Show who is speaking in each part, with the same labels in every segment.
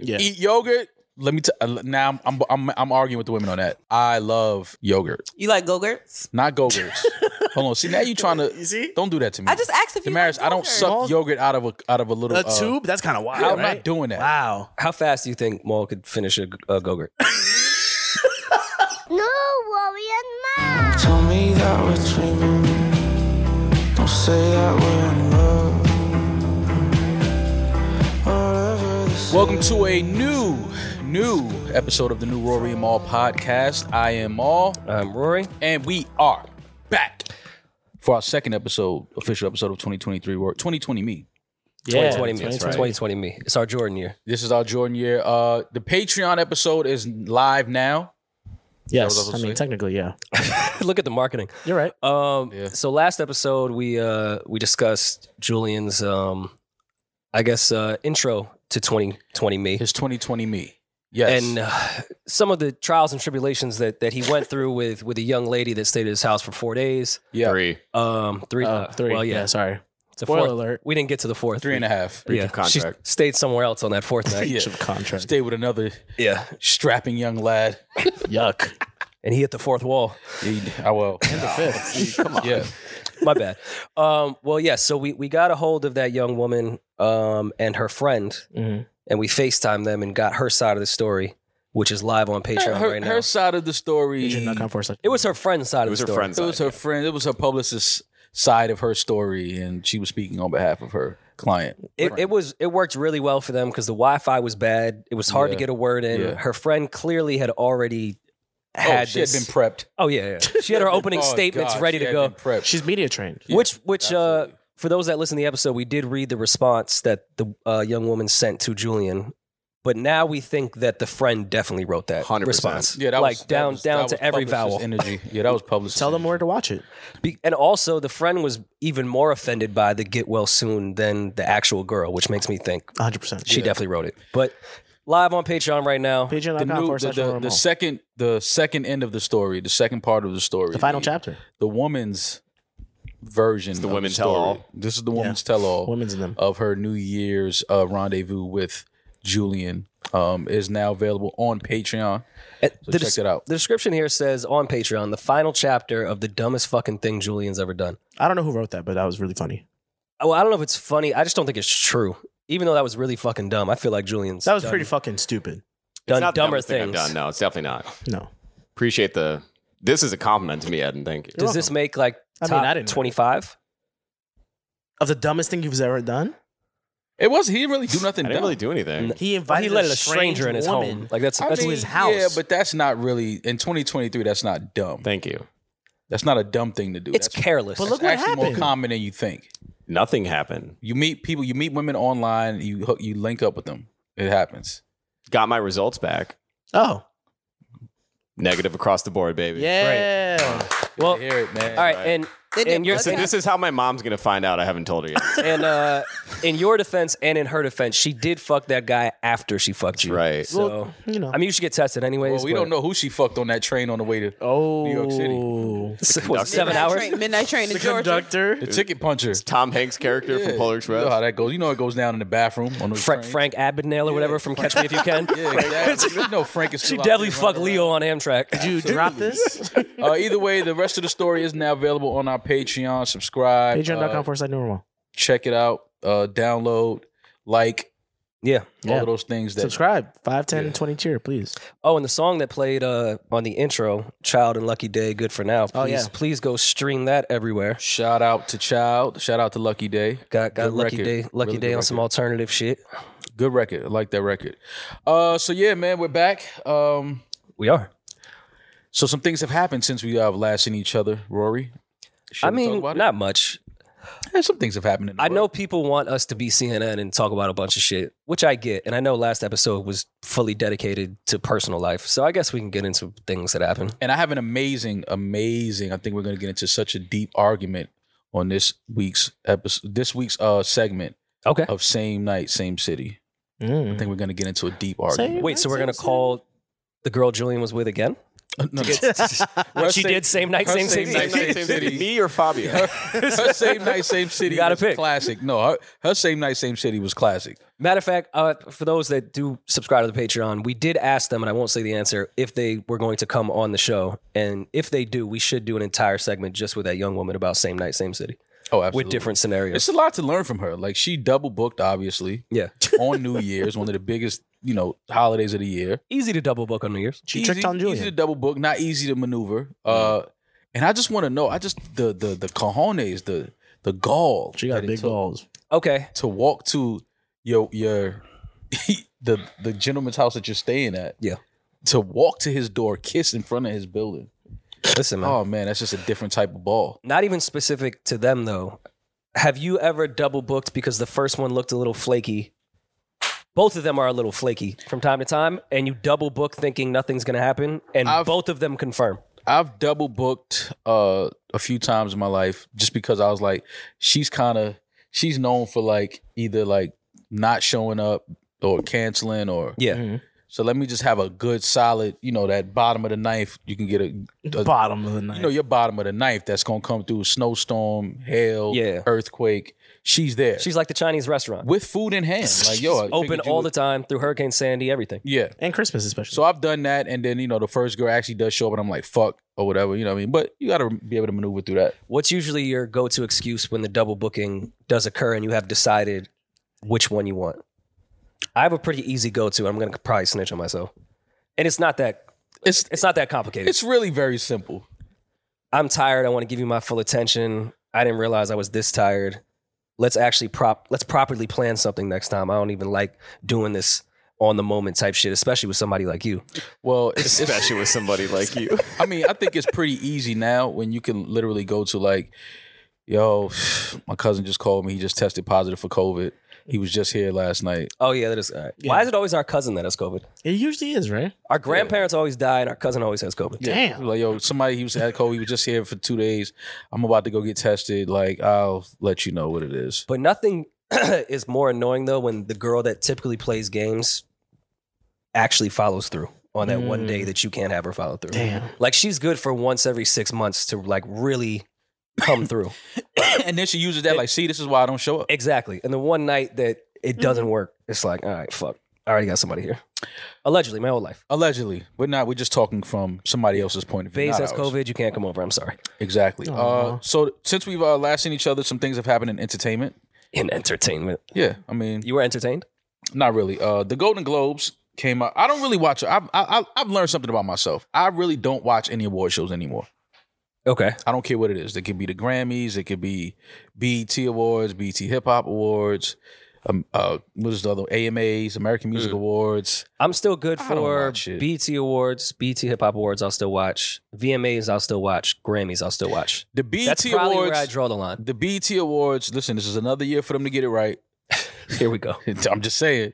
Speaker 1: Yeah.
Speaker 2: Eat yogurt. Let me t- uh, now. I'm, I'm I'm I'm arguing with the women on that. I love yogurt,
Speaker 3: You like Go-Gurts?
Speaker 2: not gogurts. Hold on. See now you trying to
Speaker 1: You see?
Speaker 2: don't do that to me.
Speaker 3: I just asked if you
Speaker 2: Damaris,
Speaker 3: like
Speaker 2: I don't
Speaker 3: yogurt.
Speaker 2: suck yogurt out of a out of a little
Speaker 1: A
Speaker 2: uh,
Speaker 1: tube? That's kind of wild.
Speaker 2: I'm
Speaker 1: right?
Speaker 2: not doing that.
Speaker 1: Wow.
Speaker 4: How fast do you think Maul could finish a, a Gogurt?
Speaker 5: No worry and mom.
Speaker 6: Tell me that we're dreaming. Don't say that we're in love. Whatever this
Speaker 2: Welcome to a new new episode of the New Rory and Mall podcast. I am all,
Speaker 4: Um, Rory,
Speaker 2: and we are back for our second episode, official episode of 2023. Or 2020 me.
Speaker 1: Yeah,
Speaker 4: 2020 me. It's 2020 me. It's our Jordan year.
Speaker 2: This is our Jordan year. Uh, the Patreon episode is live now.
Speaker 1: Yes,
Speaker 2: also
Speaker 1: I mean
Speaker 2: sweet.
Speaker 1: technically, yeah.
Speaker 4: Look at the marketing.
Speaker 1: You're right.
Speaker 4: Um,
Speaker 2: Yeah.
Speaker 4: So last episode we uh, we discussed Julian's, um, I guess, uh, intro to 2020 me.
Speaker 2: His 2020 me. Yes.
Speaker 4: and uh, some of the trials and tribulations that that he went through with with a young lady that stayed at his house for four days.
Speaker 2: yeah, three,
Speaker 7: Three.
Speaker 4: Um, three.
Speaker 1: Oh,
Speaker 4: uh,
Speaker 1: three.
Speaker 4: Well, yeah,
Speaker 1: yeah, sorry.
Speaker 4: the
Speaker 1: Spoiler
Speaker 4: fourth-
Speaker 1: alert.
Speaker 4: We didn't get to the fourth.
Speaker 2: and a half.
Speaker 4: yeah, she
Speaker 7: contract.
Speaker 4: stayed somewhere else on that fourth night.
Speaker 2: Yeah.
Speaker 1: Breach of contract.
Speaker 2: Stay with another
Speaker 4: yeah,
Speaker 2: strapping young lad.
Speaker 1: Yuck.
Speaker 4: and he hit the fourth wall.
Speaker 2: He- I will.
Speaker 1: The fifth.
Speaker 7: Come on.
Speaker 2: Yeah.
Speaker 4: My bad. Um, well, yeah. So we we got a hold of that young woman um, and her friend,
Speaker 1: Mhm.
Speaker 4: and we Facetime them and got her side of the story, which is live on Patreon
Speaker 2: her,
Speaker 4: right now.
Speaker 2: her side of the story.
Speaker 1: Agent Nutcom for a second.
Speaker 4: it was her friend's side
Speaker 7: It
Speaker 4: of
Speaker 7: was
Speaker 4: the
Speaker 7: her
Speaker 4: story.
Speaker 7: friend's
Speaker 2: It was
Speaker 7: side.
Speaker 2: her friend. It was her publicist's side of her story, and she was speaking on behalf of her client.
Speaker 4: It, it was it worked really well for them because the Wi-Fi was bad. It was hard to
Speaker 2: Yeah.
Speaker 4: get a word in.
Speaker 2: Yeah.
Speaker 4: Her friend clearly had already
Speaker 2: Oh,
Speaker 4: had
Speaker 2: she had
Speaker 4: this.
Speaker 2: been prepped.
Speaker 4: oh yeah, yeah. she had her opening
Speaker 2: Oh,
Speaker 4: statements
Speaker 2: God,
Speaker 4: ready
Speaker 2: she
Speaker 4: to
Speaker 2: had
Speaker 4: go.
Speaker 2: been prepped.
Speaker 1: She's media trained.
Speaker 2: Yeah,
Speaker 4: which which uh,
Speaker 2: absolutely.
Speaker 4: for those that listen to the episode, we did read the response that the uh, young woman sent to Julian. But now we think that the friend definitely wrote that
Speaker 7: 100%.
Speaker 4: response.
Speaker 2: yeah, that
Speaker 4: like
Speaker 2: was, that
Speaker 4: down
Speaker 2: was-
Speaker 4: down
Speaker 2: that was
Speaker 4: to every
Speaker 2: publicist's
Speaker 4: vowel.
Speaker 2: Energy. Yeah, that was publicist.
Speaker 1: Tell them
Speaker 2: energy.
Speaker 1: where to watch it.
Speaker 4: Be- and also, the friend was even more offended by the "get well soon" than the actual girl, which makes me think
Speaker 1: 100. percent
Speaker 4: she definitely wrote it. But live on Patreon right now.
Speaker 2: the,
Speaker 1: Patreon.com
Speaker 2: new- the,
Speaker 1: forward slash
Speaker 2: the- the
Speaker 1: Rory Mall.
Speaker 2: second the second end of the story, the second part of the story,
Speaker 1: The final chapter.
Speaker 2: the woman's version,
Speaker 7: the
Speaker 2: of
Speaker 7: women
Speaker 2: story.
Speaker 7: tell-all.
Speaker 2: This is the woman's tell all
Speaker 1: Women's in them.
Speaker 2: of her New Year's uh, rendezvous with Julian. Um, is now available on Patreon.
Speaker 4: And
Speaker 2: So
Speaker 4: Uh, the
Speaker 2: check it out.
Speaker 4: The description here says on Patreon, the final chapter of the dumbest fucking thing Julian's ever done.
Speaker 1: I don't know who wrote that, but that was really funny.
Speaker 4: Well, I don't know if it's funny. I just don't think it's true. Even though that was really fucking dumb, I feel like Julian's
Speaker 1: That was
Speaker 4: done,
Speaker 1: pretty fucking stupid.
Speaker 4: done
Speaker 7: It's not the
Speaker 4: dumber
Speaker 7: dumbest thing I've
Speaker 4: things.
Speaker 7: done. No, it's definitely not.
Speaker 1: No.
Speaker 7: Appreciate the. This is a compliment to me, Ed, and thank you.
Speaker 4: Does this make like
Speaker 1: I mean,
Speaker 4: top
Speaker 1: I didn't-
Speaker 4: 25?
Speaker 1: Of the dumbest thing you've ever done,
Speaker 2: It was he didn't really do
Speaker 7: I
Speaker 2: nothing.
Speaker 7: didn't
Speaker 2: dumb.
Speaker 7: really do anything.
Speaker 1: he
Speaker 4: Well,
Speaker 1: invited
Speaker 4: he let a stranger in his
Speaker 1: woman.
Speaker 4: home. Like that's
Speaker 2: I
Speaker 4: that's
Speaker 2: mean,
Speaker 4: his
Speaker 1: house.
Speaker 2: Yeah, but that's not really in 2023. That's not dumb.
Speaker 7: Thank you.
Speaker 2: That's not a dumb thing to do.
Speaker 4: it's
Speaker 2: that's,
Speaker 4: careless.
Speaker 1: But
Speaker 2: that's
Speaker 1: look what
Speaker 2: actually more
Speaker 1: happened.
Speaker 2: common than you think.
Speaker 7: Nothing happened.
Speaker 2: You meet people. You meet women online. You hook- you link up with them. It happens.
Speaker 7: Got my results back.
Speaker 1: Oh,
Speaker 7: Negative across the board, baby.
Speaker 1: yeah.
Speaker 4: well,
Speaker 2: I hear it, man.
Speaker 4: all right, and
Speaker 3: Then
Speaker 4: and
Speaker 3: it-
Speaker 4: your
Speaker 7: Listen, this is how my mom's gonna find out. I haven't told her yet.
Speaker 4: and uh, in your defense and in her defense, she did fuck that guy after she fucked you.
Speaker 7: Right.
Speaker 4: So
Speaker 1: Well, you know.
Speaker 4: I mean, you should get tested anyways.
Speaker 2: Well, we
Speaker 4: but-
Speaker 2: don't know who she fucked on that train on the way to
Speaker 1: oh,
Speaker 2: New York City.
Speaker 4: What, seven
Speaker 3: Midnight
Speaker 4: hours.
Speaker 3: Train, midnight train in
Speaker 1: The
Speaker 3: Georgia.
Speaker 1: conductor.
Speaker 2: the ticket puncher.
Speaker 7: Tom Hanks character
Speaker 2: Yeah,
Speaker 7: from Polar
Speaker 2: You know how
Speaker 7: Express.
Speaker 2: that goes. You know it goes down in the bathroom on those
Speaker 4: Frank
Speaker 2: trains.
Speaker 4: Frank Abagnale or whatever from Catch Me If You Can.
Speaker 2: Yeah, exactly. no, Frank is
Speaker 4: She
Speaker 2: still out
Speaker 4: definitely
Speaker 2: there
Speaker 4: fucked
Speaker 2: running
Speaker 4: Leo on Amtrak.
Speaker 1: Did you drop this?
Speaker 2: around. Uh, either way, the rest of the story is now available on our Patreon. Subscribe.
Speaker 1: Patreon.com
Speaker 2: uh,
Speaker 1: forward slash New Rory Mall.
Speaker 2: check it out. Uh, download, like,
Speaker 4: Yeah.
Speaker 2: all
Speaker 1: Yeah.
Speaker 2: of those things that
Speaker 1: Subscribe. 5, 10,
Speaker 2: Yeah.
Speaker 1: 20 tier, please.
Speaker 4: Oh, and the song that played uh, on the intro, "Child and Lucky Day," good for now. Please,
Speaker 1: Oh, yeah.
Speaker 4: please go stream that everywhere.
Speaker 2: Shout out to Child. Shout out to Lucky Day.
Speaker 4: Got got
Speaker 2: Good
Speaker 4: Lucky
Speaker 2: record.
Speaker 4: Day, Lucky
Speaker 2: Really
Speaker 4: Day
Speaker 2: good
Speaker 4: on some
Speaker 2: record.
Speaker 4: alternative shit.
Speaker 2: Good record. I like that record. Uh, so yeah, man, we're back. Um,
Speaker 4: We are.
Speaker 2: so some things have happened since we have last seen each other, Rory. Should
Speaker 4: I
Speaker 2: we
Speaker 4: mean,
Speaker 2: talk about it?
Speaker 4: not much.
Speaker 2: Yeah, some things have happened. In the
Speaker 4: I know
Speaker 2: world.
Speaker 4: people want us to be CNN and talk about a bunch of shit, which I get. And I know last episode was fully dedicated to personal life, so I guess we can get into things that happen.
Speaker 2: and I have an amazing, amazing. I think we're going to get into such a deep argument on this week's episode, this week's uh segment
Speaker 4: Okay.
Speaker 2: of same night, same city.
Speaker 1: Mm.
Speaker 2: I think we're going to get into a deep
Speaker 1: Same-
Speaker 2: argument.
Speaker 4: Wait, so we're gonna
Speaker 1: Same-
Speaker 4: call the girl Julian was with again?
Speaker 2: No, no. Her
Speaker 4: what she
Speaker 2: same-
Speaker 4: did same night,
Speaker 2: her
Speaker 4: same,
Speaker 2: same
Speaker 4: same,
Speaker 2: night,
Speaker 4: city.
Speaker 2: same city.
Speaker 7: Me or Fabio?
Speaker 2: her same night, same city.
Speaker 4: You gotta
Speaker 2: was
Speaker 4: pick.
Speaker 2: Classic. No, her, her same night, same city was classic.
Speaker 4: Matter of fact, uh, for those that do subscribe to the Patreon, we did ask them, and I won't say the answer, if they were going to come on the show. And if they do, we should do an entire segment just with that young woman about same night, same city
Speaker 2: Oh, absolutely.
Speaker 4: with different scenarios.
Speaker 2: It's a lot to learn from her. Like she double booked, obviously,
Speaker 4: yeah.
Speaker 2: on New Year's, one of the biggest, you know, holidays of the year.
Speaker 4: Easy to double book on New Year's.
Speaker 1: She
Speaker 2: easy,
Speaker 1: tricked on
Speaker 2: Easy to
Speaker 1: Julian.
Speaker 2: double book, not easy to maneuver. Uh, and I just want to know. I just the the the cojones, the the gall.
Speaker 1: She
Speaker 2: that
Speaker 1: got
Speaker 2: it
Speaker 1: big
Speaker 2: took
Speaker 1: balls.
Speaker 4: Okay.
Speaker 2: to walk to your your the the gentleman's house that you're staying at.
Speaker 4: Yeah.
Speaker 2: To walk to his door, kiss in front of his building.
Speaker 4: Listen, man.
Speaker 2: Oh man, that's just a different type of ball.
Speaker 4: Not even specific to them, though. Have you ever double booked because the first one looked a little flaky? Both of them are a little flaky from time to time, and you double book thinking nothing's going to happen, and
Speaker 2: I've-
Speaker 4: both of them confirm.
Speaker 2: I've double booked uh, a few times in my life just because I was like, she's kind of she's known for like either like not showing up or canceling or
Speaker 4: Yeah.
Speaker 2: So let me just have a good solid, you know, that bottom of the knife. You can get a, a-
Speaker 1: Bottom of the night.
Speaker 2: you know, your bottom of the knife that's gonna come through snowstorm, hail,
Speaker 4: Yeah.
Speaker 2: earthquake. She's there.
Speaker 4: She's like the Chinese restaurant.
Speaker 2: with food in hand. Like yo, I
Speaker 4: open
Speaker 2: figured you
Speaker 4: all
Speaker 2: would-
Speaker 4: the time through Hurricane Sandy, everything.
Speaker 2: yeah.
Speaker 1: and Christmas especially.
Speaker 2: So I've done that, and then you know the first girl actually does show up, and I'm like, "Fuck" or whatever, you know what I mean. But you got to be able to maneuver through that.
Speaker 4: What's usually your go-to excuse when the double booking does occur and you have decided which one you want? I have a pretty easy go-to. I'm gonna probably snitch on myself, and it's not that
Speaker 2: It's
Speaker 4: it's not that complicated.
Speaker 2: It's really very simple.
Speaker 4: I'm tired. I want to give you my full attention. I didn't realize I was this tired. Let's actually prop. Let's properly plan something next time. I don't even like doing this on the moment type shit, especially with somebody like you.
Speaker 2: Well, it's, it's-
Speaker 7: Especially with somebody like you.
Speaker 2: I mean, I think it's pretty easy now when you can literally go to like, yo, my cousin just called me. He just tested positive for COVID. He was just here last night.
Speaker 4: Oh yeah, that is. All right. Why is it always our cousin that has COVID?
Speaker 1: it usually is, right?
Speaker 4: Our grandparents always die, and our cousin always has COVID.
Speaker 1: Damn.
Speaker 2: Like, yo, somebody he was at COVID. He was just here for two days. I'm about to go get tested. Like, I'll let you know what it is.
Speaker 4: But nothing is more annoying though when the girl that typically plays games actually follows through on that one
Speaker 2: Mm.
Speaker 4: day that you can't have her follow through.
Speaker 1: Damn.
Speaker 4: Like she's good for once every six months to like really come through.
Speaker 2: and then she uses that like, see, this is why I don't show up.
Speaker 4: exactly. And the one night that it
Speaker 2: Mm-hmm.
Speaker 4: doesn't work, it's like, all right, fuck. I already got somebody here. Allegedly, my whole life.
Speaker 2: Allegedly, we're not. We're just talking from somebody else's point of view.
Speaker 4: Baze
Speaker 2: not
Speaker 4: has
Speaker 2: ours.
Speaker 4: COVID. You can't come over. I'm sorry.
Speaker 2: Exactly. Uh,
Speaker 1: Aw.
Speaker 2: so since we've uh, last seen each other, some things have happened in entertainment.
Speaker 4: In entertainment,
Speaker 2: Yeah, I mean,
Speaker 4: you were entertained.
Speaker 2: Not really. Uh, the Golden Globes came out. I don't really watch. I've I, I- I've learned something about myself. I really don't watch any award shows anymore.
Speaker 4: Okay.
Speaker 2: I don't care what it is. It could be the Grammys. It could be BET Awards, BET Hip Hop Awards. Um, uh, what is the other AMAs? American Music
Speaker 4: Mm.
Speaker 2: Awards.
Speaker 4: I'm still good
Speaker 2: I don't
Speaker 4: for
Speaker 2: watch it.
Speaker 4: BT Awards, BT Hip Hop Awards. I'll still watch VMAs. I'll still watch Grammys. I'll still watch.
Speaker 2: The BET
Speaker 4: That's probably where I
Speaker 2: E Awards.
Speaker 4: draw the line.
Speaker 2: The BET Awards. Listen, this is another year for them to get it right.
Speaker 4: Here we go.
Speaker 2: I'm just saying.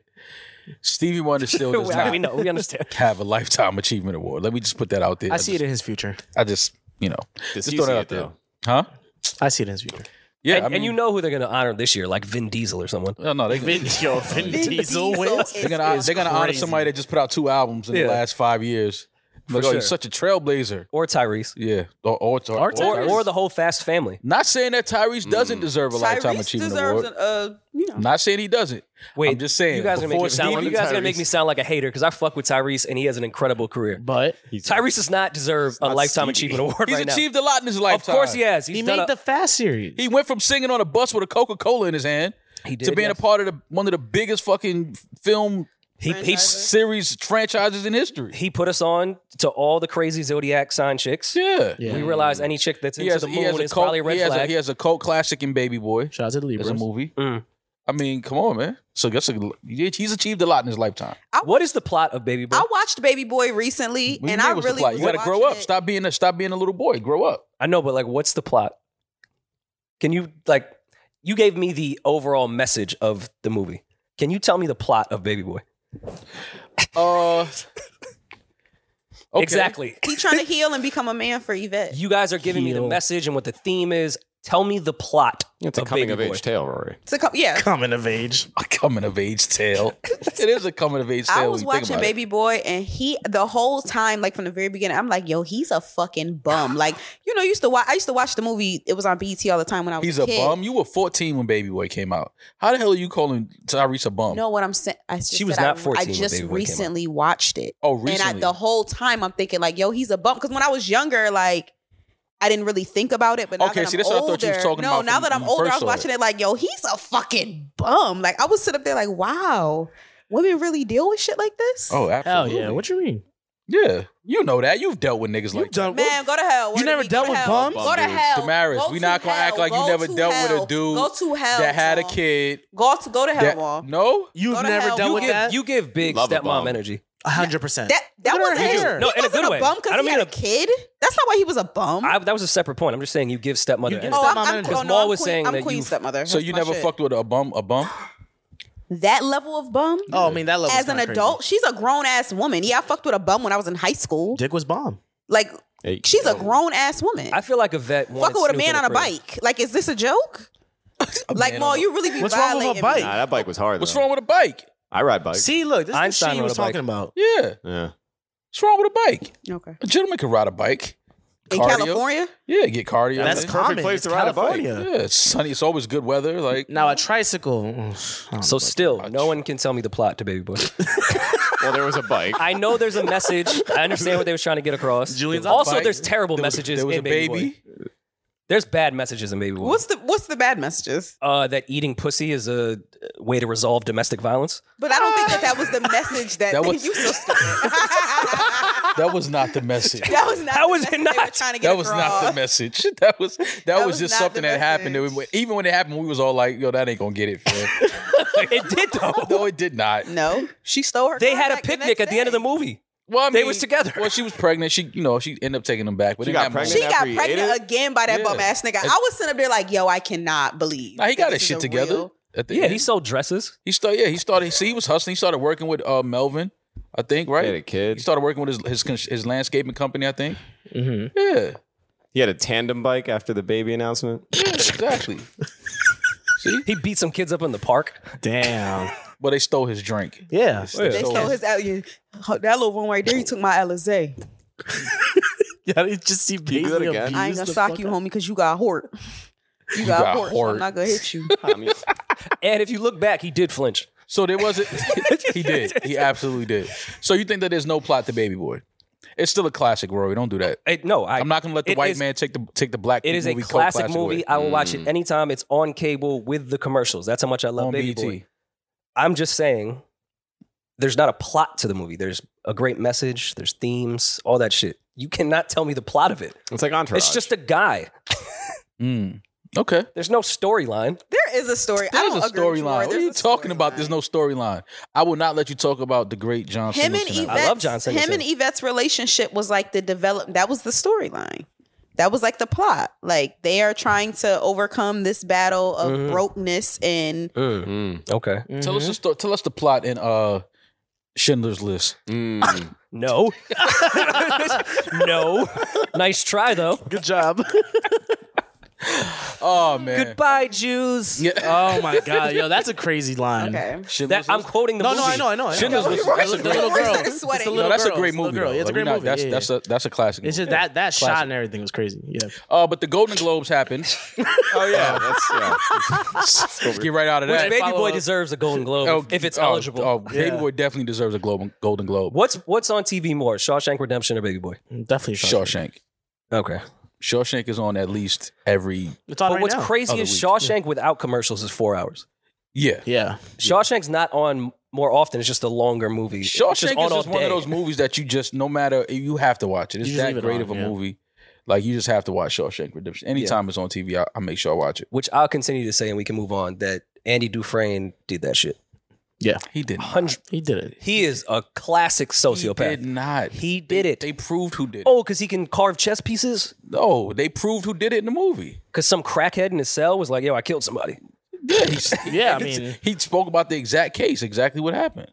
Speaker 2: Stevie Wonder still does not
Speaker 4: we know. We understand.
Speaker 2: have a lifetime achievement award. Let me just put that out there.
Speaker 1: I see it
Speaker 2: just,
Speaker 1: in his future.
Speaker 2: I just you know
Speaker 7: Does
Speaker 2: just
Speaker 7: he
Speaker 2: throw
Speaker 7: see
Speaker 2: that out
Speaker 7: it,
Speaker 2: there.
Speaker 7: though?
Speaker 2: Huh?
Speaker 1: I see it in his future.
Speaker 2: Yeah, I
Speaker 4: and, and you
Speaker 2: mean-
Speaker 4: know who they're going to honor this year, like Vin Diesel or someone.
Speaker 2: No, no, they,
Speaker 1: Vin, yo, Vin Diesel wins.
Speaker 2: they're gonna they're gonna honor
Speaker 1: crazy.
Speaker 2: somebody that just put out two albums in
Speaker 4: Yeah.
Speaker 2: the last five years. Like, oh,
Speaker 4: sure.
Speaker 2: he's such a trailblazer.
Speaker 4: Or Tyrese.
Speaker 2: Yeah, or or, or, or,
Speaker 4: Or, or the whole Fast Family.
Speaker 2: Not saying that Tyrese
Speaker 4: Mm.
Speaker 2: doesn't deserve a lifetime achievement award.
Speaker 3: uh, you know,
Speaker 2: Not saying he doesn't.
Speaker 4: Wait,
Speaker 2: I'm just saying.
Speaker 4: You guys are making
Speaker 2: before
Speaker 4: me sound like,
Speaker 2: Stevie-
Speaker 4: you guys are gonna make me sound like a hater because I fuck with Tyrese and he has an incredible career.
Speaker 1: But
Speaker 4: Tyrese does not deserve a lifetime achievement award
Speaker 2: He's
Speaker 4: right
Speaker 2: achieved a lot in his
Speaker 4: now. Of
Speaker 2: lifetime.
Speaker 4: course he has. He's
Speaker 1: he
Speaker 4: done
Speaker 1: made
Speaker 4: a-
Speaker 1: the Fast series.
Speaker 2: He went from singing on a bus with a Coca Cola in his hand
Speaker 4: He did,
Speaker 2: to being
Speaker 4: yes.
Speaker 2: a part of the, one of the biggest fucking film
Speaker 4: he, he,
Speaker 2: series franchises in history.
Speaker 4: he put us on to all the crazy Zodiac sign chicks.
Speaker 2: Yeah.
Speaker 1: yeah.
Speaker 4: We realize any chick that's
Speaker 2: He
Speaker 4: into
Speaker 2: has,
Speaker 4: the
Speaker 2: he, has
Speaker 4: moon
Speaker 2: a
Speaker 4: is
Speaker 2: cult,
Speaker 4: probably a
Speaker 2: he,
Speaker 4: red
Speaker 2: has a,
Speaker 4: flag.
Speaker 2: he has a cult classic in Baby Boy.
Speaker 1: Shout out to the
Speaker 2: It's
Speaker 1: Libras.
Speaker 2: a movie. I mean, come on, man. So that's a he's achieved a lot in his lifetime.
Speaker 4: what is the plot of Baby Boy?
Speaker 3: I watched Baby Boy recently,
Speaker 2: What do you
Speaker 3: and
Speaker 2: mean
Speaker 3: I
Speaker 2: what's the
Speaker 3: really
Speaker 2: plot? you
Speaker 3: was
Speaker 2: gotta grow up.
Speaker 3: watching it.
Speaker 2: Stop being a stop being a little boy. Grow up.
Speaker 4: I know, but like, what's the plot? Can you like? You gave me the overall message of the movie. Can you tell me the plot of Baby Boy?
Speaker 2: Uh. okay.
Speaker 4: Exactly.
Speaker 3: He trying to heal and become a man for Yvette.
Speaker 4: You guys are giving me the
Speaker 1: Heal.
Speaker 4: message and what the theme is. Tell me the plot.
Speaker 7: It's a
Speaker 4: of
Speaker 7: coming
Speaker 4: Baby
Speaker 7: of
Speaker 4: Boy.
Speaker 7: age tale, Rory.
Speaker 3: It's a co- yeah.
Speaker 1: Coming of age.
Speaker 2: A coming of age tale. it is a coming of age tale.
Speaker 3: I
Speaker 2: when
Speaker 3: was
Speaker 2: you think
Speaker 3: watching
Speaker 2: about it.
Speaker 3: Baby Boy, and he the whole time, like from the very beginning, I'm like, "Yo, he's a fucking bum." Like, you know, you used to watch. I used to watch the movie. It was on BET all the time when I was.
Speaker 2: He's a
Speaker 3: kid.
Speaker 2: bum. You were 14 when Baby Boy came out. How the hell are you calling Tyrese a bum?
Speaker 3: No, what I'm saying. I just
Speaker 4: She was
Speaker 3: said
Speaker 4: not
Speaker 3: I,
Speaker 4: 14
Speaker 3: I
Speaker 4: when
Speaker 3: just
Speaker 4: Baby Boy came out.
Speaker 3: recently watched it.
Speaker 2: Oh,
Speaker 3: And
Speaker 2: recently.
Speaker 3: I, the whole time I'm thinking like, yo, he's a bump. Because when I was younger, like, I didn't really think about it. But now
Speaker 2: Okay,
Speaker 3: that
Speaker 2: see,
Speaker 3: I'm
Speaker 2: that's what I
Speaker 3: older,
Speaker 2: thought you was talking
Speaker 3: no,
Speaker 2: about
Speaker 3: now
Speaker 2: from
Speaker 3: that I'm
Speaker 2: when you
Speaker 3: older, I
Speaker 2: first
Speaker 3: was
Speaker 2: saw
Speaker 3: watching
Speaker 2: it.
Speaker 3: it. like, yo, he's a fucking bum. Like, I was sitting up there like, wow, women really deal with shit like this.
Speaker 2: oh,
Speaker 1: Hell
Speaker 2: absolutely.
Speaker 1: yeah. What you mean?
Speaker 2: yeah, you know that. You've dealt with niggas like
Speaker 1: You've done
Speaker 3: Man, go to hell. Word
Speaker 1: You never
Speaker 3: to me,
Speaker 1: dealt
Speaker 3: go to
Speaker 1: with
Speaker 3: hell.
Speaker 1: bums?
Speaker 3: Go to hell.
Speaker 2: Damaris,
Speaker 3: Go
Speaker 2: we not
Speaker 3: to
Speaker 2: gonna act
Speaker 3: hell.
Speaker 2: like you
Speaker 3: Go
Speaker 2: never
Speaker 3: to
Speaker 2: dealt with a
Speaker 3: hell.
Speaker 2: dude
Speaker 3: Go to hell.
Speaker 2: that had a
Speaker 3: Wong.
Speaker 2: kid.
Speaker 3: Go to go to hell.
Speaker 2: that-
Speaker 3: Wong.
Speaker 2: no,
Speaker 1: You've
Speaker 3: Go to
Speaker 1: never
Speaker 3: hell.
Speaker 1: dealt
Speaker 4: You
Speaker 1: with
Speaker 4: give,
Speaker 1: that.
Speaker 4: you give big
Speaker 7: Love a
Speaker 4: stepmom
Speaker 7: bum.
Speaker 4: energy.
Speaker 1: A hundred percent.
Speaker 3: That that
Speaker 1: Look at
Speaker 3: wasn't
Speaker 1: her
Speaker 3: him.
Speaker 1: hair.
Speaker 4: No,
Speaker 3: he
Speaker 4: in a
Speaker 3: wasn't
Speaker 4: good way.
Speaker 3: a bum
Speaker 4: I
Speaker 3: because
Speaker 4: don't
Speaker 3: he
Speaker 4: mean
Speaker 3: had
Speaker 4: a-
Speaker 3: a kid. That's not why he was a bum.
Speaker 4: I, that was a separate point. I'm just saying you give stepmother
Speaker 1: You give
Speaker 4: energy.
Speaker 1: step-
Speaker 3: oh, I'm,
Speaker 1: Stepmom
Speaker 3: I'm,
Speaker 1: energy.
Speaker 3: oh,
Speaker 4: Because
Speaker 3: no,
Speaker 4: Maul
Speaker 3: I'm
Speaker 4: was
Speaker 3: queen-
Speaker 4: saying
Speaker 3: I'm
Speaker 4: that
Speaker 3: queen
Speaker 4: you-
Speaker 3: stepmother.
Speaker 2: so
Speaker 3: That's
Speaker 2: you
Speaker 3: my
Speaker 2: never
Speaker 3: shit.
Speaker 2: fucked with a bum, a bum.
Speaker 3: that level of bum.
Speaker 1: Oh, I mean that level.
Speaker 3: as an adult, she's a grown ass woman. Yeah, I fucked with a bum when I was in high school.
Speaker 1: Dick was bomb.
Speaker 3: Like
Speaker 7: Hey,
Speaker 3: she's a grown ass woman.
Speaker 4: I feel like a vet. wanted
Speaker 3: Fucking with
Speaker 4: Snoop
Speaker 3: a
Speaker 4: in
Speaker 3: man on a
Speaker 4: crib.
Speaker 3: bike. Like, is this a joke? like,
Speaker 2: man
Speaker 3: Ma,
Speaker 2: on a-
Speaker 3: you really be
Speaker 1: What's wrong with a
Speaker 3: violating
Speaker 1: bike?
Speaker 3: me.
Speaker 7: Nah, that bike was hard.
Speaker 2: What's
Speaker 7: though.
Speaker 2: wrong with a bike?
Speaker 7: I ride bikes.
Speaker 1: See, look, this is the
Speaker 4: Einstein
Speaker 1: shit he
Speaker 4: rode
Speaker 1: was
Speaker 4: a bike.
Speaker 1: talking about.
Speaker 2: Yeah,
Speaker 7: yeah.
Speaker 2: what's wrong with a bike?
Speaker 3: Okay.
Speaker 2: A gentleman can ride a bike.
Speaker 3: In
Speaker 2: Cardio.
Speaker 3: California,
Speaker 2: Yeah, get cardio.
Speaker 1: That's
Speaker 2: in.
Speaker 7: perfect
Speaker 1: common.
Speaker 7: place
Speaker 1: It's
Speaker 7: to ride a bike.
Speaker 1: California.
Speaker 2: yeah. It's sunny. It's always good weather. Like
Speaker 1: Now a tricycle. oh, So
Speaker 4: So still, no one can tell me the plot to Baby Boy.
Speaker 7: Well, there was a bike.
Speaker 4: I know there's a message. I understand what they were trying to get across.
Speaker 1: Julian's on
Speaker 4: also,
Speaker 2: bike.
Speaker 4: there's terrible
Speaker 2: there was,
Speaker 4: messages
Speaker 2: There was
Speaker 4: in
Speaker 2: a baby.
Speaker 4: Boy. There's bad messages in Baby Boy.
Speaker 3: what's the what's the bad messages?
Speaker 4: uh, that eating pussy is a way to resolve domestic violence.
Speaker 3: But I don't think that that was the message that,
Speaker 2: That was-
Speaker 3: you so stupid. that
Speaker 2: That was not the message.
Speaker 3: was not.
Speaker 4: How
Speaker 3: the
Speaker 4: was
Speaker 3: message
Speaker 4: it
Speaker 3: They were
Speaker 4: not?
Speaker 3: trying to get
Speaker 2: That was
Speaker 3: across.
Speaker 2: not the message. That was that, was,
Speaker 3: was
Speaker 2: just
Speaker 3: not
Speaker 2: something
Speaker 3: the
Speaker 2: that happened. It was- even when it happened, we was all like, "Yo, that ain't gonna get it." Fam.
Speaker 4: it did though.
Speaker 2: no, it did not.
Speaker 3: No, she stole her.
Speaker 4: They had a
Speaker 3: contract
Speaker 4: picnic at
Speaker 3: next
Speaker 4: the end of
Speaker 3: day.
Speaker 4: the movie.
Speaker 2: Well, I
Speaker 4: They
Speaker 2: mean,
Speaker 4: was together.
Speaker 2: Well, she was pregnant. She, you know, she ended up taking him back. But
Speaker 7: She
Speaker 2: in that
Speaker 7: got
Speaker 2: moment-
Speaker 3: She
Speaker 7: After
Speaker 3: got
Speaker 7: he ate
Speaker 3: pregnant
Speaker 7: it?
Speaker 3: again by that
Speaker 2: Yeah.
Speaker 3: bum ass nigga. I was sitting up there like, yo, I cannot believe.
Speaker 2: Nah, he
Speaker 3: that
Speaker 2: got
Speaker 3: this
Speaker 2: his
Speaker 3: is
Speaker 2: shit
Speaker 3: a
Speaker 2: together.
Speaker 3: real-
Speaker 2: At the
Speaker 4: Yeah,
Speaker 2: end.
Speaker 4: he sold dresses.
Speaker 2: he started. Yeah, he started. See, he was hustling. He started working with uh, Melvin, I think. Right.
Speaker 7: He had a kid.
Speaker 2: He started working with his his, cons- his landscaping company. I think.
Speaker 1: hmm
Speaker 2: Yeah.
Speaker 7: He had a tandem bike after the baby announcement.
Speaker 2: Yeah. Exactly. see,
Speaker 4: He beat some kids up in the park.
Speaker 1: Damn.
Speaker 2: but they stole his drink.
Speaker 1: Yeah.
Speaker 2: So-
Speaker 3: They stole his out. you- That little one right there, you took my LSA.
Speaker 1: Yeah, you just see
Speaker 7: you do that
Speaker 1: Paisley
Speaker 7: again?
Speaker 1: abuse
Speaker 3: I ain't gonna
Speaker 1: the
Speaker 3: sock
Speaker 1: fuck
Speaker 3: you,
Speaker 1: out-
Speaker 3: homie, because you got hort. You got,
Speaker 2: got
Speaker 3: hort. so
Speaker 2: hort.
Speaker 3: I'm not gonna hit you.
Speaker 7: I mean,
Speaker 4: And if you look back, he did flinch.
Speaker 2: So there wasn't. he did. He absolutely did. So you think that there's no plot to Baby Boy? It's still a classic, Rory. Don't do that.
Speaker 4: It- no, I,
Speaker 2: I'm not gonna let the
Speaker 4: it
Speaker 2: white
Speaker 4: is-
Speaker 2: man take the take the black.
Speaker 4: It is a
Speaker 2: movie cult
Speaker 4: classic,
Speaker 2: away.
Speaker 4: movie. I will watch it anytime it's on cable with the commercials. That's how much I love
Speaker 2: on E
Speaker 4: Baby
Speaker 2: BET.
Speaker 4: Boy. I'm just saying, there's not a plot to the movie. There's a great message. There's themes, all that shit. You cannot tell me the plot of it.
Speaker 7: it's like entourage.
Speaker 4: It's just a guy.
Speaker 2: Mm. Okay.
Speaker 4: There's no storyline.
Speaker 3: There is a story. I
Speaker 2: There's
Speaker 3: don't
Speaker 2: a
Speaker 3: agree
Speaker 2: storyline.
Speaker 3: with you, Roy.
Speaker 2: What are
Speaker 3: There's
Speaker 2: you
Speaker 3: a
Speaker 2: talking about? There's
Speaker 3: storyline.
Speaker 2: no storyline. I will not let you talk about the great John.
Speaker 3: Him and
Speaker 2: Singleton.
Speaker 4: I love
Speaker 3: Yvette's,
Speaker 4: John
Speaker 3: him
Speaker 4: Singleton.
Speaker 3: and Yvette's relationship was like the develop. That was the storyline. That was like the plot. Like they are trying to overcome this battle of
Speaker 2: Mm-hmm.
Speaker 4: Mhm.
Speaker 3: brokenness and
Speaker 7: Mm.
Speaker 4: Okay.
Speaker 2: Tell us the sto- tell us the plot in uh, Schindler's List.
Speaker 7: Mm.
Speaker 4: No. no. Nice try though.
Speaker 1: Good job.
Speaker 2: Oh man.
Speaker 4: Goodbye, Jews.
Speaker 2: Yeah.
Speaker 1: oh my god, yo, that's a crazy line.
Speaker 3: okay.
Speaker 2: Schindler's
Speaker 4: That I'm
Speaker 2: List?
Speaker 4: quoting the
Speaker 1: No,
Speaker 4: movie.
Speaker 1: no, I know, I know. I know.
Speaker 2: Schindler's List. That's a
Speaker 1: The
Speaker 2: great
Speaker 1: little
Speaker 3: Rory
Speaker 1: girl.
Speaker 3: started sweating.
Speaker 1: the
Speaker 2: No,
Speaker 1: little
Speaker 2: that's a
Speaker 1: girl.
Speaker 2: great
Speaker 1: It's the little
Speaker 2: movie.
Speaker 1: girl.
Speaker 2: though.
Speaker 1: It's a
Speaker 2: Like,
Speaker 1: great
Speaker 2: we not-
Speaker 1: movie.
Speaker 2: That's
Speaker 1: yeah.
Speaker 2: that's a that's a classic.
Speaker 1: It's
Speaker 2: movie.
Speaker 1: just that that shot
Speaker 2: Classic.
Speaker 1: and everything was crazy. Yeah.
Speaker 2: Uh, but the Golden Globes happened.
Speaker 7: Oh yeah, that's yeah.
Speaker 2: Let's get right out of
Speaker 4: Which
Speaker 2: that.
Speaker 4: Baby
Speaker 1: follow
Speaker 4: Boy
Speaker 1: up.
Speaker 4: deserves a Golden Globe
Speaker 2: Oh,
Speaker 4: if- if it's
Speaker 2: oh,
Speaker 4: eligible.
Speaker 2: Oh, Baby
Speaker 1: Yeah.
Speaker 2: Boy definitely deserves a Globe, Golden Globe.
Speaker 4: What's what's on TV more, Shawshank Redemption or Baby Boy?
Speaker 1: Definitely. Shawshank.
Speaker 2: Shawshank.
Speaker 4: Okay.
Speaker 2: Shawshank is on at least every
Speaker 1: It's on
Speaker 4: but
Speaker 1: right
Speaker 4: what's
Speaker 1: now.
Speaker 4: crazy
Speaker 2: Other
Speaker 4: is
Speaker 2: week.
Speaker 4: Shawshank without commercials is four hours.
Speaker 2: yeah.
Speaker 1: Yeah.
Speaker 4: Shawshank's not on more often. It's just a longer movie. It's
Speaker 2: Shawshank is
Speaker 4: on all
Speaker 2: just one
Speaker 4: day.
Speaker 2: of those movies that you just no matter you have to watch it. It's
Speaker 1: You just
Speaker 2: that
Speaker 1: leave it
Speaker 2: great
Speaker 1: on,
Speaker 2: of a
Speaker 1: yeah.
Speaker 2: movie. Like you just have to watch Shawshank Redemption. Anytime it's on TV, I, I make sure I watch it.
Speaker 4: Which I'll continue to say, and we can move on. That Andy Dufresne did that shit.
Speaker 2: He did. Not.
Speaker 4: Hundred.
Speaker 1: He did it.
Speaker 4: He is a classic
Speaker 2: He did
Speaker 4: sociopath.
Speaker 2: not.
Speaker 4: He did it.
Speaker 2: They proved who did. it.
Speaker 4: Oh, because he can carve chess pieces.
Speaker 2: no, they proved who did it in the movie.
Speaker 4: Because some crackhead in his cell was like, "Yo, I killed somebody."
Speaker 2: Yeah, he's-
Speaker 1: Yeah, I mean-
Speaker 2: he spoke about the exact case, exactly what happened.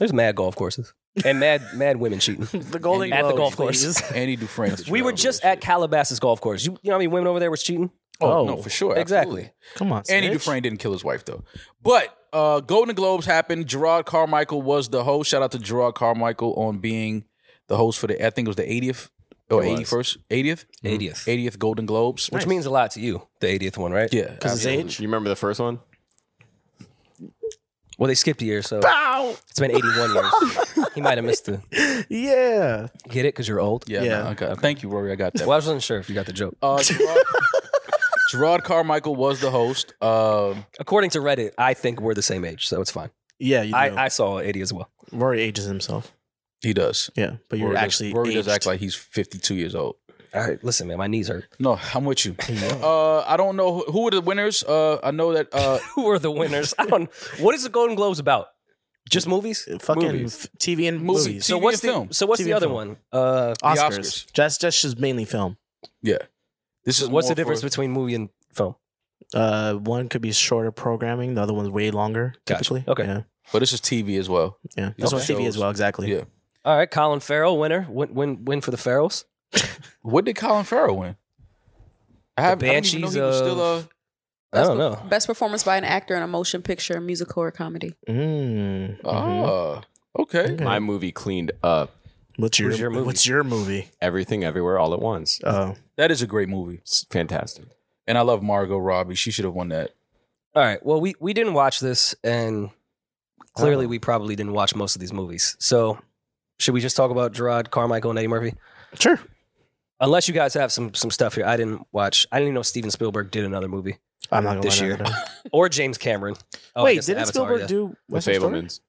Speaker 4: There's mad golf courses and mad mad women cheating.
Speaker 1: The Golden
Speaker 4: At the
Speaker 1: Globes,
Speaker 4: golf course.
Speaker 1: please.
Speaker 2: Andy Dufresne.
Speaker 4: We were just at Calabasas Golf Course. You, you know how many women over there was cheating?
Speaker 2: Oh,
Speaker 1: Oh.
Speaker 2: no, for sure.
Speaker 4: Exactly.
Speaker 2: absolutely.
Speaker 1: Come on,
Speaker 2: Annie
Speaker 1: Snitch.
Speaker 2: Dufresne didn't kill his wife though. But uh, Golden Globes happened. Gerard Carmichael was the host. Shout out to Gerard Carmichael on being the host for the I think it was the 80th or
Speaker 4: It was.
Speaker 2: 81st, 80th,
Speaker 4: 80th.
Speaker 2: 80th Golden Globes.
Speaker 4: Which means a lot to you, the 80th one, right?
Speaker 2: yeah,
Speaker 1: Because his
Speaker 2: absolutely.
Speaker 1: age.
Speaker 7: You remember the first one?
Speaker 4: Well, they skipped a year, so it's been 81 years. he might have missed the
Speaker 1: Yeah.
Speaker 4: get it because you're old.
Speaker 2: Yeah,
Speaker 1: Yeah.
Speaker 2: no, okay. Thank you, Rory. I got that.
Speaker 4: Well, I wasn't sure if you got the joke.
Speaker 2: Uh, Gerard, Gerard Carmichael was the host. Um,
Speaker 4: According to Reddit, I think we're the same age, so it's fine.
Speaker 1: Yeah. You know.
Speaker 4: I, I saw 80 as well.
Speaker 1: Rory ages himself.
Speaker 2: he does.
Speaker 1: Yeah, but you're
Speaker 2: Rory does-
Speaker 1: actually
Speaker 2: Rory does
Speaker 1: aged.
Speaker 2: act like he's 52 years old.
Speaker 4: All right, listen, man, my knees hurt.
Speaker 2: No, I'm with you. Uh, I don't know who- who were the winners. Uh, I know that uh,
Speaker 4: Who are the winners? I don't. What is the Golden Globes about? Just movies?
Speaker 1: Uh, fucking
Speaker 2: movies.
Speaker 1: f- TV and
Speaker 2: Movies.
Speaker 1: movies.
Speaker 2: So-
Speaker 4: So
Speaker 2: TV
Speaker 4: what's
Speaker 2: and
Speaker 4: the
Speaker 2: film.
Speaker 4: so what's
Speaker 1: TV
Speaker 4: the
Speaker 1: and
Speaker 4: other
Speaker 1: film.
Speaker 4: one? Uh,
Speaker 1: Oscars.
Speaker 2: Oscars.
Speaker 1: That's that's just mainly film.
Speaker 2: yeah, this is
Speaker 4: what's the
Speaker 2: more
Speaker 4: difference
Speaker 2: for-
Speaker 4: between movie and film?
Speaker 1: Uh, one could be shorter programming. The other one's way longer.
Speaker 4: Gotcha.
Speaker 1: Typically.
Speaker 4: Okay.
Speaker 1: Yeah.
Speaker 2: But this is TV as well.
Speaker 1: Yeah. This
Speaker 2: Okay.
Speaker 1: one's TV as well. Exactly.
Speaker 2: Yeah.
Speaker 4: All right, Colin Farrell, winner, win win win for the Farrells.
Speaker 2: What did Colin Farrell win? I have
Speaker 4: Banshees of-
Speaker 2: uh,
Speaker 4: I don't know.
Speaker 3: Best performance by an actor in a motion picture, musical, or comedy.
Speaker 1: Mm.
Speaker 2: Uh,
Speaker 4: Mm-hmm.
Speaker 2: ah, okay.
Speaker 1: Okay.
Speaker 7: My movie cleaned up
Speaker 1: What's your,
Speaker 4: Who's your movie?
Speaker 1: What's your movie?
Speaker 7: everything, everywhere, all at once.
Speaker 1: Oh,
Speaker 2: That is a great movie,
Speaker 7: It's fantastic.
Speaker 2: and I love Margot Robbie. She should have won that.
Speaker 4: All right, well we we didn't watch this, and clearly
Speaker 1: Oh.
Speaker 4: we probably didn't watch most of these movies. So should we just talk about Gerard Carmichael and Eddie Murphy?
Speaker 1: sure.
Speaker 4: Unless you guys have some some stuff here, I didn't watch. I didn't even know Steven Spielberg did another movie
Speaker 1: I'm not gonna
Speaker 4: This
Speaker 1: lie,
Speaker 4: year.
Speaker 1: no, no, no.
Speaker 4: or James Cameron. Oh, I
Speaker 1: Wait,
Speaker 4: guess the
Speaker 1: didn't
Speaker 4: Avatar,
Speaker 1: Spielberg
Speaker 4: yeah.
Speaker 1: do West
Speaker 7: the
Speaker 1: Side Story?
Speaker 7: Fablemans.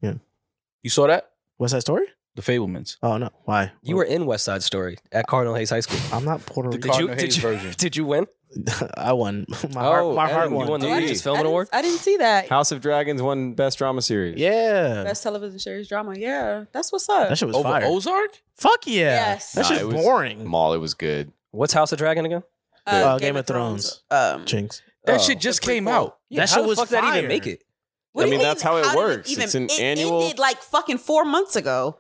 Speaker 2: You saw that?
Speaker 1: West Side Story?
Speaker 2: The Fablemans.
Speaker 1: Oh no, why?
Speaker 4: You were in West Side Story at Cardinal Hayes High School.
Speaker 1: I'm not Puerto Rican.
Speaker 4: Did you
Speaker 2: Cardinal
Speaker 4: did
Speaker 2: Hayes
Speaker 4: you,
Speaker 2: version.
Speaker 4: did you win?
Speaker 1: I won. My heart,
Speaker 2: Oh,
Speaker 1: my heart
Speaker 2: Adam, you
Speaker 1: won.
Speaker 2: won the
Speaker 3: Oh, I
Speaker 2: Dude.
Speaker 3: didn't-
Speaker 4: Film
Speaker 3: I didn't-
Speaker 4: Award?
Speaker 3: I didn't see that.
Speaker 7: House of Dragons won Best Drama Series.
Speaker 1: Yeah,
Speaker 3: Best television series drama. Yeah, that's what's up.
Speaker 1: that shit was
Speaker 2: Over
Speaker 1: fire.
Speaker 2: Ozark?
Speaker 1: Fuck yeah,
Speaker 3: Yes.
Speaker 1: that
Speaker 7: Nah,
Speaker 1: shit's
Speaker 7: it was-
Speaker 1: boring.
Speaker 7: Mall, it was good.
Speaker 4: What's House of Dragon again?
Speaker 1: Uh, Game of Thrones.
Speaker 3: Um,
Speaker 1: Jinx.
Speaker 2: That
Speaker 4: Oh.
Speaker 2: shit just
Speaker 3: The prequel.
Speaker 2: came out.
Speaker 1: Yeah, That how shit the was fuck
Speaker 4: that
Speaker 1: that even fire.
Speaker 4: even make
Speaker 1: make
Speaker 4: it?
Speaker 1: it?
Speaker 3: What do
Speaker 7: I
Speaker 3: you
Speaker 7: mean, that's how it
Speaker 3: did
Speaker 7: works. It's an
Speaker 3: it
Speaker 7: annual-
Speaker 3: ended like fucking four months ago.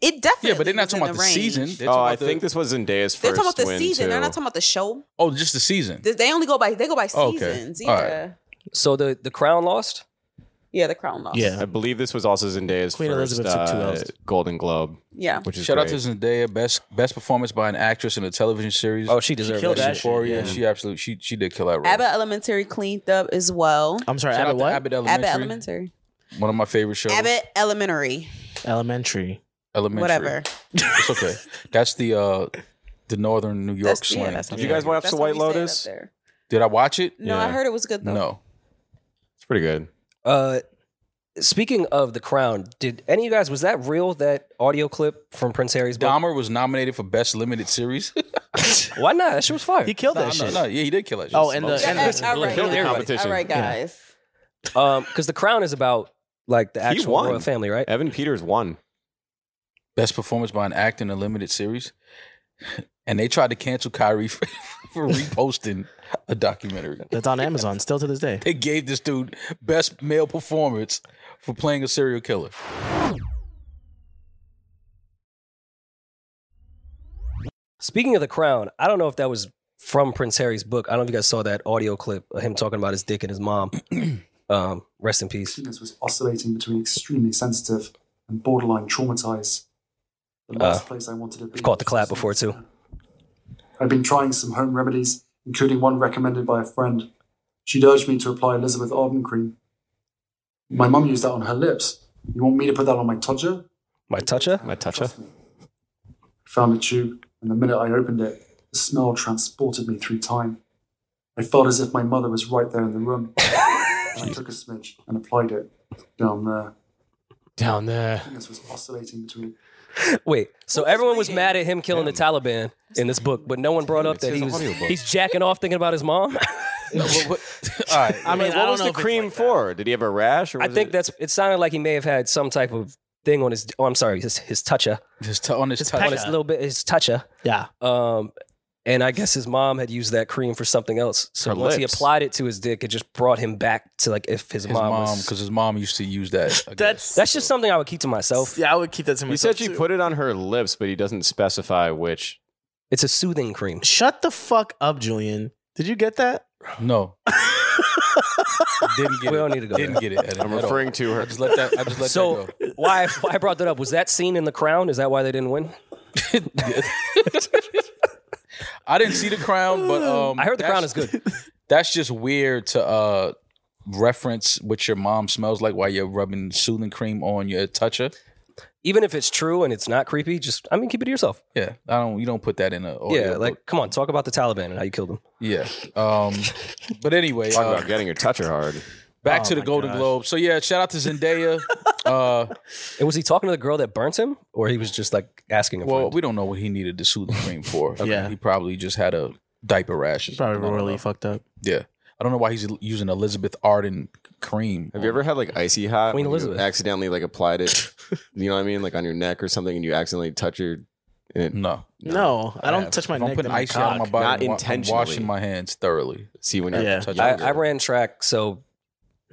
Speaker 3: It definitely.
Speaker 2: Yeah, but they're not
Speaker 3: was in
Speaker 2: talking about the
Speaker 3: range.
Speaker 2: season. They're talking
Speaker 7: oh,
Speaker 2: about
Speaker 7: I
Speaker 2: the-
Speaker 7: think this was Zendaya's first
Speaker 3: They're talking about the
Speaker 7: win,
Speaker 3: season. They're
Speaker 7: too.
Speaker 3: not talking about the show.
Speaker 2: Oh, just the season.
Speaker 3: They- They only go by they go by
Speaker 2: Okay.
Speaker 3: seasons.
Speaker 2: All right.
Speaker 3: Yeah,
Speaker 4: So the the crown lost.
Speaker 3: yeah. The Crown lost.
Speaker 1: Yeah,
Speaker 7: I believe this was also Zendaya's
Speaker 1: Queen
Speaker 7: first
Speaker 1: Elizabeth took two
Speaker 7: uh,
Speaker 1: Ls.
Speaker 7: Golden Globe,
Speaker 3: yeah.
Speaker 7: which is
Speaker 2: Shout out to
Speaker 7: great.
Speaker 2: Zendaya, best best performance by an actress in a television series.
Speaker 4: Oh, she deserved
Speaker 1: killed
Speaker 4: that.
Speaker 1: that
Speaker 4: shit.
Speaker 2: Euphoria.
Speaker 1: yeah.
Speaker 2: She absolutely she she did kill that role.
Speaker 3: Abbott Elementary cleaned up as well.
Speaker 1: I'm sorry.
Speaker 2: Shout out
Speaker 1: Abbott
Speaker 2: to
Speaker 1: what?
Speaker 2: Abbott
Speaker 3: Abbott
Speaker 2: Elementary.
Speaker 3: Elementary.
Speaker 2: One of my favorite shows.
Speaker 3: Abbott Elementary.
Speaker 1: Elementary.
Speaker 2: Elementary.
Speaker 3: Whatever.
Speaker 2: It's okay. That's the uh the northern New York
Speaker 3: That's- yeah,
Speaker 2: slang.
Speaker 3: that's
Speaker 7: Did you guys
Speaker 2: Yeah.
Speaker 7: watch
Speaker 3: That's
Speaker 7: The
Speaker 3: what
Speaker 7: White
Speaker 3: we say up
Speaker 7: Lotus?
Speaker 3: there.
Speaker 2: Did I watch it?
Speaker 3: No, I
Speaker 7: Yeah.
Speaker 3: heard it was good though.
Speaker 2: No.
Speaker 7: It's pretty good.
Speaker 4: Uh, speaking of the crown, did any of you guys was that real? That audio clip from Prince Harry's book?
Speaker 2: Dahmer was nominated for best limited series.
Speaker 4: Why not? That shit was fire.
Speaker 1: He killed
Speaker 2: no,
Speaker 1: that
Speaker 2: no,
Speaker 1: shit.
Speaker 2: no, yeah, he did kill that shit.
Speaker 1: Oh, and the-
Speaker 2: Smoke.
Speaker 1: and
Speaker 3: Yeah,
Speaker 1: the-
Speaker 3: all right,
Speaker 7: Killed the
Speaker 3: all right,
Speaker 7: competition.
Speaker 3: All right, guys.
Speaker 4: Um, because the crown is about like the
Speaker 7: He
Speaker 4: actual
Speaker 7: won.
Speaker 4: royal family, right?
Speaker 7: Evan Peters won.
Speaker 2: best performance by an actor in a limited series. And they tried to cancel Kyrie for, for reposting a documentary.
Speaker 1: That's on Amazon still to this day.
Speaker 2: They gave this dude best male performance for playing a serial killer.
Speaker 4: Speaking of the crown, I don't know if that was from Prince Harry's book. I don't know if you guys saw that audio clip of him talking about his dick and his mom. um, rest in peace.
Speaker 8: penis was oscillating between extremely sensitive and borderline traumatized. The last
Speaker 4: Uh,
Speaker 8: place I wanted to be.
Speaker 4: caught the clap before, too.
Speaker 8: I've been trying some home remedies, including one recommended by a friend. She'd urged me to apply Elizabeth Arden cream. My mum used that on her lips. You want me to put that on my todger?
Speaker 4: My toucher.
Speaker 7: My touch
Speaker 8: Trust me. Found a tube, and the minute I opened it, the smell transported me through time. I felt as if my mother was right there in the room. I took a smidge and applied it down there.
Speaker 7: down there.
Speaker 8: This was oscillating between
Speaker 4: Wait, so everyone was mad at him killing the Taliban in this book, but no one brought up that
Speaker 7: his
Speaker 4: he was
Speaker 7: audiobook.
Speaker 4: he's jacking off thinking about his mom.
Speaker 2: No, but what- all right.
Speaker 1: I mean, I
Speaker 7: what
Speaker 1: don't
Speaker 7: was
Speaker 1: know
Speaker 7: the
Speaker 1: if it's
Speaker 7: cream
Speaker 1: like that.
Speaker 7: for? Did he have a rash? Or
Speaker 4: I
Speaker 7: was
Speaker 4: think
Speaker 7: it-
Speaker 4: that's it sounded like he may have had some type of thing on his oh I'm sorry, his his toucher.
Speaker 2: Just t- on his
Speaker 1: Just
Speaker 2: touch.
Speaker 1: pack
Speaker 4: On his little bit his toucher.
Speaker 1: Yeah.
Speaker 4: Um and I guess his mom had used that cream for something else. So
Speaker 7: Her
Speaker 4: once he
Speaker 7: lips.
Speaker 4: applied it to his dick, it just brought him back to like if his,
Speaker 2: his
Speaker 4: mom,
Speaker 2: mom,
Speaker 4: was,
Speaker 2: because his mom used to use that. I guess.
Speaker 1: That's
Speaker 4: That's just something I would keep to myself.
Speaker 1: yeah. I would keep that to myself.
Speaker 7: You said she
Speaker 1: too.
Speaker 7: put it on her lips, but he doesn't specify which.
Speaker 4: It's a soothing cream.
Speaker 1: Shut the fuck up, Julian. Did you get that?
Speaker 2: No. Didn't get
Speaker 4: We
Speaker 2: it.
Speaker 4: don't need to go
Speaker 2: Didn't
Speaker 4: there.
Speaker 2: get it. at-
Speaker 7: I'm
Speaker 2: at all.
Speaker 7: referring to
Speaker 2: I
Speaker 7: her.
Speaker 2: just let that. I just let
Speaker 4: So why why I brought that up was that scene in The Crown. Is that why they didn't win?
Speaker 2: that go. I didn't see the crown, but um,
Speaker 4: I heard The Crown
Speaker 2: that's-
Speaker 4: is good.
Speaker 2: That's just weird to uh reference what your mom smells like while you're rubbing soothing cream on your toucher.
Speaker 4: Even if it's true and it's not creepy, just I mean keep it to yourself.
Speaker 2: Yeah, I don't. You don't put that in a.
Speaker 4: yeah,
Speaker 2: audio
Speaker 4: like
Speaker 2: book.
Speaker 4: come on, talk about the Taliban and how you killed them.
Speaker 2: yeah. Um, but anyway,
Speaker 7: Talk
Speaker 2: uh,
Speaker 7: about getting your toucher hard.
Speaker 2: back
Speaker 1: Oh
Speaker 2: to the
Speaker 1: my
Speaker 2: Golden
Speaker 1: gosh.
Speaker 2: Globe. So yeah, shout out to Zendaya. uh,
Speaker 4: And was he talking to the girl that burnt him, or he was just like asking? A
Speaker 2: well,
Speaker 4: friend?
Speaker 2: we don't know what he needed the soothing cream for.
Speaker 1: Yeah.
Speaker 2: he probably just had a diaper rash. or
Speaker 1: Probably
Speaker 2: something. I don't
Speaker 1: royally
Speaker 2: know.
Speaker 1: fucked up.
Speaker 2: Yeah. I don't know why he's using Elizabeth Arden cream.
Speaker 7: Have you ever had like icy hot?
Speaker 4: Queen
Speaker 7: when you
Speaker 4: Elizabeth.
Speaker 7: accidentally like applied it. you know what I mean? Like on your neck or something, and you accidentally touch your. And it,
Speaker 2: No,
Speaker 1: No, I don't touch my
Speaker 2: If
Speaker 1: neck.
Speaker 2: I'm putting
Speaker 1: then my
Speaker 2: ice out on my
Speaker 1: cock.
Speaker 2: body.
Speaker 7: Not
Speaker 2: I'm wa- I'm
Speaker 7: intentionally.
Speaker 2: washing my hands thoroughly.
Speaker 7: See when you're
Speaker 1: Yeah.
Speaker 7: touching.
Speaker 4: I, I ran track, so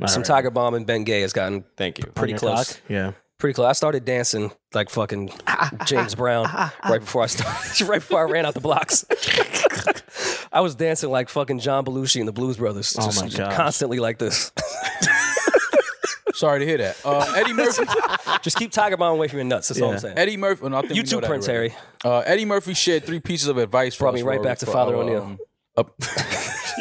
Speaker 1: All
Speaker 4: some
Speaker 1: right.
Speaker 4: Tiger Bomb and Ben Gay has gotten
Speaker 7: Thank you.
Speaker 1: On
Speaker 4: pretty
Speaker 1: your
Speaker 4: close.
Speaker 1: cock? Yeah.
Speaker 4: pretty close. I started dancing like fucking James Brown right before I started, right before I ran out the blocks. I was dancing like fucking John Belushi and the Blues Brothers,
Speaker 1: Oh
Speaker 4: just
Speaker 1: my gosh.
Speaker 4: constantly like this.
Speaker 2: Sorry to hear that. Uh, Eddie Murphy.
Speaker 4: just keep Tiger Bomb away from your nuts. That's all I'm
Speaker 1: Yeah.
Speaker 4: saying.
Speaker 2: Eddie Murphy. oh, no, I think
Speaker 4: You
Speaker 2: we
Speaker 4: too,
Speaker 2: know that
Speaker 4: Prince
Speaker 2: already.
Speaker 4: Harry.
Speaker 2: Uh, Eddie Murphy shared three pieces of advice. for
Speaker 4: Brought me
Speaker 2: us,
Speaker 4: right
Speaker 2: Rory,
Speaker 4: back to
Speaker 2: for
Speaker 4: Father
Speaker 2: our,
Speaker 4: O'Neill.
Speaker 2: um, up-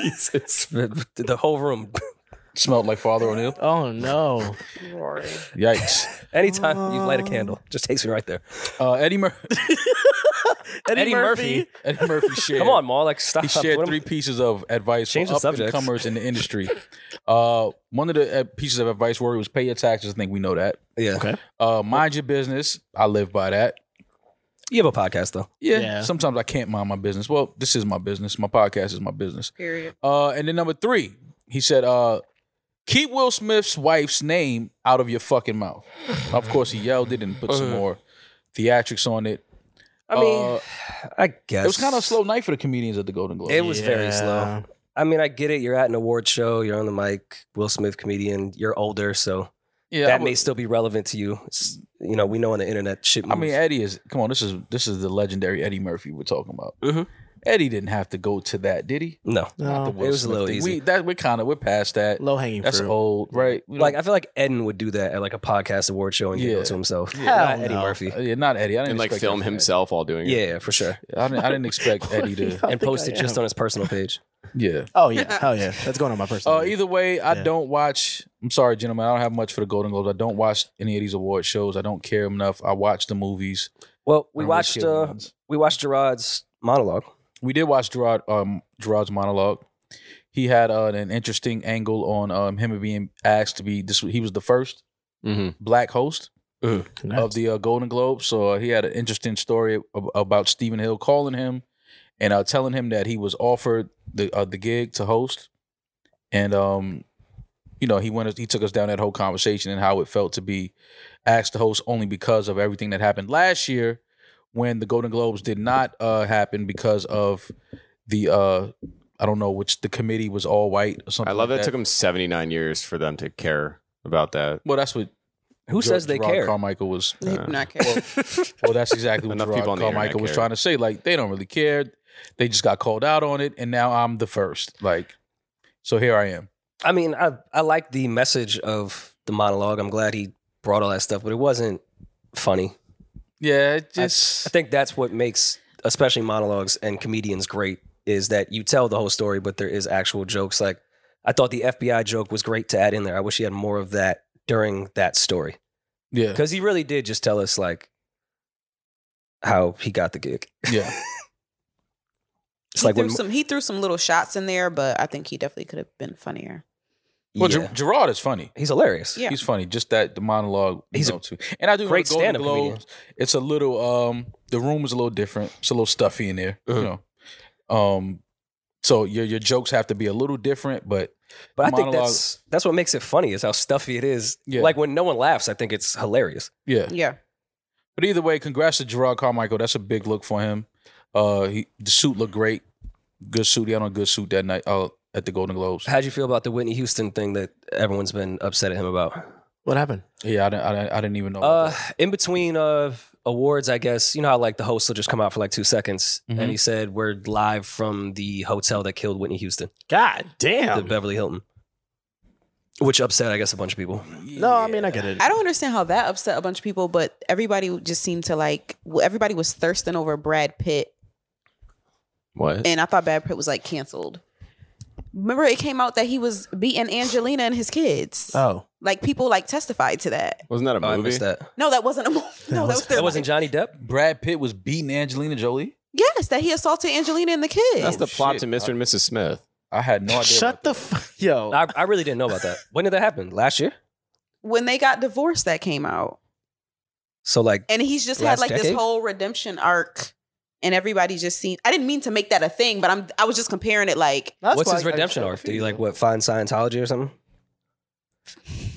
Speaker 4: The, the whole room.
Speaker 2: smelled like Father O'Neill.
Speaker 1: Oh no.
Speaker 2: Yikes.
Speaker 4: Anytime you light a candle, just takes me right there.
Speaker 2: Uh, Eddie, Mur-
Speaker 1: Eddie,
Speaker 4: Eddie Murphy.
Speaker 2: Eddie Murphy shared.
Speaker 4: Come on, Ma, like stop.
Speaker 2: He
Speaker 4: What
Speaker 2: shared
Speaker 4: am-
Speaker 2: three pieces of advice
Speaker 4: Change
Speaker 2: for
Speaker 4: the
Speaker 2: up and
Speaker 4: subject.
Speaker 2: comers in the industry. Uh, one of the uh, pieces of advice where was pay your taxes. I think we know that.
Speaker 4: Yeah,
Speaker 1: Okay.
Speaker 2: Uh, mind your business. I live by that.
Speaker 4: you have a podcast though.
Speaker 2: Yeah,
Speaker 1: Yeah.
Speaker 2: Sometimes I can't mind my business. Well, this is my business. My podcast is my business.
Speaker 3: Period.
Speaker 2: Uh, and then number three, he said, uh, keep Will Smith's wife's name out of your fucking mouth. Of course, he yelled it and put some more theatrics on it.
Speaker 4: Uh-huh. I mean,
Speaker 2: Uh,
Speaker 4: Oh, I guess
Speaker 2: it was kind of a slow night for the comedians at the Golden Globes.
Speaker 4: It was very slow. I mean, I get it. You're at an award show. You're on the mic. Will Smith, comedian. You're older, so
Speaker 2: yeah,
Speaker 4: that
Speaker 2: I
Speaker 4: may
Speaker 2: was-
Speaker 4: still be relevant to you. It's- you know, we know on the internet shit.
Speaker 2: I
Speaker 4: Moves.
Speaker 2: mean, Eddie is. Come on, this is this is the legendary Eddie Murphy we're talking about.
Speaker 4: Mhm.
Speaker 2: Eddie didn't have to go to that, did he?
Speaker 4: no,
Speaker 2: Not the
Speaker 1: No.
Speaker 2: Will
Speaker 4: Um, was a
Speaker 2: Smith
Speaker 4: little
Speaker 2: thing.
Speaker 4: easy.
Speaker 2: We, that we're kind of we're past that.
Speaker 1: Low hanging fruit.
Speaker 2: That's old, right? We
Speaker 4: like
Speaker 2: don't-
Speaker 4: I feel like Eden would do that at like a podcast award show and giggle
Speaker 2: Yeah.
Speaker 4: to himself.
Speaker 1: Hell
Speaker 4: Not Eddie
Speaker 1: no.
Speaker 4: Murphy.
Speaker 2: yeah, not Eddie. I didn't
Speaker 7: And like
Speaker 2: expect
Speaker 7: film
Speaker 2: that from
Speaker 7: himself while doing
Speaker 4: Yeah,
Speaker 7: it.
Speaker 4: yeah, for sure.
Speaker 2: Eddie. I didn't. I didn't expect Eddie to.
Speaker 1: I
Speaker 4: And
Speaker 1: think
Speaker 4: post
Speaker 1: I
Speaker 4: it just
Speaker 1: am.
Speaker 4: on his personal page.
Speaker 2: Yeah.
Speaker 1: Oh yeah. Oh yeah. That's going on my personal.
Speaker 2: Uh, either way, I
Speaker 1: Yeah.
Speaker 2: don't watch. I'm sorry, gentlemen. I don't have much for the Golden Globes. I don't watch any of these award shows. I don't care enough. I watch the movies.
Speaker 4: Well, we
Speaker 2: I don't really
Speaker 4: watched
Speaker 2: care
Speaker 4: uh,
Speaker 2: ones.
Speaker 4: we watched Gerard's monologue.
Speaker 2: We did watch Gerard. Um, Gerard's monologue. He had uh, an interesting angle on um, him being asked to be this. He was the first
Speaker 7: Mhm.
Speaker 2: black host of
Speaker 1: Congrats.
Speaker 2: the uh, Golden Globe. So uh, he had an interesting story ab- about Stephen Hill calling him and uh, telling him that he was offered the uh, the gig to host, and um, you know he went he took us down that whole conversation and how it felt to be asked to host only because of everything that happened last year when the Golden Globes did not uh, happen because of the uh, I don't know which the committee was all white or something.
Speaker 7: I love that
Speaker 2: like
Speaker 7: it took him 79 years for them to care about that.
Speaker 2: Well, that's what
Speaker 4: Who
Speaker 2: Ger-
Speaker 4: says they
Speaker 2: Gerard
Speaker 4: care?
Speaker 2: Carmichael was
Speaker 3: He did not care.
Speaker 2: Well, that's exactly what
Speaker 7: Enough
Speaker 2: Gerard
Speaker 7: people on the
Speaker 2: Carmichael
Speaker 7: internet
Speaker 2: was
Speaker 7: care.
Speaker 2: trying to say. Like, they don't really care. They just got called out on it, and now I'm the first. Like, so here I am.
Speaker 4: I mean, I I like the message of the monologue. I'm glad he brought all that stuff, but it wasn't funny.
Speaker 2: Yeah, it
Speaker 4: I think that's what makes, especially monologues and comedians, great is that you tell the whole story, but there is actual jokes. Like I thought the FBI joke was great to add in there. I wish he had more of that during that story
Speaker 2: yeah,
Speaker 4: because he really did just tell us like how he got the gig.
Speaker 2: yeah.
Speaker 4: It's
Speaker 3: he
Speaker 4: like
Speaker 3: threw
Speaker 4: when
Speaker 3: some he threw some little shots in there, but I think he definitely could have been funnier.
Speaker 2: Well,
Speaker 4: yeah.
Speaker 2: Ger- Gerard is funny.
Speaker 4: he's hilarious.
Speaker 3: Yeah.
Speaker 2: He's funny. Just that the monologue, you
Speaker 4: He's a
Speaker 2: know, too. And I do
Speaker 4: great
Speaker 2: great know the Golden
Speaker 4: stand-up comedian.
Speaker 2: Globes. It's a little. Um, the room is a little different. It's a little stuffy in there.
Speaker 7: Uh-huh.
Speaker 2: You know, um, so your your jokes have to be a little different, but
Speaker 4: But I think
Speaker 2: Monologue.
Speaker 4: that's that's what makes it funny is how stuffy it is.
Speaker 2: Yeah.
Speaker 4: Like when no one laughs, I think it's hilarious.
Speaker 2: yeah.
Speaker 3: Yeah.
Speaker 2: But either way, congrats to Gerard Carmichael. That's a big look for him. Uh, he, the suit looked great. Good suit. He had on a good suit that night uh, at the Golden Globes.
Speaker 4: How'd you feel about the Whitney Houston thing that everyone's been upset at him about?
Speaker 1: What happened?
Speaker 2: Yeah, I didn't. I didn't, I didn't even know. about
Speaker 4: Uh,
Speaker 2: that.
Speaker 4: in between uh, awards, I guess, you know how like the host will just come out for like two seconds,
Speaker 2: Mhm.
Speaker 3: Mm-hmm.
Speaker 4: and he said we're live from the hotel that killed Whitney Houston,
Speaker 1: God
Speaker 4: the
Speaker 1: damn.
Speaker 4: Beverly Hilton, which upset I guess a bunch of people.
Speaker 1: No, I mean I get it.
Speaker 3: I don't understand how that upset a bunch of people, but everybody just seemed to like. well, Everybody was thirsting over Brad Pitt,
Speaker 7: What?
Speaker 3: and I thought Brad Pitt was like canceled. Remember, it came out that he was beating Angelina and his kids.
Speaker 1: Oh,
Speaker 3: Like people like testified to that.
Speaker 7: Wasn't that a
Speaker 4: Oh, I
Speaker 7: movie?
Speaker 4: missed that.
Speaker 3: No, that wasn't a movie. No, that was, their
Speaker 4: That wasn't
Speaker 3: life.
Speaker 4: Johnny Depp.
Speaker 2: Brad Pitt was beating Angelina Jolie.
Speaker 3: Yes, that he assaulted Angelina and the kids.
Speaker 7: That's the plot
Speaker 2: Shit.
Speaker 7: to Mr. and Mrs. Smith.
Speaker 2: I had no idea.
Speaker 1: shut
Speaker 2: about that.
Speaker 1: the f- yo.
Speaker 4: I, I really didn't know about that. When did that happen? Last year.
Speaker 3: when they got divorced, that came out,
Speaker 4: So like,
Speaker 3: and he's just
Speaker 4: Last
Speaker 3: had like this
Speaker 4: decade?
Speaker 3: whole redemption arc, and everybody just seemed. I didn't mean to make that a thing, but I'm. I was just comparing it like
Speaker 4: what's his redemption arc? Did he like what find Scientology or something?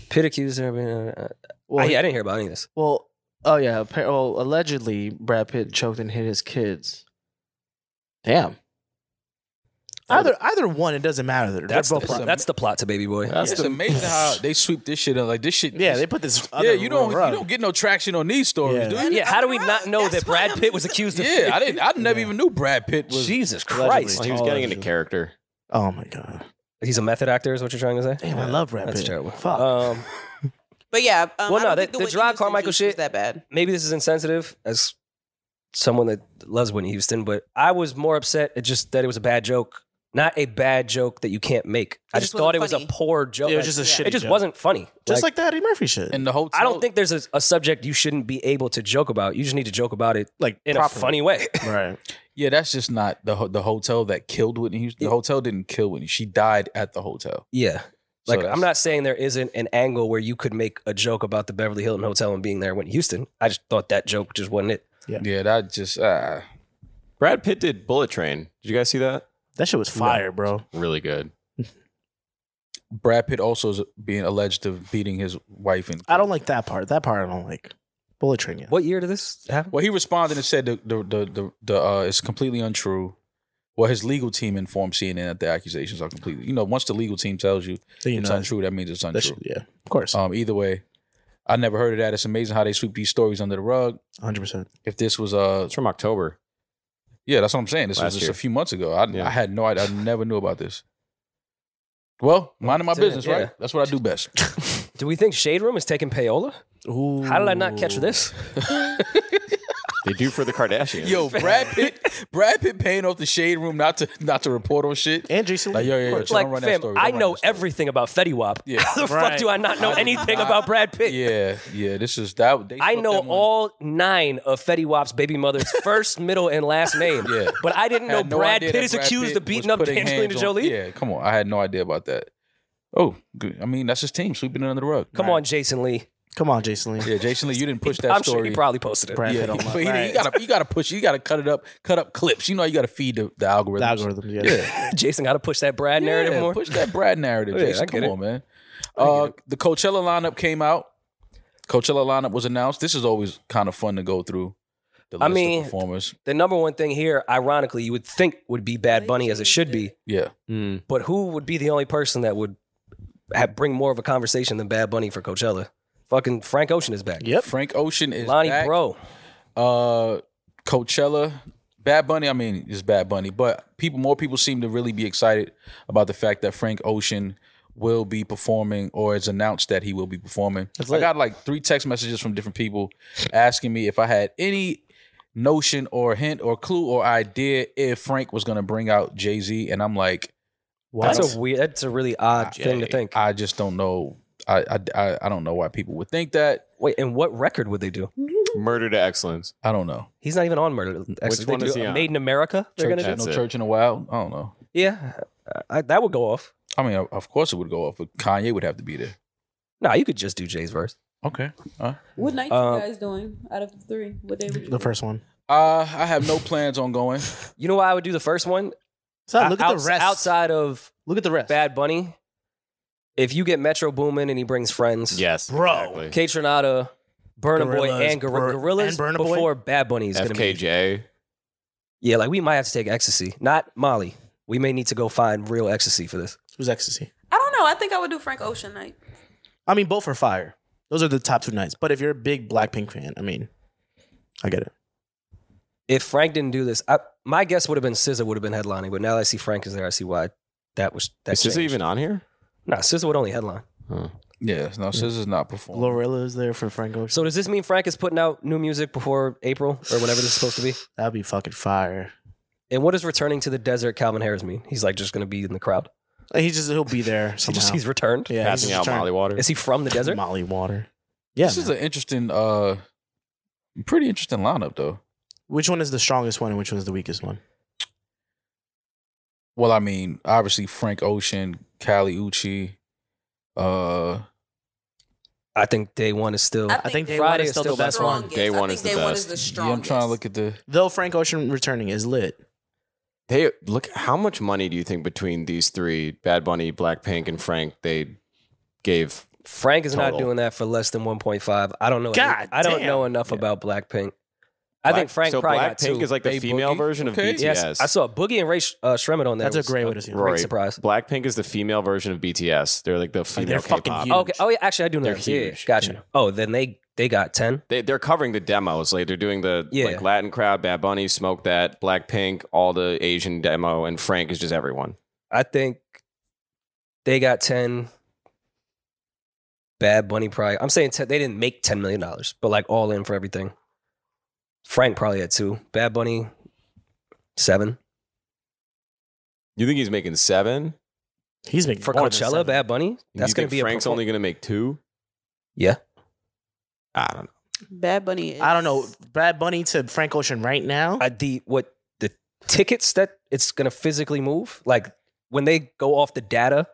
Speaker 4: Pit accuser. I, mean, uh,
Speaker 9: Well,
Speaker 4: I,
Speaker 9: he-
Speaker 4: I didn't hear about any of this.
Speaker 9: well, oh yeah. appar- Well, allegedly, Brad Pitt choked and hit his kids. Damn.
Speaker 1: Either either one, it doesn't matter. They're,
Speaker 4: That's the
Speaker 1: both
Speaker 4: plot.
Speaker 1: wrong.
Speaker 4: That's the plot to Baby Boy.
Speaker 7: That's
Speaker 2: It's
Speaker 7: the
Speaker 2: amazing how they sweep this shit up. Like this shit.
Speaker 1: yeah, they put this.
Speaker 2: yeah.
Speaker 1: Other
Speaker 2: You don't.
Speaker 1: rug.
Speaker 2: You don't get no traction on these stories,
Speaker 1: Yeah.
Speaker 2: dude.
Speaker 4: Yeah, how do we
Speaker 3: Right.
Speaker 4: not know
Speaker 3: That's
Speaker 4: that Brad
Speaker 3: what I'm
Speaker 4: Pitt was accused of?
Speaker 2: Yeah, I didn't. I never even knew Brad Pitt was.
Speaker 4: Jesus
Speaker 1: Allegedly.
Speaker 4: Christ,
Speaker 7: Well, he was
Speaker 1: Oh,
Speaker 7: getting into
Speaker 1: actually.
Speaker 7: character.
Speaker 1: Oh my god.
Speaker 4: he's a method actor. Is what you're trying to say?
Speaker 1: Damn, I love Brad
Speaker 4: That's
Speaker 1: Pitt.
Speaker 4: terrible.
Speaker 1: Fuck.
Speaker 4: Um,
Speaker 3: But yeah, um,
Speaker 4: Well, no,
Speaker 3: I don't
Speaker 4: that-
Speaker 3: think
Speaker 4: the
Speaker 3: Whitney
Speaker 4: Dry
Speaker 3: Houston
Speaker 4: Carmichael
Speaker 3: juice was
Speaker 4: shit-
Speaker 3: that bad.
Speaker 4: maybe this is insensitive as someone that loves Whitney Houston, but I was more upset at just that it was a bad joke. Not a bad joke that you can't make. I
Speaker 3: It
Speaker 4: just
Speaker 3: just
Speaker 4: thought
Speaker 3: wasn't
Speaker 4: it was a
Speaker 3: funny.
Speaker 4: poor joke.
Speaker 1: it was just a
Speaker 3: yeah.
Speaker 1: shitty.
Speaker 4: it just
Speaker 1: joke.
Speaker 4: wasn't funny.
Speaker 1: Just
Speaker 4: Like,
Speaker 1: like, the Eddie Murphy shit.
Speaker 2: in the hotel.
Speaker 4: I don't think there's a, a subject you shouldn't be able to joke about. You just need to joke about it
Speaker 1: like
Speaker 4: in
Speaker 1: properly.
Speaker 4: a funny way.
Speaker 1: Right.
Speaker 2: Yeah, that's just not the ho- the hotel that killed Whitney. Houston. The hotel didn't kill Whitney. She died at the hotel.
Speaker 4: yeah.
Speaker 2: So
Speaker 4: Like
Speaker 2: that's-
Speaker 4: I'm not saying there isn't an angle where you could make a joke about the Beverly Hilton Hotel and being there when Houston. I just thought that joke just wasn't it.
Speaker 2: Yeah, that just. Uh,
Speaker 7: Brad Pitt did Bullet Train. Did you guys see that?
Speaker 1: That shit was fire, bro.
Speaker 7: Really good.
Speaker 2: Brad Pitt also is being alleged of beating his wife and.
Speaker 1: I don't like that part. That part I don't like. Bullet train. Yeah.
Speaker 4: What year did this happen?
Speaker 2: Well, he responded and said the the the the, the uh, it's completely untrue. Well, his legal team informed CNN that the accusations are completely. You know, once the legal team tells you
Speaker 1: Then you
Speaker 2: it's
Speaker 1: know,
Speaker 2: untrue, that means it's
Speaker 1: that
Speaker 2: untrue.
Speaker 1: shit- yeah. Of course.
Speaker 2: Um, either way, I never heard of that. It's amazing how they sweep these stories under the rug.
Speaker 1: Hundred percent.
Speaker 2: If this was uh,
Speaker 7: It's from October.
Speaker 2: yeah, that's what I'm saying. This
Speaker 7: Last
Speaker 2: was just
Speaker 7: year.
Speaker 2: a few months ago. I,
Speaker 7: Yeah.
Speaker 2: I had no idea. I never knew about this. Well, minding my
Speaker 4: That's it,
Speaker 2: business, right?
Speaker 4: yeah.
Speaker 2: That's what I do best.
Speaker 4: Do we think Shade Room is taking payola?
Speaker 1: Ooh.
Speaker 4: How did I not catch this?
Speaker 7: They do for the Kardashians.
Speaker 2: Yo, Brad Pitt, Brad Pitt paying off the shade room not to not to report on shit.
Speaker 1: And Jason.
Speaker 2: Like, yo,
Speaker 1: Lee,
Speaker 2: yo,
Speaker 1: of
Speaker 2: yo,
Speaker 1: course.
Speaker 2: chill.
Speaker 4: like,
Speaker 2: Don't run that
Speaker 4: fam,
Speaker 2: story. Don't
Speaker 4: I
Speaker 2: run
Speaker 4: know
Speaker 2: that story.
Speaker 4: everything about Fetty Wap.
Speaker 2: Yeah.
Speaker 4: How the
Speaker 1: Right.
Speaker 4: fuck do I not know anything about Brad Pitt?
Speaker 2: Yeah, yeah. This is that. They
Speaker 4: I
Speaker 2: fucked
Speaker 4: know
Speaker 2: that one.
Speaker 4: all nine of Fetty Wap's baby mother's first, middle, and last name.
Speaker 2: Yeah.
Speaker 4: But I didn't know
Speaker 2: Had no
Speaker 4: Brad
Speaker 2: idea
Speaker 4: Pitt
Speaker 2: that
Speaker 4: is
Speaker 2: Brad
Speaker 4: accused
Speaker 2: Pitt
Speaker 4: of
Speaker 2: was
Speaker 4: beating up
Speaker 2: putting
Speaker 4: Angelina
Speaker 2: hands on-
Speaker 4: Jolie.
Speaker 2: Yeah, come on. I had no idea about that. Oh, good. I mean, that's his team sweeping it under the rug.
Speaker 4: Come on, Jason Lee.
Speaker 1: Come on, Jason Lee.
Speaker 2: Yeah, Jason Lee, you didn't push that
Speaker 4: I'm
Speaker 2: story.
Speaker 4: sure he probably posted it.
Speaker 1: Brad
Speaker 2: yeah,
Speaker 1: Pitt on my-
Speaker 2: but he-
Speaker 1: right.
Speaker 2: you gotta you gotta push. You gotta cut it up. Cut up clips. You know, you gotta feed the, the algorithms.
Speaker 1: The algorithms. Yeah.
Speaker 4: Jason got to push that Brad narrative
Speaker 2: Yeah,
Speaker 4: more. Oh,
Speaker 2: Push that Brad narrative.
Speaker 4: Yeah, I
Speaker 2: Jason.
Speaker 4: get
Speaker 2: Come
Speaker 4: it.
Speaker 2: on, man. Uh, the Coachella lineup came out. Coachella lineup was announced. This is always kind of fun to go through. The list
Speaker 4: I
Speaker 2: of
Speaker 4: mean-
Speaker 2: performers.
Speaker 4: The number one thing here, ironically, you would think would be Bad Bunny as it should be,
Speaker 2: Yeah,
Speaker 4: but who would be the only person that would have, bring more of a conversation than Bad Bunny for Coachella? Fucking Frank Ocean is back.
Speaker 1: Yep.
Speaker 2: Frank Ocean is
Speaker 4: Lonnie
Speaker 2: back.
Speaker 4: Bro.
Speaker 2: uh Coachella, Bad Bunny. I mean, it's Bad Bunny, but people, more people seem to really be excited about the fact that Frank Ocean will be performing, or it's announced that he will be performing. I got like three text messages from different people asking me if I had any notion or hint or clue or idea if Frank was going to bring out Jay Z, and I'm like,
Speaker 1: What?
Speaker 4: That's a weird. That's a really odd thing to think.
Speaker 2: I just don't know. I, I I I don't know why people would think that.
Speaker 4: Wait, and what record would they do?
Speaker 7: Murder to Excellence.
Speaker 2: I don't know.
Speaker 4: He's not even on Murder. Actually, they
Speaker 7: one is
Speaker 4: do
Speaker 7: he on?
Speaker 4: Made in America. They're
Speaker 7: Church
Speaker 4: gonna do.
Speaker 7: That's
Speaker 2: no
Speaker 7: it.
Speaker 2: church in a while. I don't know.
Speaker 4: Yeah, I, that would go off.
Speaker 2: I mean, of course it would go off, but Kanye would have to be there.
Speaker 4: Nah, you could just do Jay's verse.
Speaker 2: Okay.
Speaker 3: What night
Speaker 4: Uh,
Speaker 3: you guys doing out of the three? What day? Would you
Speaker 1: The first one.
Speaker 2: Uh, I have no plans on going.
Speaker 4: You know why I would do the first one?
Speaker 1: So look at
Speaker 4: Outs-
Speaker 1: the rest.
Speaker 4: Outside of
Speaker 1: Look at the rest.
Speaker 4: Bad Bunny, if you get Metro Boomin and he brings friends,
Speaker 7: Yes.
Speaker 1: Bro.
Speaker 4: K Tronada, Burna Boy,
Speaker 1: Gorillaz,
Speaker 4: and Gor-
Speaker 1: Bur-
Speaker 4: Gorillas
Speaker 1: and Burna Boy?
Speaker 4: before Bad Bunny is going to be.
Speaker 7: FKJ.
Speaker 4: Yeah, like we might have to take ecstasy, not Molly. We may need to go find real ecstasy for this.
Speaker 1: It was ecstasy.
Speaker 10: I don't know. I think I would do Frank Ocean night.
Speaker 1: I mean, both are fire. Those are the top two nights. But if you're a big Blackpink fan, I mean, I get it.
Speaker 4: If Frank didn't do this, I, my guess would have been Scissor would have been headlining. But now that I see Frank is there, I see why that was that.
Speaker 7: Is SZA
Speaker 4: changed.
Speaker 7: even on here?
Speaker 4: Nah, Scissor would only headline.
Speaker 2: Yeah, no, SZA's not performing.
Speaker 1: Lorilla is there for Frank Ocean.
Speaker 4: So does this mean Frank is putting out new music before April or whenever this is supposed to be?
Speaker 1: That'd be fucking fire.
Speaker 4: And what does returning to the desert Calvin Harris mean? He's like just going to be in the crowd.
Speaker 1: He just he'll be there
Speaker 4: He
Speaker 1: somehow.
Speaker 4: just he's returned.
Speaker 1: yeah, he's
Speaker 7: Passing
Speaker 1: just
Speaker 7: out
Speaker 1: trying-
Speaker 7: Molly Water.
Speaker 4: Is he from the desert?
Speaker 1: Molly water. Yeah.
Speaker 2: This is an interesting, uh, pretty interesting lineup, though.
Speaker 1: which one is the strongest one and which one is the weakest one?
Speaker 2: Well, I mean, obviously Frank Ocean, Cali Uchi, uh,
Speaker 4: I think day one is still.
Speaker 1: I think Day One
Speaker 4: Friday
Speaker 1: is
Speaker 4: is
Speaker 1: still
Speaker 4: still
Speaker 1: the best one.
Speaker 10: Strongest.
Speaker 7: Day
Speaker 10: I
Speaker 7: one
Speaker 10: think
Speaker 7: is the
Speaker 10: day one is
Speaker 7: best.
Speaker 10: the
Speaker 2: yeah,
Speaker 10: strongest.
Speaker 2: I'm trying to look at the.
Speaker 1: Though Frank Ocean returning is lit.
Speaker 7: They look. How much money do you think between these three, Bad Bunny, Blackpink, and Frank, they gave?
Speaker 4: Frank is not
Speaker 7: Total.
Speaker 4: doing that for less than 1.5. I don't know.
Speaker 1: God
Speaker 4: I don't
Speaker 1: damn.
Speaker 4: know enough about Blackpink. I think
Speaker 7: Black-
Speaker 4: Frank
Speaker 7: So
Speaker 4: probably got
Speaker 7: Blackpink
Speaker 4: two.
Speaker 7: is like the
Speaker 2: Hey,
Speaker 7: female
Speaker 2: Boogie.
Speaker 7: version of
Speaker 2: Okay.
Speaker 7: BTS.
Speaker 4: yes, I saw Boogie and Ray Sh- uh, Sherman on there.
Speaker 1: That's
Speaker 4: It
Speaker 1: a
Speaker 4: was
Speaker 1: great way to see it.
Speaker 4: Great
Speaker 7: Right.
Speaker 4: surprise.
Speaker 7: Blackpink is the female version of BTS. They're like the female
Speaker 1: they're fucking
Speaker 7: K-pop.
Speaker 1: huge.
Speaker 4: okay. Oh yeah. Actually, I do know.
Speaker 7: They're
Speaker 4: that. Yeah,
Speaker 7: huge.
Speaker 4: Gotcha.
Speaker 1: Yeah.
Speaker 4: Oh, then they they got ten.
Speaker 7: They, they're covering the demos. Like they're doing the
Speaker 4: Yeah.
Speaker 7: like Latin crowd, Bad Bunny, Smoke That, Blackpink, all the Asian demo, and Frank is just everyone.
Speaker 4: I think they got ten. Bad Bunny probably. I'm saying 10, they didn't make ten million dollars, but like all in for everything. Frank probably had two. Bad Bunny, seven
Speaker 7: You think he's making seven?
Speaker 1: He's making
Speaker 4: for
Speaker 1: more than
Speaker 4: Coachella.
Speaker 1: seven.
Speaker 4: Bad Bunny.
Speaker 7: You
Speaker 4: That's going
Speaker 7: think
Speaker 4: to be
Speaker 7: Frank's
Speaker 4: a perform-
Speaker 7: only going to make two.
Speaker 4: Yeah.
Speaker 7: I don't know.
Speaker 3: Bad Bunny. Is,
Speaker 1: I don't know. Bad Bunny to Frank Ocean right now.
Speaker 4: I, the what the tickets that it's gonna physically move like when they go off the data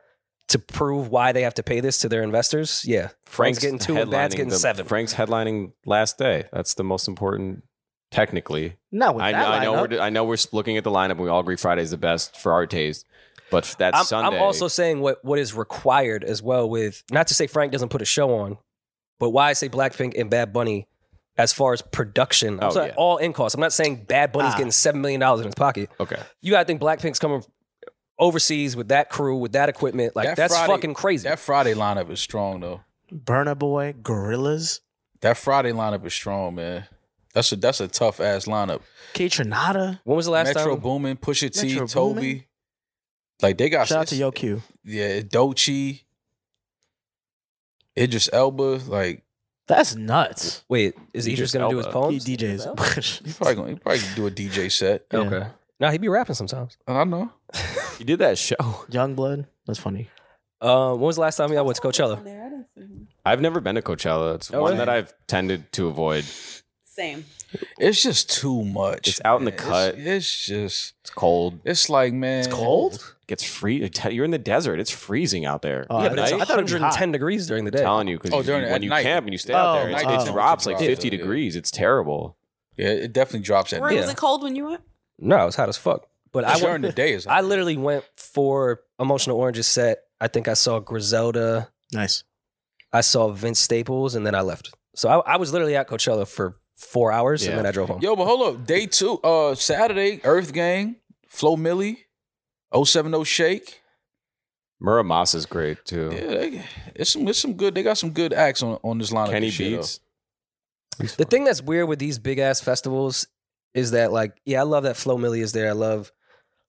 Speaker 4: to prove why they have to pay this to their investors yeah frank's, getting two and bad's
Speaker 7: headlining
Speaker 4: getting
Speaker 7: the-
Speaker 4: seven
Speaker 7: Frank's headlining last day. That's the most important. Technically,
Speaker 1: not with
Speaker 7: I,
Speaker 1: that
Speaker 7: I know
Speaker 1: lineup.
Speaker 7: we're I know we're looking at the lineup. and We all agree Friday's the best for our taste, but f- that
Speaker 4: I'm,
Speaker 7: Sunday.
Speaker 4: I'm also saying what what is required as well with not to say frank doesn't put a show on but why i say blackpink and bad bunny as far as production i'm
Speaker 7: Oh,
Speaker 4: sorry
Speaker 7: yeah.
Speaker 4: all in costs i'm not saying bad bunny's
Speaker 1: Ah.
Speaker 4: getting seven million dollars in his pocket
Speaker 7: okay.
Speaker 4: you gotta think blackpink's coming overseas with that crew with that equipment like
Speaker 2: That
Speaker 4: that's
Speaker 2: Friday-
Speaker 4: fucking crazy
Speaker 2: That Friday lineup is strong though.
Speaker 1: Burna Boy, Gorillas,
Speaker 2: That Friday lineup is strong, man. That's a that's a tough ass lineup.
Speaker 1: K Trinata.
Speaker 4: when was the last
Speaker 2: Metro
Speaker 4: time
Speaker 2: Boomin, Pusha T,
Speaker 1: Metro
Speaker 2: Toby.
Speaker 1: Boomin?
Speaker 2: Like they got
Speaker 1: Shout out to Yo Q.
Speaker 2: yeah, Dochi, Idris Elba. Like
Speaker 1: That's nuts.
Speaker 4: Wait, is he
Speaker 7: Idris
Speaker 4: just gonna do his
Speaker 7: Elba.
Speaker 1: He
Speaker 4: poems?
Speaker 2: he
Speaker 1: DJs.
Speaker 2: probably gonna he probably do a DJ set.
Speaker 1: Yeah.
Speaker 4: Okay. No, he'd be rapping sometimes.
Speaker 2: I don't know.
Speaker 7: You did that show.
Speaker 1: Youngblood. That's funny.
Speaker 4: Uh, when was the last time y'all went to Coachella?
Speaker 7: I've never been to Coachella. It's
Speaker 4: Oh,
Speaker 7: one
Speaker 4: really?
Speaker 7: that I've tended to avoid.
Speaker 3: Same.
Speaker 2: It's just too much.
Speaker 7: It's out in the
Speaker 2: man.
Speaker 7: cut.
Speaker 2: It's, it's just
Speaker 7: It's cold.
Speaker 2: it's like man. It's
Speaker 7: Gets free. it- You're in the desert. It's freezing out there.
Speaker 1: Oh,
Speaker 4: yeah, but it's
Speaker 1: I
Speaker 7: At night?
Speaker 1: thought it'd be
Speaker 4: 110 degrees during the day.
Speaker 7: telling you because
Speaker 2: Oh, during-
Speaker 7: when
Speaker 2: at
Speaker 7: you
Speaker 2: night.
Speaker 7: camp and you stay out
Speaker 1: Oh,
Speaker 7: there,
Speaker 1: night
Speaker 7: it, it
Speaker 1: temperature
Speaker 7: drops like
Speaker 2: drops,
Speaker 7: 50
Speaker 2: yeah.
Speaker 7: degrees. It's terrible.
Speaker 2: Yeah, it definitely drops at
Speaker 10: Rory,
Speaker 2: night.
Speaker 4: Yeah.
Speaker 10: Was it cold when you went?
Speaker 4: No, it was hot as fuck. But I
Speaker 2: during
Speaker 4: went,
Speaker 2: the day is
Speaker 4: I literally went for Emotional Orange's set. I think I saw Griselda.
Speaker 1: Nice.
Speaker 4: I saw Vince Staples, and then I left. So I, I was literally at Coachella for four hours,
Speaker 7: Yeah.
Speaker 4: and then I drove home.
Speaker 2: Yo, but hold up. Day two, uh, Saturday, Earth Gang, Flo Millie, 070 Shake.
Speaker 7: Muramasa is great too.
Speaker 2: Yeah, they, it's some it's some good. They got some good acts on, on this line.
Speaker 7: Kenny
Speaker 2: of shit,
Speaker 7: Beats.
Speaker 4: The thing that's weird with these big ass festivals is that, like, yeah, I love that Flo Millie is there. I love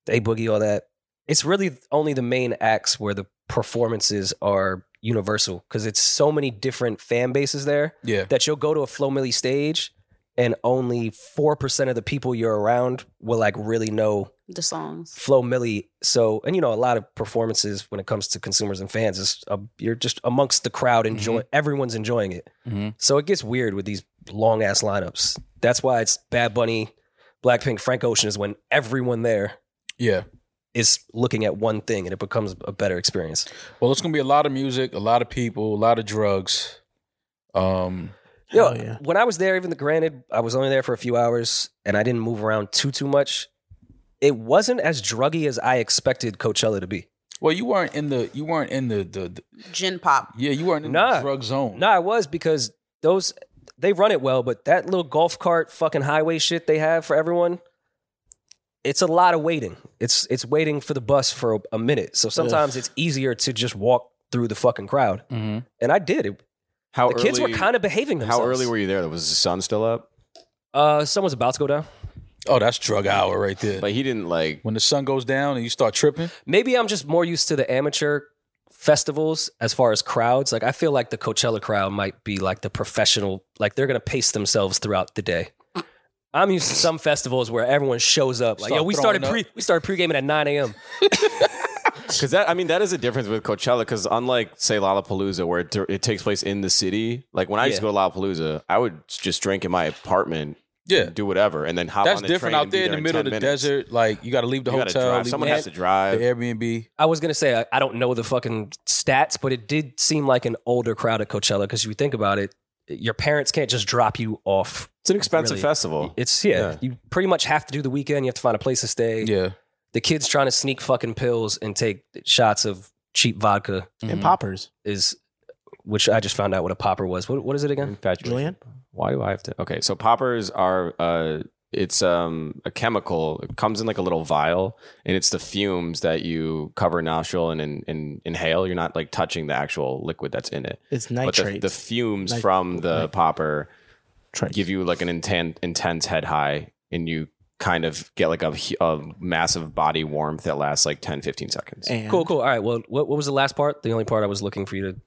Speaker 4: the A Boogie, all that. It's really only the main acts where the performances are universal because it's so many different fan bases there
Speaker 2: though. Yeah,
Speaker 4: that you'll go to a Flo Millie stage and only 4% of the people you're around will, like, really know
Speaker 3: The songs.
Speaker 4: Flo Millie. So, and you know, a lot of performances when it comes to consumers and fans is uh, you're just amongst the crowd, enjoy everyone's enjoying it.
Speaker 2: Mhm.
Speaker 4: So it gets weird with these long ass lineups. That's why it's Bad Bunny, Blackpink, Frank Ocean is when everyone there
Speaker 2: yeah.
Speaker 4: is looking at one thing and it becomes a better experience.
Speaker 2: Well, it's gonna be a lot of music, a lot of people, a lot of drugs. Um,
Speaker 4: Yo,
Speaker 1: Hell yeah.
Speaker 4: when I was there, even the granted, I was only there for a few hours and I didn't move around too too much. It wasn't as druggy as I expected Coachella to be.
Speaker 2: well, you weren't in the you weren't in the the, the-
Speaker 3: Gin pop.
Speaker 2: yeah you weren't in
Speaker 4: Nah.
Speaker 2: the drug zone.
Speaker 4: No, I was because those they run it well, but that little golf cart fucking highway shit they have for everyone, it's a lot of waiting. It's it's waiting for the bus for a, a minute. So sometimes it's easier to just walk through the fucking crowd.
Speaker 2: Mhm.
Speaker 4: And I did. It,
Speaker 7: How
Speaker 4: the kids were
Speaker 7: early-
Speaker 4: kind of behaving themselves.
Speaker 7: How early were you there? Was the sun still up?
Speaker 4: Uh, someone's about to go down.
Speaker 2: Oh, that's drug hour right there.
Speaker 7: But he didn't like
Speaker 2: when the sun goes down and you start tripping.
Speaker 4: Maybe I'm just more used to the amateur festivals as far as crowds. Like I feel like the Coachella crowd might be like the professional. Like they're gonna pace themselves throughout the day. I'm used to some festivals where everyone shows up. Like,
Speaker 2: Start
Speaker 4: yo, we
Speaker 2: throwing
Speaker 4: started pre
Speaker 2: up.
Speaker 4: we started pre-gaming at 9 a.m.
Speaker 7: Because that, I mean, that is a difference with Coachella. Because unlike, say, Lollapalooza, where it, it takes place in the city, like when I used to
Speaker 4: Yeah.
Speaker 7: go to Lollapalooza, I would just drink in my apartment,
Speaker 2: Yeah.
Speaker 7: do whatever, and then hop.
Speaker 2: that's
Speaker 7: on the
Speaker 2: different
Speaker 7: train
Speaker 2: out
Speaker 7: and be
Speaker 2: there in the middle of
Speaker 7: 10
Speaker 2: the
Speaker 7: minutes.
Speaker 2: desert. Like you got to leave the
Speaker 7: You gotta
Speaker 2: hotel.
Speaker 7: drive.
Speaker 2: leave
Speaker 7: Someone
Speaker 2: the-
Speaker 7: has to drive.
Speaker 2: The Airbnb.
Speaker 4: I was gonna say I, I don't know the fucking stats, but it did seem like an older crowd at Coachella because you think about it, your parents can't just drop you off.
Speaker 7: It's an expensive
Speaker 4: Really.
Speaker 7: festival.
Speaker 4: It's yeah,
Speaker 7: Oh. Yeah.
Speaker 4: you pretty much have to do the weekend. You have to find a place to stay.
Speaker 2: Yeah.
Speaker 4: The kids trying to sneak fucking pills and take shots of cheap vodka
Speaker 2: Mhm.
Speaker 1: And poppers.
Speaker 4: is, which I just found out what a popper was. What what is it again?
Speaker 7: Infatuation.
Speaker 1: Julian?
Speaker 7: Why do I have to? Okay, so poppers are uh, it's um a chemical. It comes in like a little vial, and it's the fumes that you cover nostril and, and, and inhale. You're not like touching the actual liquid that's in it.
Speaker 1: It's
Speaker 7: But the,
Speaker 1: nitrate.
Speaker 7: the fumes
Speaker 1: Nit-
Speaker 7: from the
Speaker 1: nit-
Speaker 7: popper
Speaker 1: Trite.
Speaker 7: give you like an intense intense head high, and you kind of get like a, hu- a massive body warmth that lasts like 10, 15 seconds.
Speaker 1: And
Speaker 4: Cool, cool. All right. Well, what what was the last part? The only part I was looking for you to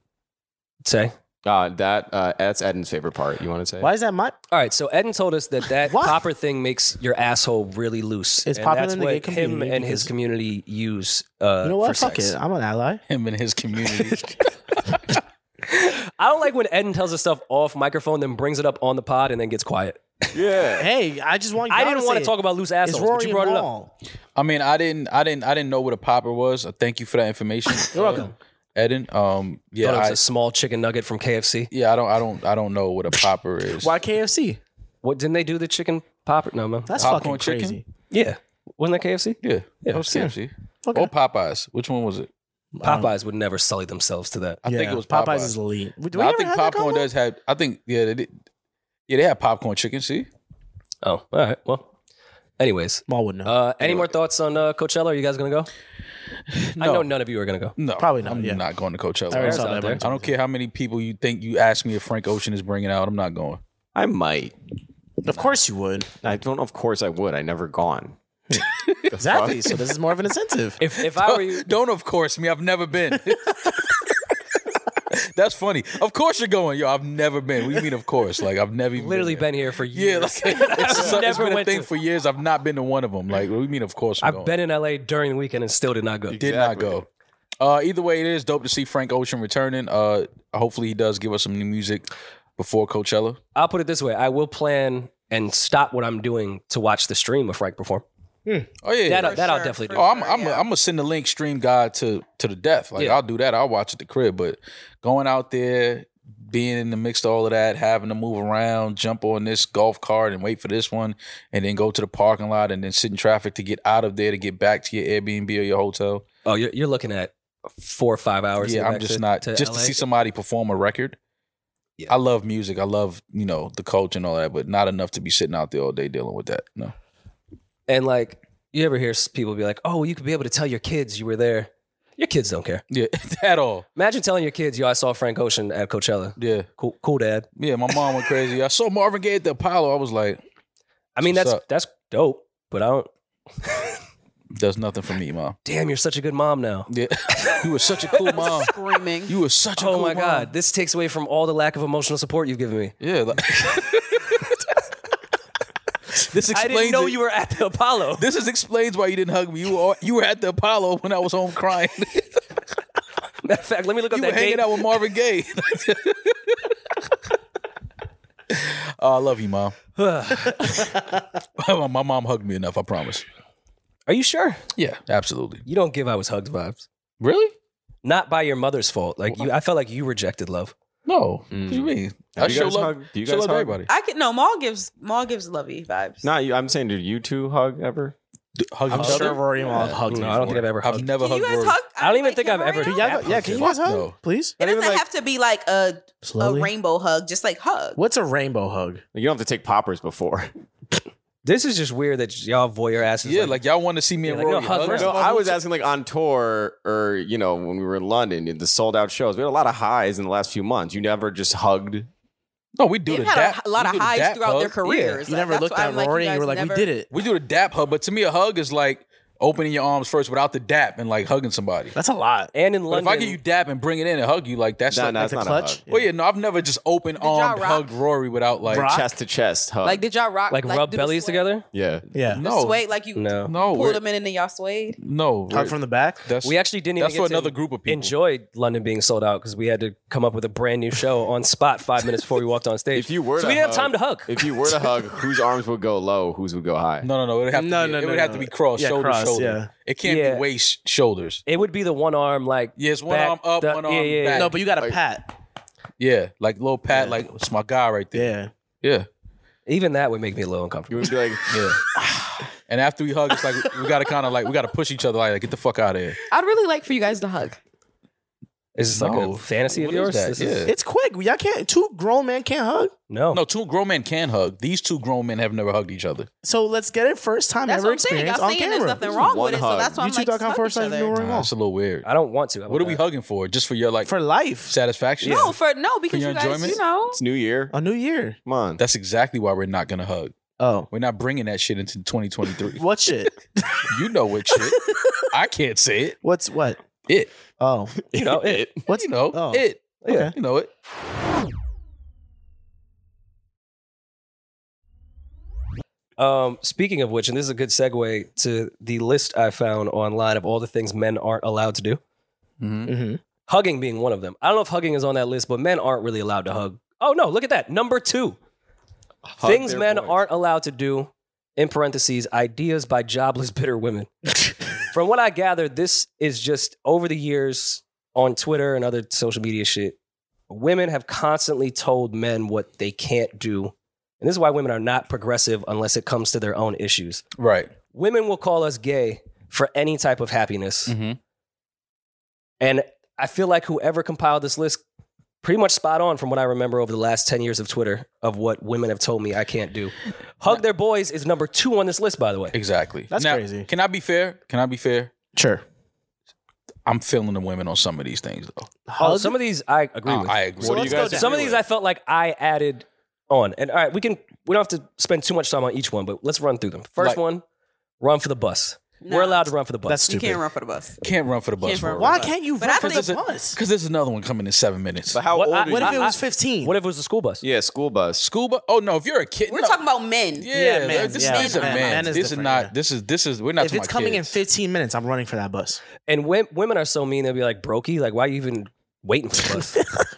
Speaker 4: say.
Speaker 7: Uh, that uh, that's Eden's favorite part. You want to say?
Speaker 1: Why is that my
Speaker 4: All right, so Eden told us that that
Speaker 1: What?
Speaker 4: popper thing makes your asshole really loose.
Speaker 1: It's
Speaker 4: and
Speaker 1: popular
Speaker 4: that's
Speaker 1: in the
Speaker 4: what
Speaker 1: gay
Speaker 4: him
Speaker 1: community
Speaker 4: and his
Speaker 1: because-
Speaker 4: community use. Uh,
Speaker 1: You know what?
Speaker 4: For
Speaker 1: Fuck
Speaker 4: sex.
Speaker 1: it. I'm an ally.
Speaker 2: Him and his community.
Speaker 4: I don't like when Eden tells us stuff off microphone, then brings it up on the pod, and then gets quiet.
Speaker 7: yeah.
Speaker 1: Hey, I just want.
Speaker 4: I
Speaker 1: y'all
Speaker 4: didn't want
Speaker 1: say
Speaker 4: to talk about loose assholes,
Speaker 1: It's
Speaker 4: but
Speaker 1: Rory
Speaker 4: you brought it up.
Speaker 1: Mall.
Speaker 2: I mean, I didn't, I didn't, I didn't know what a popper was. Uh, Thank you for that information. You're welcome, Eden. Um, yeah,
Speaker 4: Thought it was
Speaker 2: I,
Speaker 4: a small chicken nugget from KFC.
Speaker 2: yeah, I don't, I don't, I don't know what a popper is.
Speaker 1: Why KFC?
Speaker 4: What didn't they do the chicken popper? No, man.
Speaker 1: That's
Speaker 2: Popcorn
Speaker 1: fucking
Speaker 2: chicken?
Speaker 1: crazy.
Speaker 4: yeah, wasn't that KFC?
Speaker 2: Yeah, that was
Speaker 1: yeah.
Speaker 2: KFC.
Speaker 1: Okay.
Speaker 2: Or Popeyes. Which one was it?
Speaker 4: Popeyes would never sully themselves to that.
Speaker 2: I think it was
Speaker 1: Popeyes.
Speaker 2: Popeyes.
Speaker 1: is elite. Do
Speaker 2: No, I think popcorn does have. I think yeah, they did. Yeah, they have popcorn chicken. See,
Speaker 4: Oh, all right. Well, anyways,
Speaker 1: Mall would know.
Speaker 4: uh, any more thoughts on uh, Coachella? Are you guys gonna go? I
Speaker 2: No.
Speaker 4: know none of you are gonna go.
Speaker 2: no,
Speaker 1: Probably not,
Speaker 2: I'm
Speaker 1: yeah.
Speaker 2: not going to Coachella.
Speaker 1: I already
Speaker 4: out
Speaker 1: saw that.
Speaker 4: there.
Speaker 1: one.
Speaker 2: I don't care how many people you think you ask me if Frank Ocean is bringing out. I'm not going.
Speaker 7: I might.
Speaker 1: Of course you would.
Speaker 7: I don't. Of course, I would. I never gone.
Speaker 1: Exactly. So this is more of an incentive.
Speaker 4: If if I were you,
Speaker 2: Don't of course me. I've never been. That's funny. Of course you're going, yo. I've never been. What do you mean? Of course, like I've never even
Speaker 4: literally
Speaker 2: been. there.
Speaker 4: been here for years.
Speaker 2: Yeah, like, it's, it's
Speaker 4: never
Speaker 2: been a
Speaker 4: went
Speaker 2: thing
Speaker 4: to-
Speaker 2: for years. I've not been to one of them. Like, what do you mean? Of course, I'm
Speaker 4: I've
Speaker 2: going.
Speaker 4: been in LA during the weekend and still did not go.
Speaker 2: did not go. Uh, either way, it is dope to see Frank Ocean returning. Uh, hopefully, he does give us some new music before Coachella.
Speaker 4: I'll put it this way: I will plan and stop what I'm doing to watch the stream of Frank perform.
Speaker 2: Oh yeah,
Speaker 4: That,
Speaker 2: yeah.
Speaker 4: that I'll definitely do.
Speaker 2: oh, I'm I'm I'm gonna send the link stream guide to to the death. Like
Speaker 4: Yeah.
Speaker 2: I'll do that. I'll watch at the crib. But going out there, being in the mix of all of that, having to move around, jump on this golf cart and wait for this one, and then go to the parking lot and then sit in traffic to get out of there to get back to your Airbnb or your hotel.
Speaker 4: Oh, you're, you're looking at four or five hours. to
Speaker 2: Yeah,
Speaker 4: get
Speaker 2: I'm
Speaker 4: back
Speaker 2: just
Speaker 4: to-
Speaker 2: not
Speaker 4: to
Speaker 2: just to
Speaker 4: LA.
Speaker 2: see somebody perform a record.
Speaker 4: Yeah.
Speaker 2: I love music. I love you know the culture and all that, but not enough to be sitting out there all day dealing with that. No,
Speaker 4: And like, you ever hear s- people be like, "Oh, well, you could be able to tell your kids you were there." Your kids don't care.
Speaker 2: yeah, at all.
Speaker 4: Imagine telling your kids, "Yo, I saw Frank Ocean at Coachella."
Speaker 2: Yeah,
Speaker 4: Cool, cool, Dad.
Speaker 2: yeah. My mom went crazy. I saw Marvin Gaye at the Apollo. I was like,
Speaker 4: I mean,
Speaker 2: What's
Speaker 4: that's
Speaker 2: up?
Speaker 4: that's dope, but I don't.
Speaker 2: "That's nothing for me, mom."
Speaker 4: Damn, you're such a good mom now.
Speaker 2: Yeah, you were such a cool mom.
Speaker 3: Screaming.
Speaker 2: You were such a
Speaker 4: Oh
Speaker 2: cool
Speaker 4: my
Speaker 2: mom.
Speaker 4: God, this takes away from all the lack of emotional support you've given me.
Speaker 2: Yeah, like, this explains.
Speaker 4: I didn't know
Speaker 2: it.
Speaker 4: you were at the Apollo.
Speaker 2: This is explains why you didn't hug me. You were all, you were at the Apollo when I was home crying.
Speaker 4: Matter of fact, let me look up
Speaker 2: you were
Speaker 4: that
Speaker 2: hanging
Speaker 4: date.
Speaker 2: out with Marvin Gaye. Oh, I love you, mom. my my mom hugged me enough. I promise.
Speaker 4: Are you sure?
Speaker 2: Yeah, absolutely.
Speaker 4: You don't give I was hugged vibes.
Speaker 2: Really?
Speaker 4: Not by your mother's fault. Like you, I felt like you rejected love.
Speaker 2: No. What do
Speaker 4: Mm.
Speaker 2: you mean? I
Speaker 7: you
Speaker 2: show
Speaker 7: guys
Speaker 2: love.
Speaker 7: hugged? Do you
Speaker 2: show
Speaker 7: guys
Speaker 2: love to
Speaker 7: hug?
Speaker 2: everybody.
Speaker 3: I can no. Maul gives Maul gives lovey vibes.
Speaker 7: Not you. I'm saying, did you two hug ever?
Speaker 2: Hug
Speaker 1: I'm
Speaker 2: each
Speaker 1: sure
Speaker 2: other?
Speaker 1: Rory Mall have hugged
Speaker 4: No,
Speaker 1: me.
Speaker 4: I don't
Speaker 1: before.
Speaker 4: think I've ever
Speaker 2: I've
Speaker 4: hugged.
Speaker 2: never
Speaker 3: Can you
Speaker 2: hugged.
Speaker 3: guys
Speaker 2: Rory.
Speaker 3: hug?
Speaker 4: I don't even
Speaker 3: like
Speaker 4: think
Speaker 3: him
Speaker 4: I've
Speaker 3: right
Speaker 4: ever-
Speaker 3: now?
Speaker 1: Do y'all, yeah, can you guys hug?
Speaker 2: No.
Speaker 1: Please?
Speaker 3: It doesn't
Speaker 7: even, like-
Speaker 3: have to be like a a
Speaker 1: Slowly.
Speaker 3: rainbow hug. Just like hug.
Speaker 1: What's a rainbow hug?
Speaker 7: You don't have to take poppers before.
Speaker 4: This is just weird that y'all voyeur asses.
Speaker 2: Yeah, like y'all want to see me
Speaker 4: Yeah,
Speaker 2: and
Speaker 4: like, no,
Speaker 2: Rory
Speaker 4: hug
Speaker 2: hug?
Speaker 4: first.
Speaker 7: No,
Speaker 4: of all,
Speaker 7: I
Speaker 4: who
Speaker 7: was
Speaker 4: took-
Speaker 7: asking like on tour or you know when we were in London, the sold out shows. We had a lot of highs in the last few months. You never just hugged.
Speaker 2: No, we do
Speaker 3: They've
Speaker 2: the
Speaker 3: had a
Speaker 2: dap,
Speaker 3: h- lot
Speaker 2: we
Speaker 3: of
Speaker 2: do the
Speaker 3: highs
Speaker 2: dap
Speaker 3: throughout their
Speaker 2: hug.
Speaker 3: careers.
Speaker 1: You
Speaker 3: Like,
Speaker 1: never
Speaker 3: that's
Speaker 1: looked
Speaker 3: why
Speaker 1: at
Speaker 3: I'm like, you
Speaker 1: Rory and you
Speaker 3: guys
Speaker 1: were like,
Speaker 3: never-
Speaker 1: we did it.
Speaker 2: We do the dap hug, but to me, a hug is like opening your arms first without the dap and like hugging somebody.
Speaker 1: That's a lot.
Speaker 4: And in
Speaker 2: But if
Speaker 4: London,
Speaker 2: I give you dap and bring it in and hug you, like that's
Speaker 7: Nah,
Speaker 2: like,
Speaker 7: nah, it's
Speaker 1: Like
Speaker 7: not
Speaker 1: the
Speaker 7: a
Speaker 1: clutch?
Speaker 7: hug.
Speaker 2: well, yeah, no, I've never just opened
Speaker 3: y'all
Speaker 2: armed
Speaker 3: rock?
Speaker 2: hugged Rory without like
Speaker 1: Rock?
Speaker 7: Chest to chest hug.
Speaker 3: Like, did y'all rock?
Speaker 4: like, rub
Speaker 3: do the
Speaker 4: bellies
Speaker 3: sway-
Speaker 4: together.
Speaker 7: yeah.
Speaker 1: Yeah.
Speaker 2: no,
Speaker 3: Sway like you
Speaker 4: No.
Speaker 2: no,
Speaker 3: pulled
Speaker 2: we're-
Speaker 3: them in and then y'all swayed.
Speaker 2: no.
Speaker 1: Hug
Speaker 2: we're-
Speaker 1: from the back.
Speaker 2: that's,
Speaker 4: We actually didn't even
Speaker 2: That's
Speaker 4: get
Speaker 2: for
Speaker 4: to
Speaker 2: another group of people.
Speaker 4: enjoy London being sold out because we had to come up with a brand new show on spot five minutes before we walked on stage.
Speaker 7: If you were
Speaker 4: so
Speaker 7: to
Speaker 4: we didn't have
Speaker 7: hug-
Speaker 4: time to hug.
Speaker 7: If you were to hug, whose arms would go low, whose would go high?
Speaker 2: No, no, no. It would have to
Speaker 1: No,
Speaker 2: be,
Speaker 1: no,
Speaker 2: it
Speaker 1: no,
Speaker 2: would have
Speaker 1: no.
Speaker 2: to be cross
Speaker 1: Yeah,
Speaker 2: shoulder
Speaker 1: cross,
Speaker 2: shoulder.
Speaker 1: yeah.
Speaker 2: It can't
Speaker 4: Yeah.
Speaker 2: be waist shoulders.
Speaker 4: it would be the one arm like
Speaker 2: Yeah, it's one
Speaker 4: back,
Speaker 2: arm up,
Speaker 4: the-
Speaker 2: one arm
Speaker 4: yeah, yeah,
Speaker 2: back.
Speaker 4: yeah.
Speaker 1: No, but you got a pat.
Speaker 2: Yeah, like little pat, like it's my guy right there.
Speaker 1: Yeah.
Speaker 2: Yeah,
Speaker 4: Even that would make me a little
Speaker 7: You
Speaker 4: uncomfortable.
Speaker 7: would be like,
Speaker 2: yeah. and after we hug, it's like we gotta kind of like we gotta push each other like get the fuck out of here.
Speaker 3: I'd really like for you guys to hug.
Speaker 4: Is this
Speaker 2: No.
Speaker 4: like a fantasy of
Speaker 2: What is
Speaker 4: yours?
Speaker 2: that?
Speaker 4: This
Speaker 2: Yeah.
Speaker 1: It's quick. Y'all can't. Two grown men can't hug.
Speaker 4: no.
Speaker 2: No, two grown men can hug. These two grown men have never hugged each other.
Speaker 1: So let's get it first time
Speaker 3: That's
Speaker 1: ever
Speaker 3: what I'm saying.
Speaker 1: experience
Speaker 3: Y'all
Speaker 1: on
Speaker 3: saying
Speaker 1: camera.
Speaker 3: there's nothing wrong
Speaker 7: One
Speaker 3: with it, so
Speaker 7: hug.
Speaker 3: that's why I'm like,
Speaker 1: YouTube.com
Speaker 3: fuck
Speaker 1: forward
Speaker 3: each
Speaker 1: slash
Speaker 3: other.
Speaker 1: New Roaring
Speaker 2: Nah,
Speaker 1: Wall.
Speaker 2: that's a little weird.
Speaker 4: I don't want to. How about
Speaker 2: What are we
Speaker 4: that?
Speaker 2: hugging for? Just for your like
Speaker 1: For life.
Speaker 2: satisfaction?
Speaker 3: No, for no, because
Speaker 2: your
Speaker 3: you guys,
Speaker 2: enjoyment?
Speaker 3: you know,
Speaker 7: it's New Year.
Speaker 1: A new year.
Speaker 7: Come on.
Speaker 2: That's exactly why we're not gonna hug.
Speaker 1: Oh.
Speaker 2: We're not bringing that shit into 2023.
Speaker 1: What shit?
Speaker 2: you know what shit? I can't say it.
Speaker 1: What's what?
Speaker 2: It.
Speaker 1: Oh.
Speaker 7: you know it.
Speaker 1: What's
Speaker 2: you know
Speaker 1: oh.
Speaker 2: it.
Speaker 1: Okay.
Speaker 2: You know it.
Speaker 4: Um, speaking of which, and this is a good segue to the list I found online of all the things men aren't allowed to do.
Speaker 1: hmm
Speaker 4: Hugging being one of them. I don't know if hugging is on that list, but men aren't really allowed to hug. Oh no, look at that. Number two.
Speaker 7: Hug
Speaker 4: things
Speaker 7: their
Speaker 4: men
Speaker 7: boys.
Speaker 4: aren't allowed to do, in parentheses, ideas by jobless bitter women. From what I gather, this is just over the years on Twitter and other social media shit. Women have constantly told men what they can't do. And this is why women are not progressive unless it comes to their own issues.
Speaker 2: Right.
Speaker 4: Women will call us gay for any type of happiness.
Speaker 2: Mm-hmm.
Speaker 4: And I feel like whoever compiled this list pretty much spot on from what I remember over the last 10 years of Twitter of what women have told me I can't do. Hug their boys is number 2 on this list by the way.
Speaker 2: Exactly.
Speaker 1: That's
Speaker 2: Now,
Speaker 1: crazy.
Speaker 2: Can I be fair? Can I be fair?
Speaker 1: Sure.
Speaker 2: I'm feeling the women on some of these things though.
Speaker 4: Oh, some of these I agree
Speaker 2: Oh, I,
Speaker 4: with.
Speaker 2: I agree.
Speaker 7: What do you
Speaker 1: let's go
Speaker 7: guys?
Speaker 1: down.
Speaker 4: some of
Speaker 7: agree
Speaker 4: these I
Speaker 7: with?
Speaker 4: felt like I added on. And all right, we can we don't have to spend too much time on each one, but let's run through them. First
Speaker 2: Like-
Speaker 4: one, run for the bus.
Speaker 3: Nah.
Speaker 4: We're allowed to run for the bus.
Speaker 1: That's
Speaker 3: you
Speaker 1: stupid.
Speaker 3: can't run for the bus.
Speaker 2: can't run for the bus.
Speaker 3: Can't run
Speaker 2: Rory.
Speaker 3: for the
Speaker 1: Why
Speaker 3: bus.
Speaker 1: can't you
Speaker 3: But
Speaker 1: run
Speaker 3: I
Speaker 1: for
Speaker 3: think-
Speaker 1: the bus?
Speaker 2: Because there's another one coming in seven minutes.
Speaker 7: But how
Speaker 4: What
Speaker 7: old
Speaker 4: I-
Speaker 7: are
Speaker 1: What
Speaker 7: you?
Speaker 1: if it
Speaker 4: I-
Speaker 1: was
Speaker 4: I-
Speaker 1: 15?
Speaker 4: What if it was a school bus?
Speaker 7: yeah, school bus.
Speaker 2: Scuba? Oh no! If you're a kid,
Speaker 3: We're
Speaker 2: no.
Speaker 3: talking about
Speaker 2: Yeah,
Speaker 3: men.
Speaker 1: Yeah,
Speaker 2: man.
Speaker 1: man.
Speaker 2: This,
Speaker 1: Yeah,
Speaker 2: these are
Speaker 1: man.
Speaker 2: men.
Speaker 1: Man is
Speaker 2: this is
Speaker 1: different,
Speaker 2: not.
Speaker 1: yeah.
Speaker 2: This is this is. We're not.
Speaker 1: if
Speaker 2: talking
Speaker 1: it's
Speaker 2: about
Speaker 1: coming
Speaker 2: kids.
Speaker 1: in 15 minutes, I'm running for that bus.
Speaker 4: And wom- women are so mean they'll be like, "Brokey, like why you even waiting for the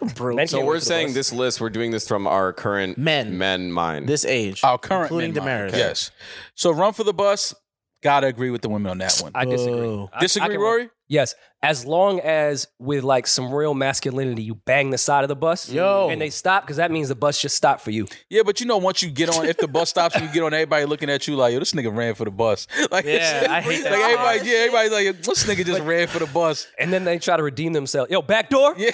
Speaker 4: bus?"
Speaker 1: Bro,
Speaker 4: Men
Speaker 7: So
Speaker 4: can't wait
Speaker 7: we're
Speaker 4: for the
Speaker 7: saying
Speaker 4: bus.
Speaker 7: this list. We're doing this from our current
Speaker 1: Men.
Speaker 7: men mind.
Speaker 1: this age,
Speaker 2: our current,
Speaker 1: including
Speaker 2: men
Speaker 1: Damaris.
Speaker 2: mind. Yes. So run for the bus. Gotta agree with the women on that one.
Speaker 4: I disagree.
Speaker 1: Whoa.
Speaker 4: I- I
Speaker 2: Disagree,
Speaker 4: can-
Speaker 2: Rory?
Speaker 4: Yes, as long as with like some real masculinity, you bang the side of the bus,
Speaker 1: Yo.
Speaker 4: and they stop because that means the bus just stopped for you.
Speaker 2: Yeah, but you know, once you get on, if the bus stops and you get on, everybody looking at you like, yo, this nigga ran for the bus. Like,
Speaker 1: Yeah, I hate that.
Speaker 2: Like everybody, yeah, everybody's like, yo, this nigga just ran for the bus.
Speaker 4: And then they try to redeem themselves. Yo, back door.
Speaker 2: Yeah.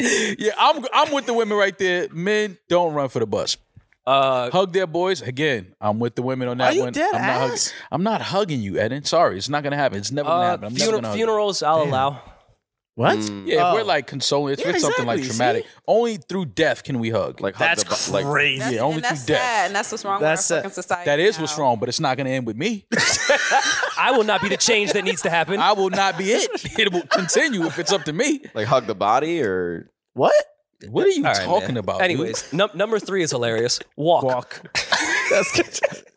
Speaker 2: yeah, I'm I'm with the women right there. Men don't run for the bus.
Speaker 4: Uh,
Speaker 2: Hug their boys again. I'm with the women on that
Speaker 1: Are you
Speaker 2: one.
Speaker 1: dead
Speaker 2: I'm, not
Speaker 1: ass?
Speaker 2: Hugging, I'm not hugging you, Eden. Sorry, it's not gonna happen. It's never gonna
Speaker 4: uh,
Speaker 2: happen. I'm never
Speaker 4: funer-
Speaker 2: gonna hug you.
Speaker 4: funerals, I'll allow.
Speaker 1: What?
Speaker 7: Mm,
Speaker 2: Yeah, if
Speaker 1: Oh.
Speaker 2: we're like consoling, if
Speaker 1: Yeah,
Speaker 2: it's something like
Speaker 1: exactly,
Speaker 2: traumatic,
Speaker 1: see?
Speaker 2: only through death can we hug.
Speaker 7: like hug
Speaker 1: That's
Speaker 7: the bu- like
Speaker 1: crazy.
Speaker 3: That's,
Speaker 2: Yeah, only
Speaker 3: and
Speaker 2: through
Speaker 3: that's
Speaker 2: death.
Speaker 3: sad, and that's what's wrong
Speaker 1: That's
Speaker 3: with our
Speaker 1: sad.
Speaker 3: fucking society.
Speaker 2: that is
Speaker 3: now.
Speaker 2: wrong, but it's not gonna end with me.
Speaker 4: I will not be the change that needs to happen.
Speaker 2: I will not be it. It will continue if it's up to me.
Speaker 7: like hug the body or
Speaker 1: What?
Speaker 2: What are you
Speaker 4: All right,
Speaker 2: talking
Speaker 4: man.
Speaker 2: about? dude?
Speaker 4: Anyways, num- number three is hilarious. Walk.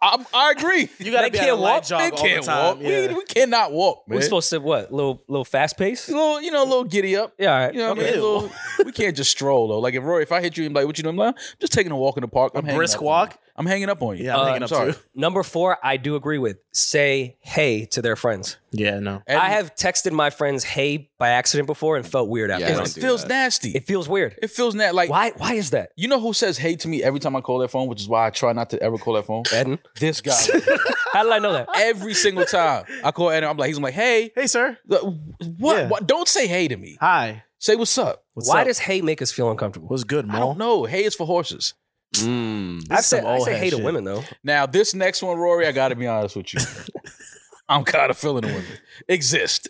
Speaker 2: I'm, I agree.
Speaker 1: You gotta
Speaker 4: They
Speaker 1: be
Speaker 4: can't
Speaker 1: at a light
Speaker 4: walk.
Speaker 1: jog
Speaker 2: They
Speaker 1: all the
Speaker 2: can't
Speaker 1: time.
Speaker 2: walk.
Speaker 1: Yeah.
Speaker 2: We, we cannot walk, man.
Speaker 4: We're supposed to what? Little little fast pace.
Speaker 2: a little, you know, a little giddy up.
Speaker 4: Yeah, all right.
Speaker 2: You know what I
Speaker 4: Okay.
Speaker 2: mean? A little- we can't just stroll though. Like if Rory, if I hit you and be like, what you doing? I'm like, I'm just taking a walk in the park. I'm hanging
Speaker 1: brisk
Speaker 2: up on
Speaker 1: walk?
Speaker 2: you. I'm hanging up on you.
Speaker 1: Yeah, I'm hanging up
Speaker 2: sorry.
Speaker 1: too.
Speaker 4: Number four, I do agree with. Say hey to their friends.
Speaker 1: Yeah, no.
Speaker 2: And
Speaker 4: I have texted my friends hey by accident before and felt weird
Speaker 7: Yeah, I
Speaker 4: after.
Speaker 7: don't
Speaker 2: It
Speaker 7: do
Speaker 2: feels
Speaker 7: that.
Speaker 2: nasty.
Speaker 4: it
Speaker 2: It,
Speaker 4: feels weird.
Speaker 2: feels na- like
Speaker 4: Why? Why is that?
Speaker 2: You know who says hey to me every time I call their phone, which is why I try not to ever call that phone?
Speaker 4: Eden,
Speaker 2: This guy.
Speaker 4: how did I know that?
Speaker 2: every single time I call Eden, I'm like, he's I'm like, hey,
Speaker 1: Hey, sir.
Speaker 2: what,
Speaker 1: Yeah.
Speaker 2: what- Don't say hey to me.
Speaker 1: Hi.
Speaker 2: Say what's up.
Speaker 1: What's
Speaker 4: Why
Speaker 1: up?
Speaker 4: does hate make us feel uncomfortable?
Speaker 1: What's good,
Speaker 2: I don't
Speaker 1: Mo?
Speaker 2: know. Hey is for horses.
Speaker 7: mm.
Speaker 1: This
Speaker 4: I
Speaker 1: is some
Speaker 4: say, I
Speaker 1: old
Speaker 4: say
Speaker 1: head
Speaker 4: hey to
Speaker 1: shit.
Speaker 4: women though.
Speaker 2: Now, this next one, Rory, I got to be honest with you. I'm kind of feeling the women exist.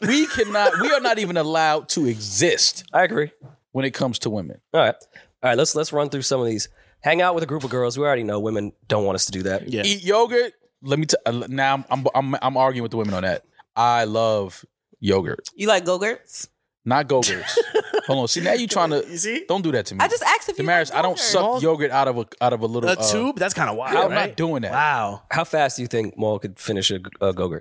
Speaker 2: We cannot, we are not even allowed to exist.
Speaker 4: I agree.
Speaker 2: when it comes to women.
Speaker 4: All right. All right, let's let's run through some of these. Hang out with a group of girls. We already know women don't want us to do that.
Speaker 1: Yeah.
Speaker 2: Eat yogurt. Let me tell. Now I'm, I'm I'm I'm arguing with the women on that. I love yogurt,
Speaker 3: You like Go-Gurts?
Speaker 2: not gogurts. Hold on. See now you trying to
Speaker 1: see?
Speaker 2: don't do that to me.
Speaker 3: I just asked if you
Speaker 2: Damaris,
Speaker 3: like
Speaker 2: I don't
Speaker 3: yogurt.
Speaker 2: suck yogurt out of a out of a little
Speaker 1: A
Speaker 2: uh,
Speaker 1: tube? That's kind of wild.
Speaker 2: I'm
Speaker 1: right?
Speaker 2: not doing that.
Speaker 1: Wow.
Speaker 4: How fast do you think Maul could finish a, a Gogurt?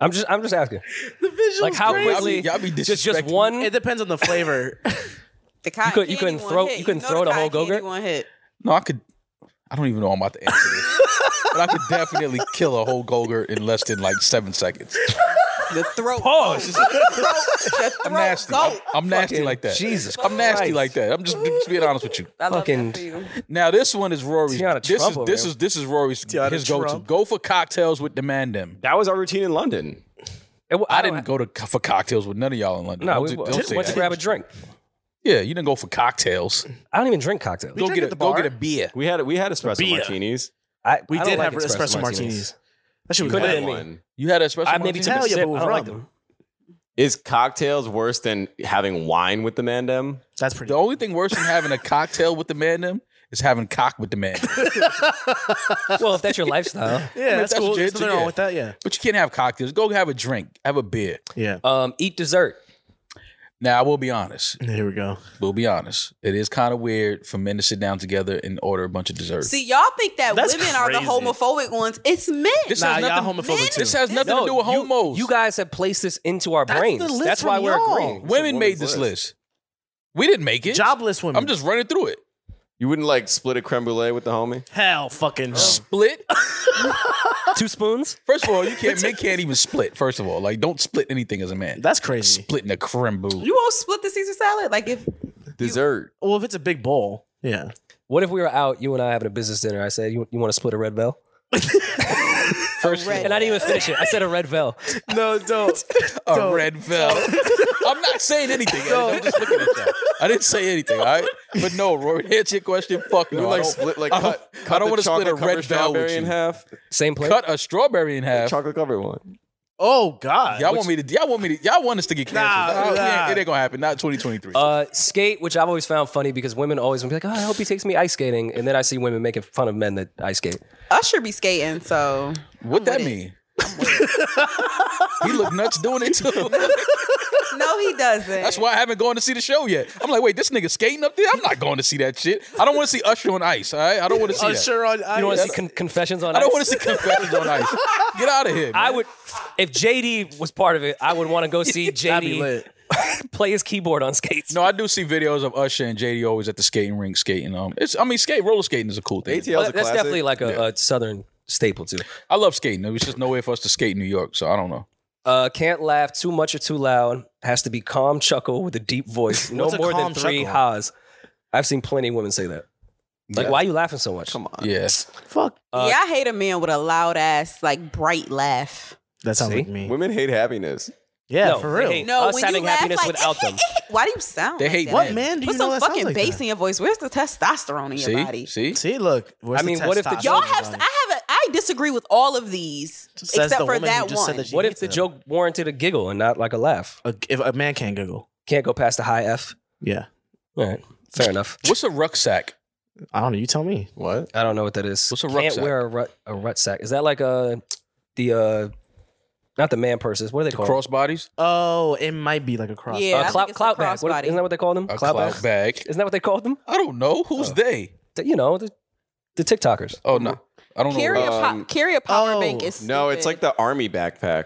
Speaker 4: I'm just I'm just asking.
Speaker 1: The visual.
Speaker 4: Like how
Speaker 2: Y'all be,
Speaker 4: quickly?
Speaker 2: y'all be
Speaker 4: Just just
Speaker 2: disrespecting-
Speaker 4: one.
Speaker 1: It depends on the flavor.
Speaker 3: The cotton
Speaker 4: You couldn't- you couldn't
Speaker 3: candy one
Speaker 4: throw-
Speaker 3: hit.
Speaker 4: you couldn't
Speaker 3: know
Speaker 4: throw the
Speaker 3: cotton
Speaker 4: whole
Speaker 3: candy
Speaker 4: Go-Gurt?
Speaker 3: One hit.
Speaker 2: No, I could. I don't even know I'm about to answer this, but I could definitely kill a whole Golgurt in less than like seven seconds.
Speaker 3: The throat.
Speaker 4: Pause.
Speaker 3: goat. The throat- the
Speaker 2: I'm
Speaker 3: throat
Speaker 2: nasty. I'm,
Speaker 3: goat.
Speaker 2: I'm nasty
Speaker 4: Fucking
Speaker 2: like that.
Speaker 4: Jesus
Speaker 2: I'm nasty
Speaker 4: Christ.
Speaker 2: like that. I'm just, just being honest with you.
Speaker 3: I love
Speaker 4: Fucking-
Speaker 3: that for you.
Speaker 2: Now this one is Rory's.
Speaker 4: Tiana
Speaker 2: This
Speaker 4: Trump
Speaker 2: is
Speaker 4: over
Speaker 2: this
Speaker 4: here.
Speaker 2: is this is Rory's
Speaker 1: Tiana
Speaker 2: his go to.
Speaker 1: Trump.
Speaker 2: Go for cocktails with the man them.
Speaker 7: That was our routine in London.
Speaker 4: It-
Speaker 2: I, didn't go to co- for cocktails with none of y'all in London.
Speaker 4: No,
Speaker 2: Don't
Speaker 4: we
Speaker 2: do-
Speaker 4: we-
Speaker 2: don't
Speaker 4: went
Speaker 2: say
Speaker 4: to
Speaker 2: that.
Speaker 4: grab a drink.
Speaker 2: Yeah, you didn't go for cocktails.
Speaker 4: I don't even drink cocktails.
Speaker 2: Go
Speaker 1: drank
Speaker 2: get
Speaker 1: at
Speaker 2: a
Speaker 1: the
Speaker 2: go
Speaker 1: bar.
Speaker 2: get a beer.
Speaker 7: We had we had espresso
Speaker 1: Beer.
Speaker 7: martinis.
Speaker 4: I,
Speaker 1: We
Speaker 4: I don't
Speaker 1: did
Speaker 4: like
Speaker 1: have espresso martinis. That shit was
Speaker 4: Could've
Speaker 1: bad.
Speaker 4: been me.
Speaker 2: You had espresso.
Speaker 4: I maybe
Speaker 2: martini?
Speaker 4: took a
Speaker 1: Hell yeah,
Speaker 4: sip.
Speaker 1: but
Speaker 4: I
Speaker 1: with
Speaker 4: don't like
Speaker 1: rum.
Speaker 4: them.
Speaker 7: Is cocktails worse than having wine with the mandem?
Speaker 1: That's pretty.
Speaker 2: The only thing worse than having a cocktail with the man them is having cock with the man.
Speaker 4: Well, if that's your lifestyle.
Speaker 1: Yeah,
Speaker 2: mean,
Speaker 1: that's,
Speaker 2: that's
Speaker 1: cool.
Speaker 2: what you
Speaker 1: There's
Speaker 2: did,
Speaker 1: nothing wrong
Speaker 2: yeah.
Speaker 1: with that. Yeah.
Speaker 2: but you can't have cocktails. Go have a drink. Have a beer.
Speaker 1: Yeah.
Speaker 4: Um, eat dessert.
Speaker 2: Now I will be honest.
Speaker 1: Here we go.
Speaker 2: We'll be honest. It is kind of weird for men to sit down together and order a bunch of desserts.
Speaker 3: See, y'all think that
Speaker 1: That's
Speaker 3: women are the
Speaker 1: crazy.
Speaker 3: homophobic ones. It's men.
Speaker 2: This
Speaker 1: Nah,
Speaker 2: has
Speaker 1: y'all
Speaker 2: nothing,
Speaker 1: homophobic
Speaker 2: Men?
Speaker 1: too.
Speaker 2: This has nothing to do with
Speaker 4: you,
Speaker 2: homos.
Speaker 4: You guys have placed this into our
Speaker 1: That's the
Speaker 4: brains.
Speaker 1: list
Speaker 4: that's why
Speaker 1: from
Speaker 4: we're
Speaker 1: y'all.
Speaker 4: agreeing.
Speaker 2: women made
Speaker 7: woman's
Speaker 2: this
Speaker 7: list.
Speaker 2: list. We didn't make it.
Speaker 1: Jobless women.
Speaker 2: I'm just running through it.
Speaker 7: You wouldn't like split a creme brulee with the homie?
Speaker 1: hell fucking.
Speaker 2: Split.
Speaker 4: Two spoons.
Speaker 2: First of all, you can't. Men can't even split. First of all, like don't split anything as a man.
Speaker 1: That's crazy.
Speaker 2: Splitting a creme brulee.
Speaker 3: You won't split the Caesar salad? Like if
Speaker 7: Dessert.
Speaker 1: Well, if it's a big bowl, yeah.
Speaker 4: What if we were out, you and I having a business dinner? I said, you, you want to split a red veil?
Speaker 2: First,
Speaker 3: red-
Speaker 4: And I didn't even finish it. I said a red veil.
Speaker 1: No, don't.
Speaker 2: a red velvet. I'm not saying anything. Eddie. I'm just looking at y'all. I didn't say anything. All right. But no, Rory, to answer your question. Fuck
Speaker 7: You
Speaker 2: no.
Speaker 7: would
Speaker 2: I
Speaker 7: like
Speaker 2: don't-
Speaker 7: split like
Speaker 2: I don't-
Speaker 7: cut,
Speaker 2: I
Speaker 7: cut
Speaker 2: don't
Speaker 7: the
Speaker 2: wanna split a
Speaker 7: chocolate covered
Speaker 2: red velvet with
Speaker 7: strawberry in
Speaker 2: you.
Speaker 7: half.
Speaker 4: Same plate.
Speaker 2: Cut a strawberry in half.
Speaker 7: Chocolate covered one.
Speaker 1: oh God.
Speaker 2: Y'all want me to? Y'all want me to? Y'all want us to get canceled?
Speaker 1: Nah,
Speaker 2: Nah, we
Speaker 1: nah.
Speaker 2: ain't- It ain't gonna happen. Not 2023.
Speaker 4: Uh, skate, which I've always found funny because women always be like, "Oh, I hope he takes me ice skating," and then I see women making fun of men that ice skate.
Speaker 3: Usher be skating, so
Speaker 2: what that
Speaker 3: with it.
Speaker 2: mean? he look nuts doing it too.
Speaker 3: no, he doesn't.
Speaker 2: That's why I haven't gone to see the show yet. I'm like, wait, this nigga skating up there? I'm not going to see that shit. I don't want to see Usher on ice. All right, I don't want to see that.
Speaker 1: Usher on.
Speaker 4: You don't want to see
Speaker 1: ice.
Speaker 4: con- confessions on.
Speaker 2: I don't
Speaker 4: Ice?
Speaker 2: want to see confessions on ice. Get out of here.
Speaker 4: I
Speaker 2: man.
Speaker 4: would, if JD was part of it, I would want to go see
Speaker 1: That'd be
Speaker 4: JD
Speaker 1: lit.
Speaker 4: play his keyboard on skates.
Speaker 2: No, I do see videos of Usher and JD always at the skating rink skating. Um, it's I mean, skate roller skating is a cool thing.
Speaker 7: ATL is a
Speaker 4: But that's
Speaker 7: classic.
Speaker 4: definitely like a, a southern staple too.
Speaker 2: I love skating. There was just no way for us to skate in New York, so I don't know.
Speaker 4: Uh, can't laugh too much or too loud. Has to be calm chuckle with a deep voice. No
Speaker 1: What's a
Speaker 4: more than
Speaker 1: calm
Speaker 4: three
Speaker 1: chuckle?
Speaker 4: ha's. I've seen plenty of women say that. Like,
Speaker 2: Yeah.
Speaker 4: why are you laughing so much?
Speaker 7: Come on.
Speaker 2: Yeah,
Speaker 1: Fuck.
Speaker 4: uh,
Speaker 3: yeah, I hate a man with a loud ass, like bright laugh.
Speaker 1: That sounds
Speaker 4: See?
Speaker 1: like me.
Speaker 7: Women hate happiness.
Speaker 1: Yeah,
Speaker 4: No,
Speaker 1: for
Speaker 4: they
Speaker 1: real.
Speaker 4: hate-
Speaker 3: No,
Speaker 4: Us
Speaker 3: when
Speaker 4: having
Speaker 3: you laugh,
Speaker 4: happiness
Speaker 3: like,
Speaker 4: without them.
Speaker 3: why do you sound?
Speaker 2: They
Speaker 3: like
Speaker 2: hate
Speaker 3: that?
Speaker 2: men.
Speaker 1: What man do
Speaker 3: Put
Speaker 1: you know
Speaker 3: some
Speaker 1: that sounds
Speaker 3: fucking
Speaker 1: like
Speaker 3: bass
Speaker 1: that?
Speaker 3: in your voice. Where's the testosterone in your
Speaker 2: see,
Speaker 3: body?
Speaker 2: see,
Speaker 1: See, look. Where's
Speaker 4: I mean,
Speaker 1: the
Speaker 4: what if the-
Speaker 1: testosterone
Speaker 3: Y'all have.
Speaker 1: on
Speaker 3: I
Speaker 1: it?
Speaker 3: have. A, I disagree with all of these
Speaker 1: Says
Speaker 3: except
Speaker 1: the
Speaker 3: for
Speaker 1: woman who
Speaker 3: that
Speaker 1: just said
Speaker 3: one.
Speaker 1: that she-
Speaker 4: What if the
Speaker 1: Yeah.
Speaker 4: joke warranted a giggle and not like a laugh?
Speaker 1: A, if a man can't giggle,
Speaker 4: Can't go past the high F.
Speaker 1: yeah.
Speaker 4: All right, fair enough.
Speaker 2: what's a rucksack?
Speaker 1: I don't know. You tell me.
Speaker 7: What?
Speaker 4: I don't know what that is.
Speaker 2: What's a
Speaker 4: Can't
Speaker 2: rucksack?
Speaker 4: wear a rut a rucksack. Is that like a the uh not the man purses? What are they
Speaker 2: The
Speaker 4: called?
Speaker 2: crossbodies,
Speaker 1: Oh, it might be like a cross.
Speaker 3: Yeah.
Speaker 4: Uh,
Speaker 3: I think
Speaker 4: clout
Speaker 3: it's a
Speaker 4: clout bags. What-
Speaker 3: crossbody.
Speaker 4: Isn't that what they call them?
Speaker 2: a Oh.
Speaker 4: Clout
Speaker 2: clout
Speaker 4: bags.
Speaker 2: bag.
Speaker 4: Isn't that what they called them?
Speaker 2: I don't know who's they.
Speaker 4: The- you know the the TikTokers.
Speaker 2: Oh no, I don't
Speaker 3: Carry a,
Speaker 2: know.
Speaker 7: Uh,
Speaker 3: po-
Speaker 7: Um,
Speaker 3: carry a power
Speaker 1: oh,
Speaker 3: bank is
Speaker 7: No, it's like
Speaker 3: stupid.
Speaker 7: the army backpack.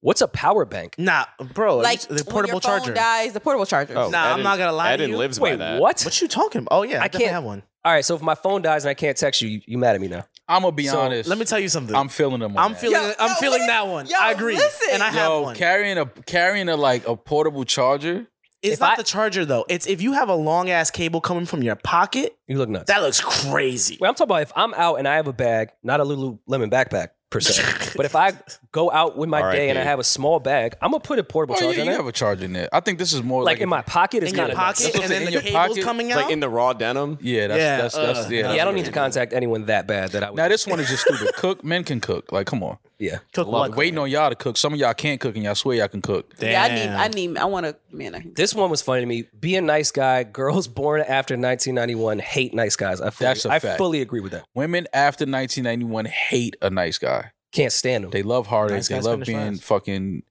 Speaker 4: What's a power bank?
Speaker 1: Nah, bro.
Speaker 3: like
Speaker 1: Like the
Speaker 3: when
Speaker 1: portable
Speaker 3: your phone
Speaker 1: charger.
Speaker 3: dies. The portable charger.
Speaker 7: Oh,
Speaker 1: Nah, I'm
Speaker 7: Eden-
Speaker 1: not gonna lie to
Speaker 7: Eden
Speaker 1: you.
Speaker 7: lives by
Speaker 4: Wait,
Speaker 7: that.
Speaker 4: what?
Speaker 1: What you talking about? Oh yeah, I,
Speaker 4: I
Speaker 1: definitely
Speaker 4: can't-
Speaker 1: have one.
Speaker 4: All right, so if my phone dies and I can't text you, you, you mad at me now?
Speaker 2: I'm gonna be
Speaker 4: So,
Speaker 2: honest.
Speaker 1: Let me tell you something.
Speaker 2: I'm feeling them. on
Speaker 1: I'm
Speaker 2: that.
Speaker 1: feeling.
Speaker 3: Yo,
Speaker 1: I'm
Speaker 3: yo,
Speaker 1: feeling
Speaker 3: what
Speaker 1: that one.
Speaker 3: yo,
Speaker 1: I agree,
Speaker 3: listen.
Speaker 1: and I have
Speaker 2: Yo,
Speaker 1: one.
Speaker 2: carrying a carrying a like a portable charger.
Speaker 1: it's
Speaker 4: if
Speaker 1: not
Speaker 4: I-
Speaker 1: the charger though. It's if you have a long ass cable coming from your pocket.
Speaker 4: You look nuts.
Speaker 1: That looks crazy.
Speaker 4: Wait, I'm talking about if I'm out and I have a bag, not a Lululemon backpack per se, but if I go out with my day and I
Speaker 7: R.I.P.
Speaker 4: have a small bag, I'm gonna put a portable
Speaker 2: Oh
Speaker 4: charger
Speaker 2: yeah,
Speaker 4: in
Speaker 2: you
Speaker 4: there.
Speaker 2: have a charger in there. I think this is more
Speaker 4: like,
Speaker 2: like,
Speaker 4: in my pocket, it's
Speaker 1: in your
Speaker 4: kind of
Speaker 1: pocket,
Speaker 2: That's
Speaker 1: and then
Speaker 2: in
Speaker 1: the
Speaker 2: your
Speaker 1: cable's
Speaker 2: pocket.
Speaker 1: coming
Speaker 7: It's
Speaker 1: out.
Speaker 7: like in the raw denim.
Speaker 2: Yeah, that's
Speaker 1: Yeah,
Speaker 2: that's, that's
Speaker 1: uh,
Speaker 2: yeah.
Speaker 4: Yeah, I
Speaker 2: that's
Speaker 4: don't
Speaker 2: what
Speaker 4: need
Speaker 2: it
Speaker 4: to
Speaker 2: is.
Speaker 4: contact anyone that bad that I would.
Speaker 2: Now this one is just stupid. Cook men can cook. Like, come on.
Speaker 4: Yeah.
Speaker 1: Cook
Speaker 2: Love
Speaker 1: what?
Speaker 2: it. Waiting on y'all to cook. Some of y'all can't cook, and y'all swear y'all can cook.
Speaker 3: Yeah, I need, I need, I want to, man. I,
Speaker 4: This one was funny to me. Be a nice guy. Girls born after 1991 hate nice guys. I fully,
Speaker 2: That's a
Speaker 4: I
Speaker 2: fact.
Speaker 4: fully agree with that.
Speaker 2: Women after 1991 hate a nice guy.
Speaker 4: Can't stand them.
Speaker 2: They love heartache.
Speaker 1: Nice
Speaker 2: they
Speaker 1: guys
Speaker 2: love
Speaker 1: finish
Speaker 2: being
Speaker 1: last.
Speaker 2: fucking,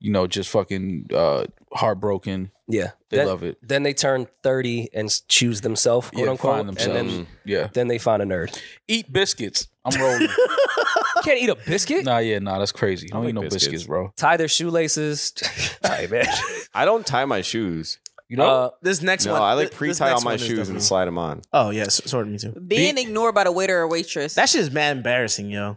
Speaker 2: you know, just fucking uh, heartbroken.
Speaker 4: yeah.
Speaker 2: They
Speaker 4: Then-
Speaker 2: love it.
Speaker 4: Then they turn 30 and s- choose themselves, quote
Speaker 2: Yeah,
Speaker 4: unquote.
Speaker 2: find themselves.
Speaker 4: And then,
Speaker 2: yeah.
Speaker 4: then they find a nerd.
Speaker 2: Eat biscuits. I'm rolling.
Speaker 4: Can't eat a biscuit.
Speaker 2: nah, yeah, nah, that's crazy. I don't
Speaker 7: like
Speaker 2: eat no biscuits.
Speaker 7: biscuits.
Speaker 2: bro.
Speaker 4: Tie their shoelaces. All right, man.
Speaker 7: I don't tie my shoes.
Speaker 2: You know?
Speaker 4: Uh,
Speaker 1: This next
Speaker 7: No,
Speaker 1: one.
Speaker 7: I like
Speaker 1: this
Speaker 7: pre-tie
Speaker 1: next
Speaker 7: all my
Speaker 1: one is
Speaker 7: shoes and
Speaker 1: definitely-
Speaker 7: slide them on.
Speaker 1: Oh yeah, s- sort of me too.
Speaker 3: being ignored by the waiter or waitress.
Speaker 1: That shit is mad embarrassing, yo.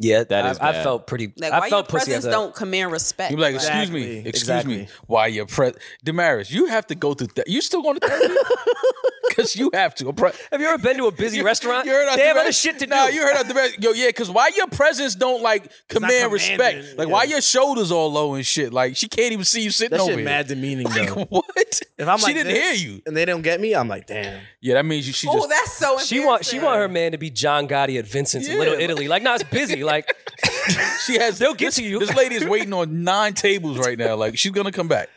Speaker 4: yeah,
Speaker 7: That
Speaker 4: I-
Speaker 7: is
Speaker 4: I,
Speaker 7: bad.
Speaker 4: felt pretty.
Speaker 3: like,
Speaker 4: I
Speaker 3: why
Speaker 4: felt
Speaker 3: your
Speaker 4: pussy
Speaker 3: presence
Speaker 4: as a,
Speaker 3: don't command respect?
Speaker 2: you be like, excuse me,
Speaker 1: Exactly,
Speaker 2: excuse me.
Speaker 1: exactly.
Speaker 2: Why your pre Damaris, you have to go through that. You still going to therapy? Because you have to. A pre-
Speaker 4: Have you ever been to a busy
Speaker 2: You-
Speaker 4: restaurant?
Speaker 2: You heard out
Speaker 4: they have
Speaker 2: the
Speaker 4: other
Speaker 2: res-
Speaker 4: shit to
Speaker 2: nah,
Speaker 4: do.
Speaker 2: you heard out the res- yo, yeah, because why your presence don't like command respect?
Speaker 1: commanding,
Speaker 2: Like why
Speaker 1: yeah.
Speaker 2: your shoulders all low and shit? Like she can't even see you sitting
Speaker 1: That
Speaker 2: over
Speaker 1: shit
Speaker 2: here.
Speaker 1: mad demeaning
Speaker 2: Like,
Speaker 1: though.
Speaker 2: what?
Speaker 1: If I'm
Speaker 2: she
Speaker 1: like
Speaker 2: didn't
Speaker 1: this-
Speaker 2: hear you.
Speaker 1: And they don't get me, I'm like, damn.
Speaker 2: Yeah, that means you. She
Speaker 3: Oh,
Speaker 2: just
Speaker 3: that's so.
Speaker 4: she want she want her man to be John Gotti at Vincent's in Little
Speaker 2: Yeah.
Speaker 4: Italy. Like, nah, it's busy. Like,
Speaker 2: she has.
Speaker 4: They'll get
Speaker 2: this-
Speaker 4: to you.
Speaker 2: This lady is waiting on nine tables right now. Like she's gonna come back.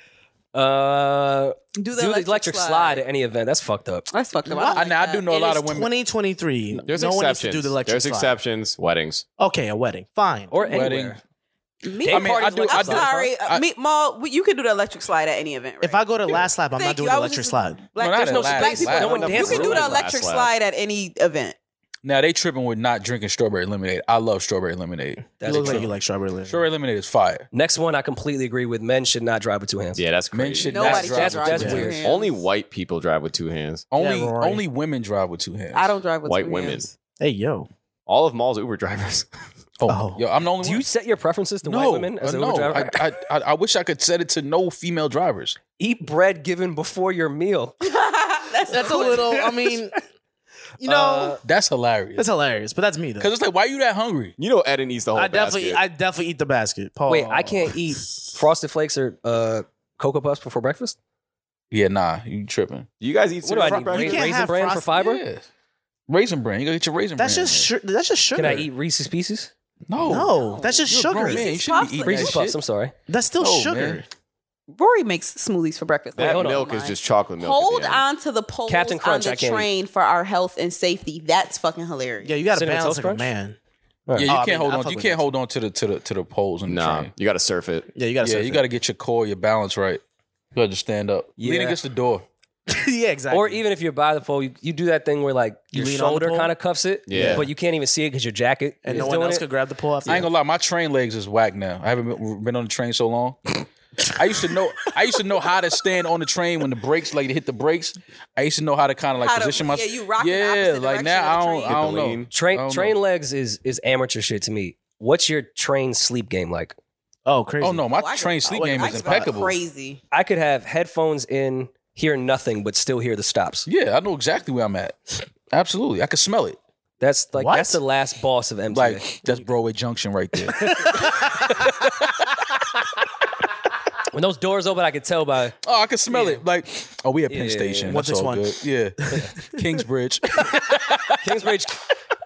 Speaker 4: uh,
Speaker 3: embarrassing. do
Speaker 4: do the electric, slide. at any event. That's fucked up.
Speaker 3: That's fucked up.
Speaker 2: I, now, I do know a
Speaker 1: It
Speaker 2: lot
Speaker 1: is
Speaker 2: of women.
Speaker 1: 2023.
Speaker 7: There's
Speaker 1: no one needs
Speaker 7: exceptions.
Speaker 1: to do the electric
Speaker 7: There's
Speaker 1: slide.
Speaker 7: exceptions. Weddings.
Speaker 1: Okay, a wedding. Fine.
Speaker 4: Or
Speaker 2: Wedding.
Speaker 4: anywhere.
Speaker 3: Me,
Speaker 2: I
Speaker 3: I
Speaker 2: mean, I do- I
Speaker 3: am
Speaker 2: do-
Speaker 3: sorry,
Speaker 2: I-
Speaker 3: uh, me, Maul. we- You can do the electric slide at any event. Right?
Speaker 1: If I go to last lap, I'm
Speaker 3: Thank
Speaker 1: not doing
Speaker 3: you. I
Speaker 1: the
Speaker 3: was
Speaker 1: electric
Speaker 3: just-
Speaker 1: slide.
Speaker 3: black,
Speaker 2: Well, not
Speaker 3: there's
Speaker 2: at
Speaker 3: no
Speaker 2: last
Speaker 3: black people.
Speaker 2: lap.
Speaker 4: No one
Speaker 3: you
Speaker 4: dances
Speaker 3: can do
Speaker 4: at
Speaker 3: the
Speaker 7: last
Speaker 3: electric
Speaker 7: lap.
Speaker 3: slide at any event.
Speaker 2: now they tripping with not drinking strawberry lemonade. I love strawberry lemonade.
Speaker 1: You
Speaker 4: That's
Speaker 1: look
Speaker 4: true.
Speaker 1: like you like strawberry lemonade.
Speaker 2: Strawberry lemonade is fire.
Speaker 4: Next one, I completely agree with. Men should not drive with two hands.
Speaker 7: Yeah, that's
Speaker 2: Men
Speaker 7: crazy.
Speaker 2: should
Speaker 3: Nobody
Speaker 2: not
Speaker 3: should
Speaker 2: drive
Speaker 4: drive
Speaker 2: with
Speaker 4: with
Speaker 2: two
Speaker 4: two
Speaker 2: hands.
Speaker 3: hands.
Speaker 7: Only white people drive with two hands.
Speaker 2: Only
Speaker 1: Yeah, Rory.
Speaker 2: only women drive with two hands.
Speaker 3: I don't drive with
Speaker 7: White
Speaker 3: two
Speaker 7: women.
Speaker 3: hands.
Speaker 1: Hey yo,
Speaker 7: All of Maul's Uber drivers.
Speaker 2: Oh,
Speaker 1: Oh.
Speaker 2: yo, I'm the only
Speaker 4: Do
Speaker 2: one.
Speaker 4: you set your preferences to white women as
Speaker 2: uh,
Speaker 4: a
Speaker 2: no.
Speaker 4: Uber driver?
Speaker 2: I, I, I, I wish I could set it to no female drivers.
Speaker 4: Eat bread given before your meal.
Speaker 3: that's
Speaker 1: that's a little. I mean, you know,
Speaker 4: Uh,
Speaker 2: That's
Speaker 1: that's
Speaker 2: hilarious.
Speaker 1: hilarious. But that's me though.
Speaker 2: Because it's like, why you that hungry?
Speaker 7: You know, Eden eats the whole.
Speaker 1: I definitely, I definitely eat the basket. Paul.
Speaker 4: Wait, I can't eat frosted flakes or uh, cocoa puffs before breakfast.
Speaker 2: Yeah, nah, you tripping.
Speaker 7: you guys eat.
Speaker 4: What do I
Speaker 7: cereal
Speaker 4: need?
Speaker 7: for
Speaker 1: You
Speaker 4: Raisin,
Speaker 7: breakfast?
Speaker 1: can't
Speaker 4: raisin
Speaker 1: have
Speaker 4: bran for
Speaker 1: frosted-
Speaker 4: fiber?
Speaker 2: Yeah. Raisin bran. You gotta get your raisin
Speaker 1: That's
Speaker 2: bran.
Speaker 1: just su- that's just sugar.
Speaker 4: Can I eat Reese's Pieces?
Speaker 2: No.
Speaker 1: No, that's just
Speaker 2: You're a grown
Speaker 1: sugar.
Speaker 2: Man. You
Speaker 3: Reese's
Speaker 2: shouldn't
Speaker 3: Puffs,
Speaker 2: be eating
Speaker 4: Reese's
Speaker 2: that
Speaker 4: Puffs.
Speaker 2: shit.
Speaker 4: I'm sorry.
Speaker 1: That's still
Speaker 2: No,
Speaker 1: sugar.
Speaker 2: man.
Speaker 3: Rory makes smoothies for breakfast.
Speaker 7: That
Speaker 3: Wait, hold on.
Speaker 7: milk is
Speaker 3: Mine.
Speaker 7: just chocolate milk. at the
Speaker 3: Hold
Speaker 7: end.
Speaker 3: on to the poles
Speaker 4: Captain Crunch, I
Speaker 3: on the
Speaker 4: can't
Speaker 3: train for our health and safety. That's fucking hilarious.
Speaker 1: Yeah, you got to
Speaker 4: Cinnamon
Speaker 1: balance
Speaker 4: Toast
Speaker 1: like
Speaker 4: Crunch?
Speaker 1: a man.
Speaker 2: Yeah, you
Speaker 1: Oh, I
Speaker 2: can't
Speaker 1: mean,
Speaker 2: hold
Speaker 1: I
Speaker 2: on.
Speaker 1: fuck
Speaker 2: You
Speaker 1: with
Speaker 2: can't
Speaker 1: that.
Speaker 2: hold on to the to the to the poles and
Speaker 7: Nah,
Speaker 2: train.
Speaker 7: you got to surf it.
Speaker 1: Yeah, you got to.
Speaker 2: Yeah, you gotta get your core, your balance right. You gotta just stand up.
Speaker 4: Yeah.
Speaker 2: Lean against the door.
Speaker 1: yeah, exactly.
Speaker 4: Or even if you're by the pole, you, you do that thing where like
Speaker 1: You
Speaker 4: your
Speaker 1: lean on the
Speaker 4: shoulder
Speaker 1: pole?
Speaker 4: kind of cuffs it,
Speaker 7: Yeah.
Speaker 4: but you can't even see it because your jacket
Speaker 1: and
Speaker 4: is
Speaker 1: no one
Speaker 4: doing
Speaker 1: else
Speaker 4: it.
Speaker 1: could grab the pole after.
Speaker 2: I ain't gonna lie, my train legs is whack now. I haven't been, been on the train so long. I used to know. I used to know how to stand on the train when the brakes, like to hit the brakes. I used to know how to kind of like
Speaker 3: How to-
Speaker 2: position myself.
Speaker 3: yeah, you rock in the opposite
Speaker 2: like
Speaker 3: direction
Speaker 2: now I
Speaker 3: of the
Speaker 2: don't.
Speaker 3: train.
Speaker 2: I don't
Speaker 7: Hit the
Speaker 2: know.
Speaker 7: lean.
Speaker 4: Train
Speaker 2: I don't
Speaker 4: train
Speaker 2: know.
Speaker 4: legs is is amateur shit to me. What's your train sleep game like?
Speaker 1: Oh, crazy.
Speaker 2: Oh no, my
Speaker 3: Oh, I
Speaker 2: train
Speaker 3: could-
Speaker 2: sleep
Speaker 1: I
Speaker 2: game
Speaker 1: could-
Speaker 2: is
Speaker 1: I could fuck
Speaker 2: impeccable.
Speaker 3: Crazy.
Speaker 4: I could have headphones in, hear nothing, but still hear the stops.
Speaker 2: Yeah, I know exactly where I'm at. Absolutely, I can smell it.
Speaker 4: That's like
Speaker 1: What?
Speaker 4: that's the last boss of MTA.
Speaker 2: Like that's Broadway Junction right there.
Speaker 4: when those doors open, I could tell by
Speaker 2: oh, I can smell it. Like oh, we at
Speaker 4: Yeah,
Speaker 2: Penn
Speaker 4: yeah,
Speaker 2: Station.
Speaker 4: yeah.
Speaker 2: That's all good. Yeah, Kingsbridge.
Speaker 4: Kingsbridge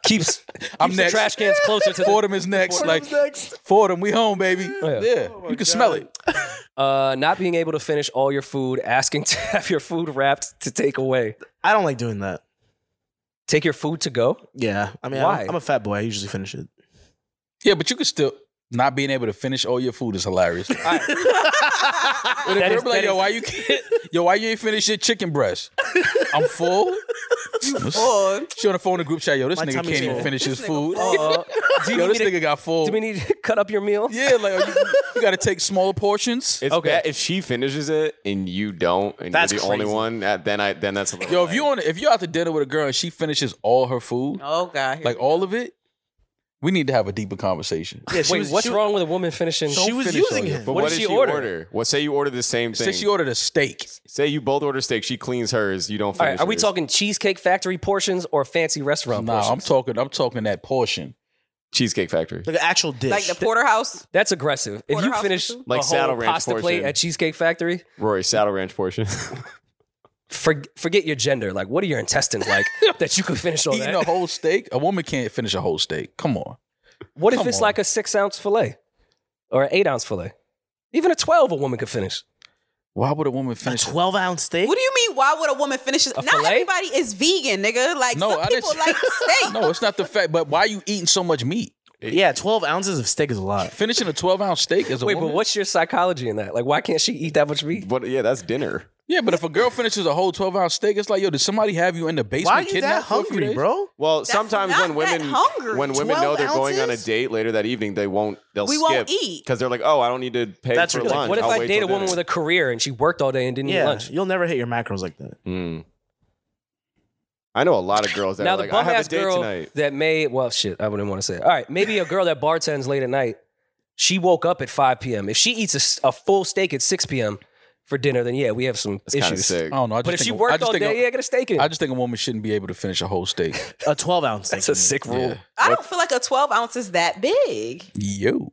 Speaker 4: keeps, keeps
Speaker 2: I'm
Speaker 4: the
Speaker 2: next.
Speaker 4: trash cans closer to the,
Speaker 2: Fordham is next. like Fordham, we home, baby. Yeah, you can smell it.
Speaker 4: uh, not being able to finish all your food, asking to have your food wrapped to take away.
Speaker 1: I don't like doing that.
Speaker 4: Take your food to go.
Speaker 1: Yeah, I mean,
Speaker 4: Why?
Speaker 1: I'm, I'm a fat boy. I usually finish it.
Speaker 2: Yeah, but you can still not being able to finish all your food is hilarious. But if
Speaker 4: That
Speaker 2: you're
Speaker 4: is-
Speaker 2: like,
Speaker 4: that
Speaker 2: yo,
Speaker 4: is-
Speaker 2: why you can't, yo, why you ain't finish your chicken breast? I'm full.
Speaker 3: Oh,
Speaker 2: She on the phone in the group chat, yo, this
Speaker 1: My
Speaker 2: nigga
Speaker 1: tummy's
Speaker 2: can't even
Speaker 1: full.
Speaker 2: finish his food.
Speaker 4: Uh, do you
Speaker 2: yo,
Speaker 4: need
Speaker 2: this
Speaker 4: me
Speaker 2: nigga
Speaker 4: to,
Speaker 2: got full.
Speaker 4: do we need to cut up your meal?
Speaker 2: yeah, like oh, you, you got to take smaller portions.
Speaker 7: It's
Speaker 4: Okay.
Speaker 7: okay. If she finishes it and you don't, and
Speaker 1: That's
Speaker 7: you're the only
Speaker 1: crazy.
Speaker 7: one, uh, then I then that's a little
Speaker 2: Yo, if
Speaker 7: like-
Speaker 2: you on, if you out to dinner with a girl and she finishes all her food,
Speaker 3: oh God.
Speaker 2: like all of it, we need to have a deeper conversation.
Speaker 1: Yeah, she
Speaker 4: Wait,
Speaker 1: was,
Speaker 4: what's
Speaker 1: she,
Speaker 4: wrong with a woman finishing?
Speaker 1: She was
Speaker 2: finish all
Speaker 1: using
Speaker 2: your
Speaker 1: him.
Speaker 7: But
Speaker 4: What
Speaker 7: what,
Speaker 4: did
Speaker 7: did
Speaker 4: she
Speaker 7: she
Speaker 4: order?
Speaker 7: order? Well, say you order the same thing.
Speaker 2: Since you ordered a steak,
Speaker 7: say you both order steak. She cleans hers. You don't.
Speaker 4: all
Speaker 7: Finish
Speaker 4: right, are we
Speaker 7: hers.
Speaker 4: talking Cheesecake Factory portions or fancy restaurant
Speaker 2: nah, I'm
Speaker 4: portions?
Speaker 2: talking, I'm talking that portion.
Speaker 7: Cheesecake Factory?
Speaker 1: Like an actual dish.
Speaker 3: Like the porterhouse.
Speaker 4: That's aggressive. If you
Speaker 3: Porterhouse
Speaker 4: finish
Speaker 3: with food?
Speaker 7: Like
Speaker 4: a whole
Speaker 7: Saddle Ranch
Speaker 4: pasta plate
Speaker 7: portion.
Speaker 4: at Cheesecake Factory,
Speaker 7: Rory Saddle Ranch portion.
Speaker 4: for, forget your gender. Like, what are your intestines like that you could finish all
Speaker 2: Eating
Speaker 4: that?
Speaker 2: a whole steak, a woman can't finish a whole steak. Come on,
Speaker 4: What if
Speaker 2: Come
Speaker 4: it's
Speaker 2: on.
Speaker 4: like a six ounce fillet or an eight ounce fillet? Even a 12 a woman could finish.
Speaker 2: Why would a woman finish?
Speaker 1: A 12 ounce steak?
Speaker 3: What do you mean? Why would a woman finish? Not
Speaker 4: fillet?
Speaker 3: everybody is vegan, nigga. Like
Speaker 2: No,
Speaker 3: some
Speaker 2: I
Speaker 3: people
Speaker 2: didn't-
Speaker 3: like steak.
Speaker 2: No, it's not the fact. But why are you eating so much meat?
Speaker 1: yeah, 12 ounces of steak is a lot.
Speaker 2: Finishing a twelve ounce steak is a
Speaker 4: Wait,
Speaker 2: woman.
Speaker 4: but what's your psychology in that? Like, why can't she eat that much meat?
Speaker 7: But yeah, that's dinner.
Speaker 2: Yeah, but if a girl finishes a whole twelve ounce steak, it's like, yo, did somebody have you in the basement?
Speaker 1: Why are you that
Speaker 2: kidnapped for a few
Speaker 1: hungry,
Speaker 2: days?
Speaker 1: bro?
Speaker 7: Well,
Speaker 3: That's
Speaker 7: sometimes
Speaker 3: not
Speaker 7: when
Speaker 3: that
Speaker 7: women
Speaker 3: hungry.
Speaker 7: when women know
Speaker 1: 12
Speaker 7: they're going on a
Speaker 1: ounces?
Speaker 7: date later that evening, they won't. They'll
Speaker 3: We
Speaker 7: skip
Speaker 3: won't eat.
Speaker 7: because they're like, "Oh, I don't need to pay
Speaker 1: That's
Speaker 7: for
Speaker 1: ridiculous.
Speaker 7: lunch."
Speaker 4: What if
Speaker 7: I'll
Speaker 4: I
Speaker 7: wait
Speaker 4: date
Speaker 7: till
Speaker 4: a woman with
Speaker 7: dinner."
Speaker 4: a career and she worked all day and didn't eat
Speaker 1: Yeah,
Speaker 4: lunch?
Speaker 1: you'll never hit your macros like that.
Speaker 7: Mm. I know a lot of girls that
Speaker 4: now
Speaker 7: are
Speaker 4: the
Speaker 7: like, "I
Speaker 4: bum
Speaker 7: have
Speaker 4: ass
Speaker 7: a date
Speaker 4: girl
Speaker 7: tonight."
Speaker 4: that may well shit, I wouldn't want to say. It. All right, maybe a girl that bartends late at night. She woke up at 5 p.m. If she eats a s- a, full steak at 6 p.m. for dinner, then yeah, we have some
Speaker 7: That's kind of
Speaker 4: issues. Oh.
Speaker 2: I
Speaker 7: sick.
Speaker 2: don't know. I just
Speaker 4: But if
Speaker 2: think
Speaker 4: she
Speaker 2: a- I
Speaker 4: worked
Speaker 2: just
Speaker 4: all
Speaker 2: think a-
Speaker 4: day, yeah, get a steak in.
Speaker 2: I just think a woman shouldn't be able to finish a whole steak.
Speaker 1: A 12 ounce steak.
Speaker 4: That's a sick rule.
Speaker 2: Yeah.
Speaker 3: I don't feel like a 12 ounce is that big.
Speaker 2: Yo.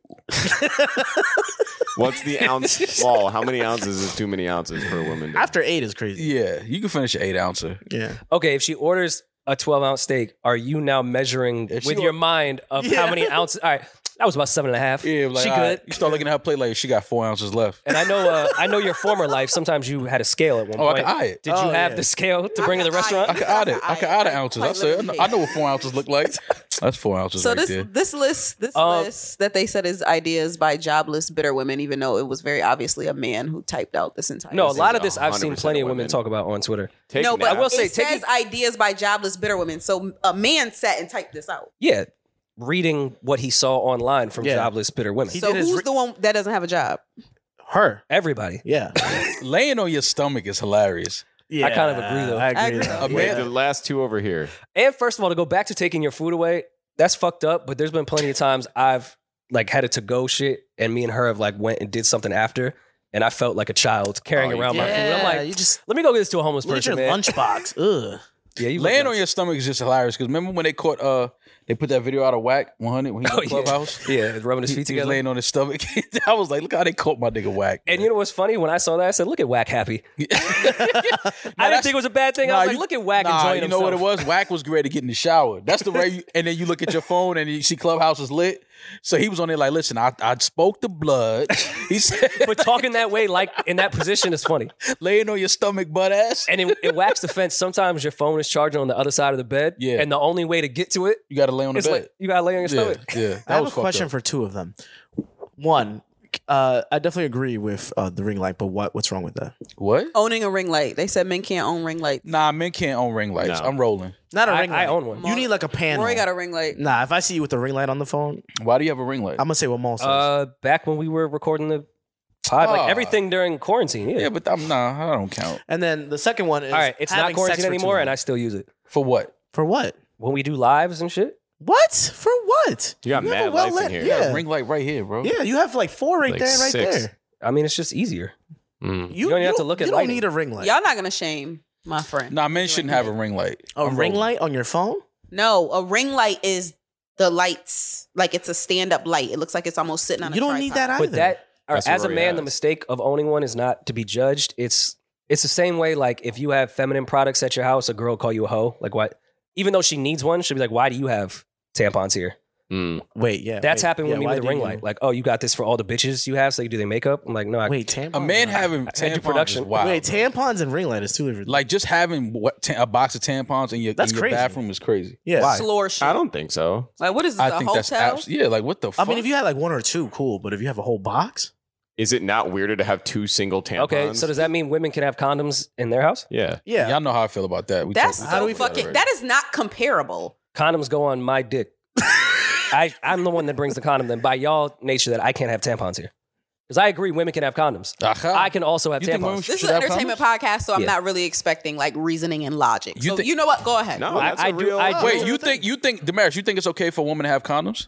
Speaker 7: What's the ounce? Well, how many ounces is too many ounces for a woman? to-
Speaker 1: After eight is crazy.
Speaker 2: Yeah, you can finish an eight ouncer.
Speaker 1: Yeah.
Speaker 4: Okay, if she orders a 12 ounce steak, are you now measuring
Speaker 2: If she
Speaker 4: with
Speaker 2: or-
Speaker 4: your mind of how many ounces? All right, that was about seven and a half.
Speaker 2: Yeah, like
Speaker 4: she
Speaker 2: all right.
Speaker 4: good.
Speaker 2: You start looking at her plate like she got four ounces left.
Speaker 4: And I know, uh, I know your former life. Sometimes you had a scale at one
Speaker 2: Oh, I
Speaker 4: point.
Speaker 2: can eye it.
Speaker 4: Did you
Speaker 1: Oh,
Speaker 4: have
Speaker 1: yeah.
Speaker 4: the scale to
Speaker 3: I
Speaker 4: bring to
Speaker 3: can
Speaker 4: the restaurant?
Speaker 2: I
Speaker 3: eye
Speaker 2: can add it.
Speaker 3: Like,
Speaker 2: I can add an
Speaker 3: like,
Speaker 2: ounces.
Speaker 3: like,
Speaker 2: I said, I
Speaker 3: let
Speaker 2: know,
Speaker 3: me
Speaker 2: I know what four ounces look like. That's four ounces
Speaker 3: So
Speaker 2: right
Speaker 3: this
Speaker 2: there.
Speaker 3: this list this
Speaker 4: Um,
Speaker 3: list that they said is ideas by jobless bitter women, even though it was very obviously a man who typed out this entire.
Speaker 4: No, a
Speaker 3: list.
Speaker 4: lot of this I've seen
Speaker 7: 100%
Speaker 4: plenty of women
Speaker 7: women.
Speaker 4: talk about on Twitter.
Speaker 7: Take
Speaker 3: no, but
Speaker 7: naps.
Speaker 4: I will say,
Speaker 3: it
Speaker 4: take
Speaker 3: says
Speaker 4: it-
Speaker 3: ideas by jobless bitter women. So a man sat and typed this out.
Speaker 4: Yeah, reading what he saw online from
Speaker 1: Yeah.
Speaker 4: jobless, bitter women.
Speaker 1: He
Speaker 3: so
Speaker 1: did his
Speaker 3: who's
Speaker 1: re-
Speaker 3: the one that doesn't have a job?
Speaker 1: Her.
Speaker 4: Everybody.
Speaker 1: Yeah.
Speaker 2: Laying on your stomach is hilarious.
Speaker 1: yeah.
Speaker 4: kind of agree, though.
Speaker 1: I agree.
Speaker 3: I agree,
Speaker 1: though.
Speaker 3: though.
Speaker 7: Wait,
Speaker 2: Yeah.
Speaker 7: the last two over here.
Speaker 4: And first of all, to go back to taking your food away, that's fucked up. But there's been plenty of times I've like had a to go shit, and me and her have like went and did something after, and I felt like a child carrying
Speaker 7: Oh, you
Speaker 4: around my
Speaker 1: Yeah,
Speaker 4: food. I'm like,
Speaker 1: you just
Speaker 4: let me go get this to a homeless
Speaker 1: look at
Speaker 4: person.
Speaker 1: your
Speaker 4: man.
Speaker 1: lunchbox. Ugh.
Speaker 4: Yeah, you look
Speaker 2: Laying on
Speaker 4: nuts.
Speaker 2: your stomach is just hilarious because remember when they caught uh they put that video out of whack 100 when he was
Speaker 4: Oh,
Speaker 2: in
Speaker 4: yeah.
Speaker 2: the clubhouse.
Speaker 4: yeah, rubbing his
Speaker 2: He-
Speaker 4: feet
Speaker 2: he was
Speaker 4: together.
Speaker 2: laying on his stomach. I was like, look how they caught my nigga whack.
Speaker 4: And you know what's funny? When I saw that, I said, "Look at Whack happy." I didn't
Speaker 2: that's-
Speaker 4: think it was a bad thing. I was like,
Speaker 2: you-
Speaker 4: "Look at Whack
Speaker 2: nah,
Speaker 4: enjoying
Speaker 2: You know what it
Speaker 4: himself."
Speaker 2: was? Whack was ready to get in the shower. That's the way. You, and then you look at your phone and you see Clubhouse is lit. So he was on there like, listen, I, I spoke the blood. He said,
Speaker 4: But talking that way, like in that position, is funny.
Speaker 2: laying on your stomach, butt ass.
Speaker 4: And it, it whacks the fence. Sometimes your phone is charging on the other side of the bed.
Speaker 2: Yeah.
Speaker 4: And the only way to get to it
Speaker 2: You got to lay on the
Speaker 4: is
Speaker 2: bed.
Speaker 4: like you gotta lay on your stomach.
Speaker 2: yeah, yeah. That
Speaker 1: I have
Speaker 2: was
Speaker 1: a question for two of them. One, uh, I definitely agree with uh, the ring light, but what what's wrong with that?
Speaker 2: what?
Speaker 3: Owning a ring light. They said men can't own ring lights.
Speaker 2: Nah, men can't own ring lights.
Speaker 7: No.
Speaker 2: I'm rolling.
Speaker 1: Not a
Speaker 4: I-
Speaker 1: ring
Speaker 4: I
Speaker 1: light.
Speaker 4: own one.
Speaker 1: You need like a panel.
Speaker 3: Roy got a ring light.
Speaker 1: nah, if I see you with a ring light on the phone,
Speaker 2: Why do you have a ring light?
Speaker 1: I'm gonna say what Maul says.
Speaker 4: Uh, back when we were recording the pod,
Speaker 2: Ah.
Speaker 4: like everything during quarantine. Yeah.
Speaker 2: yeah, but I'm nah. I don't count
Speaker 1: and then the second one is
Speaker 4: All right, it's not
Speaker 1: having sex
Speaker 4: quarantine
Speaker 1: for too
Speaker 4: anymore,
Speaker 1: long.
Speaker 4: and I still use it
Speaker 2: for what?
Speaker 1: for what?
Speaker 4: when we do lives and shit.
Speaker 1: What for what?
Speaker 7: You got
Speaker 1: have
Speaker 7: mad
Speaker 1: a well
Speaker 7: lights in
Speaker 1: lit-
Speaker 7: here.
Speaker 1: Yeah,
Speaker 2: Ring light right here, bro.
Speaker 1: yeah, you have like four right
Speaker 7: Like
Speaker 1: there, and right
Speaker 7: six.
Speaker 1: there.
Speaker 4: I mean, it's just easier.
Speaker 7: Mm.
Speaker 1: You,
Speaker 4: don't even have to look at
Speaker 1: You don't
Speaker 4: lighting.
Speaker 1: need a ring light.
Speaker 3: Y'all not gonna shame my friend.
Speaker 2: Nah, men shouldn't have a ring light.
Speaker 1: a
Speaker 2: I'm
Speaker 1: ring
Speaker 2: rolling.
Speaker 1: light on your phone?
Speaker 3: No, a ring light is the lights. Like it's a stand up light. It looks like it's almost sitting on. a
Speaker 1: You don't need
Speaker 3: tripod.
Speaker 1: that either.
Speaker 4: But that, or
Speaker 7: That's what
Speaker 4: as a
Speaker 7: Rory
Speaker 4: man, the
Speaker 7: has.
Speaker 4: mistake of owning one is not to be judged. It's it's the same way like if you have feminine products at your house, a girl will call you a hoe. Like why? Even though she needs one, she'll be like, "Why do you have tampons here?"
Speaker 7: Mm.
Speaker 1: wait, yeah,
Speaker 4: That's
Speaker 1: wait,
Speaker 4: happened
Speaker 1: yeah,
Speaker 4: with me
Speaker 1: why
Speaker 4: with the
Speaker 1: do
Speaker 4: ring
Speaker 1: you-
Speaker 4: light. Like, oh, you got this for all the bitches you have, so you do their makeup. I'm like, no, I,
Speaker 1: Wait, tampons.
Speaker 2: A man
Speaker 1: are-
Speaker 2: having
Speaker 4: I do
Speaker 2: tampons
Speaker 4: production.
Speaker 2: production. Is wild,
Speaker 1: Oh, wait,
Speaker 2: bro.
Speaker 1: tampons and ring light is two different.
Speaker 2: Like just having what, ta- a box of tampons in your,
Speaker 1: That's
Speaker 2: in your
Speaker 1: crazy.
Speaker 2: bathroom is crazy.
Speaker 1: yeah,
Speaker 3: Floor shit.
Speaker 7: I don't think so.
Speaker 3: Like what is this? a
Speaker 2: I think that's
Speaker 3: hotel?
Speaker 2: abs- yeah. Like what the?
Speaker 1: I
Speaker 2: fuck?
Speaker 1: mean, if you had like one or two, cool. But if you have a whole box,
Speaker 7: Is it not weirder to have two single tampons?
Speaker 4: okay, so does that mean women can have condoms in their house?
Speaker 7: yeah.
Speaker 1: yeah,
Speaker 2: y'all know how I feel about that. We
Speaker 3: That's
Speaker 2: talked
Speaker 1: How do
Speaker 3: so
Speaker 1: we-
Speaker 2: about
Speaker 3: fucking.
Speaker 2: already.
Speaker 3: That is not comparable.
Speaker 4: Condoms go on my dick. I, I'm the one that brings the condom. Then by y'all nature that I can't have tampons here, because I agree women can have condoms.
Speaker 2: Aha.
Speaker 4: I can also have
Speaker 2: Oh, You think women
Speaker 4: tampons.
Speaker 2: should-
Speaker 3: This
Speaker 2: Should
Speaker 3: is
Speaker 2: I
Speaker 3: an
Speaker 2: have
Speaker 3: entertainment podcast, so I'm not really expecting like reasoning and logic.
Speaker 2: You
Speaker 3: so
Speaker 2: think-
Speaker 3: you know what? Go ahead.
Speaker 7: No,
Speaker 4: I-
Speaker 7: that's a
Speaker 4: I do-
Speaker 7: real.
Speaker 4: I do-
Speaker 2: Wait, you think you think Damaris, you think it's okay for a woman to have condoms?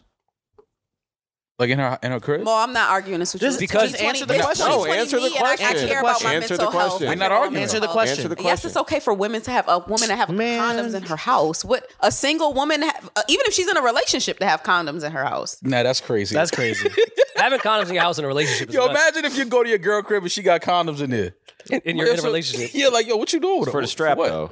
Speaker 2: Like in her in her crib?
Speaker 3: Mo, I'm not arguing this with you.
Speaker 1: Just-
Speaker 4: because
Speaker 3: It's 2020
Speaker 1: answer the
Speaker 3: it's
Speaker 1: question.
Speaker 2: Oh,
Speaker 3: 2020
Speaker 7: No, answer the
Speaker 3: me, and I-
Speaker 7: question.
Speaker 3: I care about my
Speaker 7: Answer the
Speaker 3: mental health. I
Speaker 7: question.
Speaker 2: We're
Speaker 3: care
Speaker 2: not
Speaker 3: about
Speaker 2: arguing.
Speaker 3: my
Speaker 1: Answer the
Speaker 3: mental
Speaker 1: question.
Speaker 7: Answer the question.
Speaker 3: Yes, it's okay for women to have a woman to have
Speaker 1: Man.
Speaker 3: condoms in her house. What a single woman, ha- uh, even if she's in a relationship, to have condoms in her house.
Speaker 2: Nah, that's crazy.
Speaker 1: that's crazy.
Speaker 4: Having condoms in your house in a relationship. Is
Speaker 2: yo,
Speaker 4: nuts.
Speaker 2: imagine if you go to your girl crib and she got condoms in there.
Speaker 4: in, in your
Speaker 2: Yo,
Speaker 4: in a
Speaker 2: so-
Speaker 4: relationship.
Speaker 2: Yeah, like yo, what you doing with
Speaker 7: for
Speaker 2: them?
Speaker 7: the strap
Speaker 2: what?
Speaker 7: though.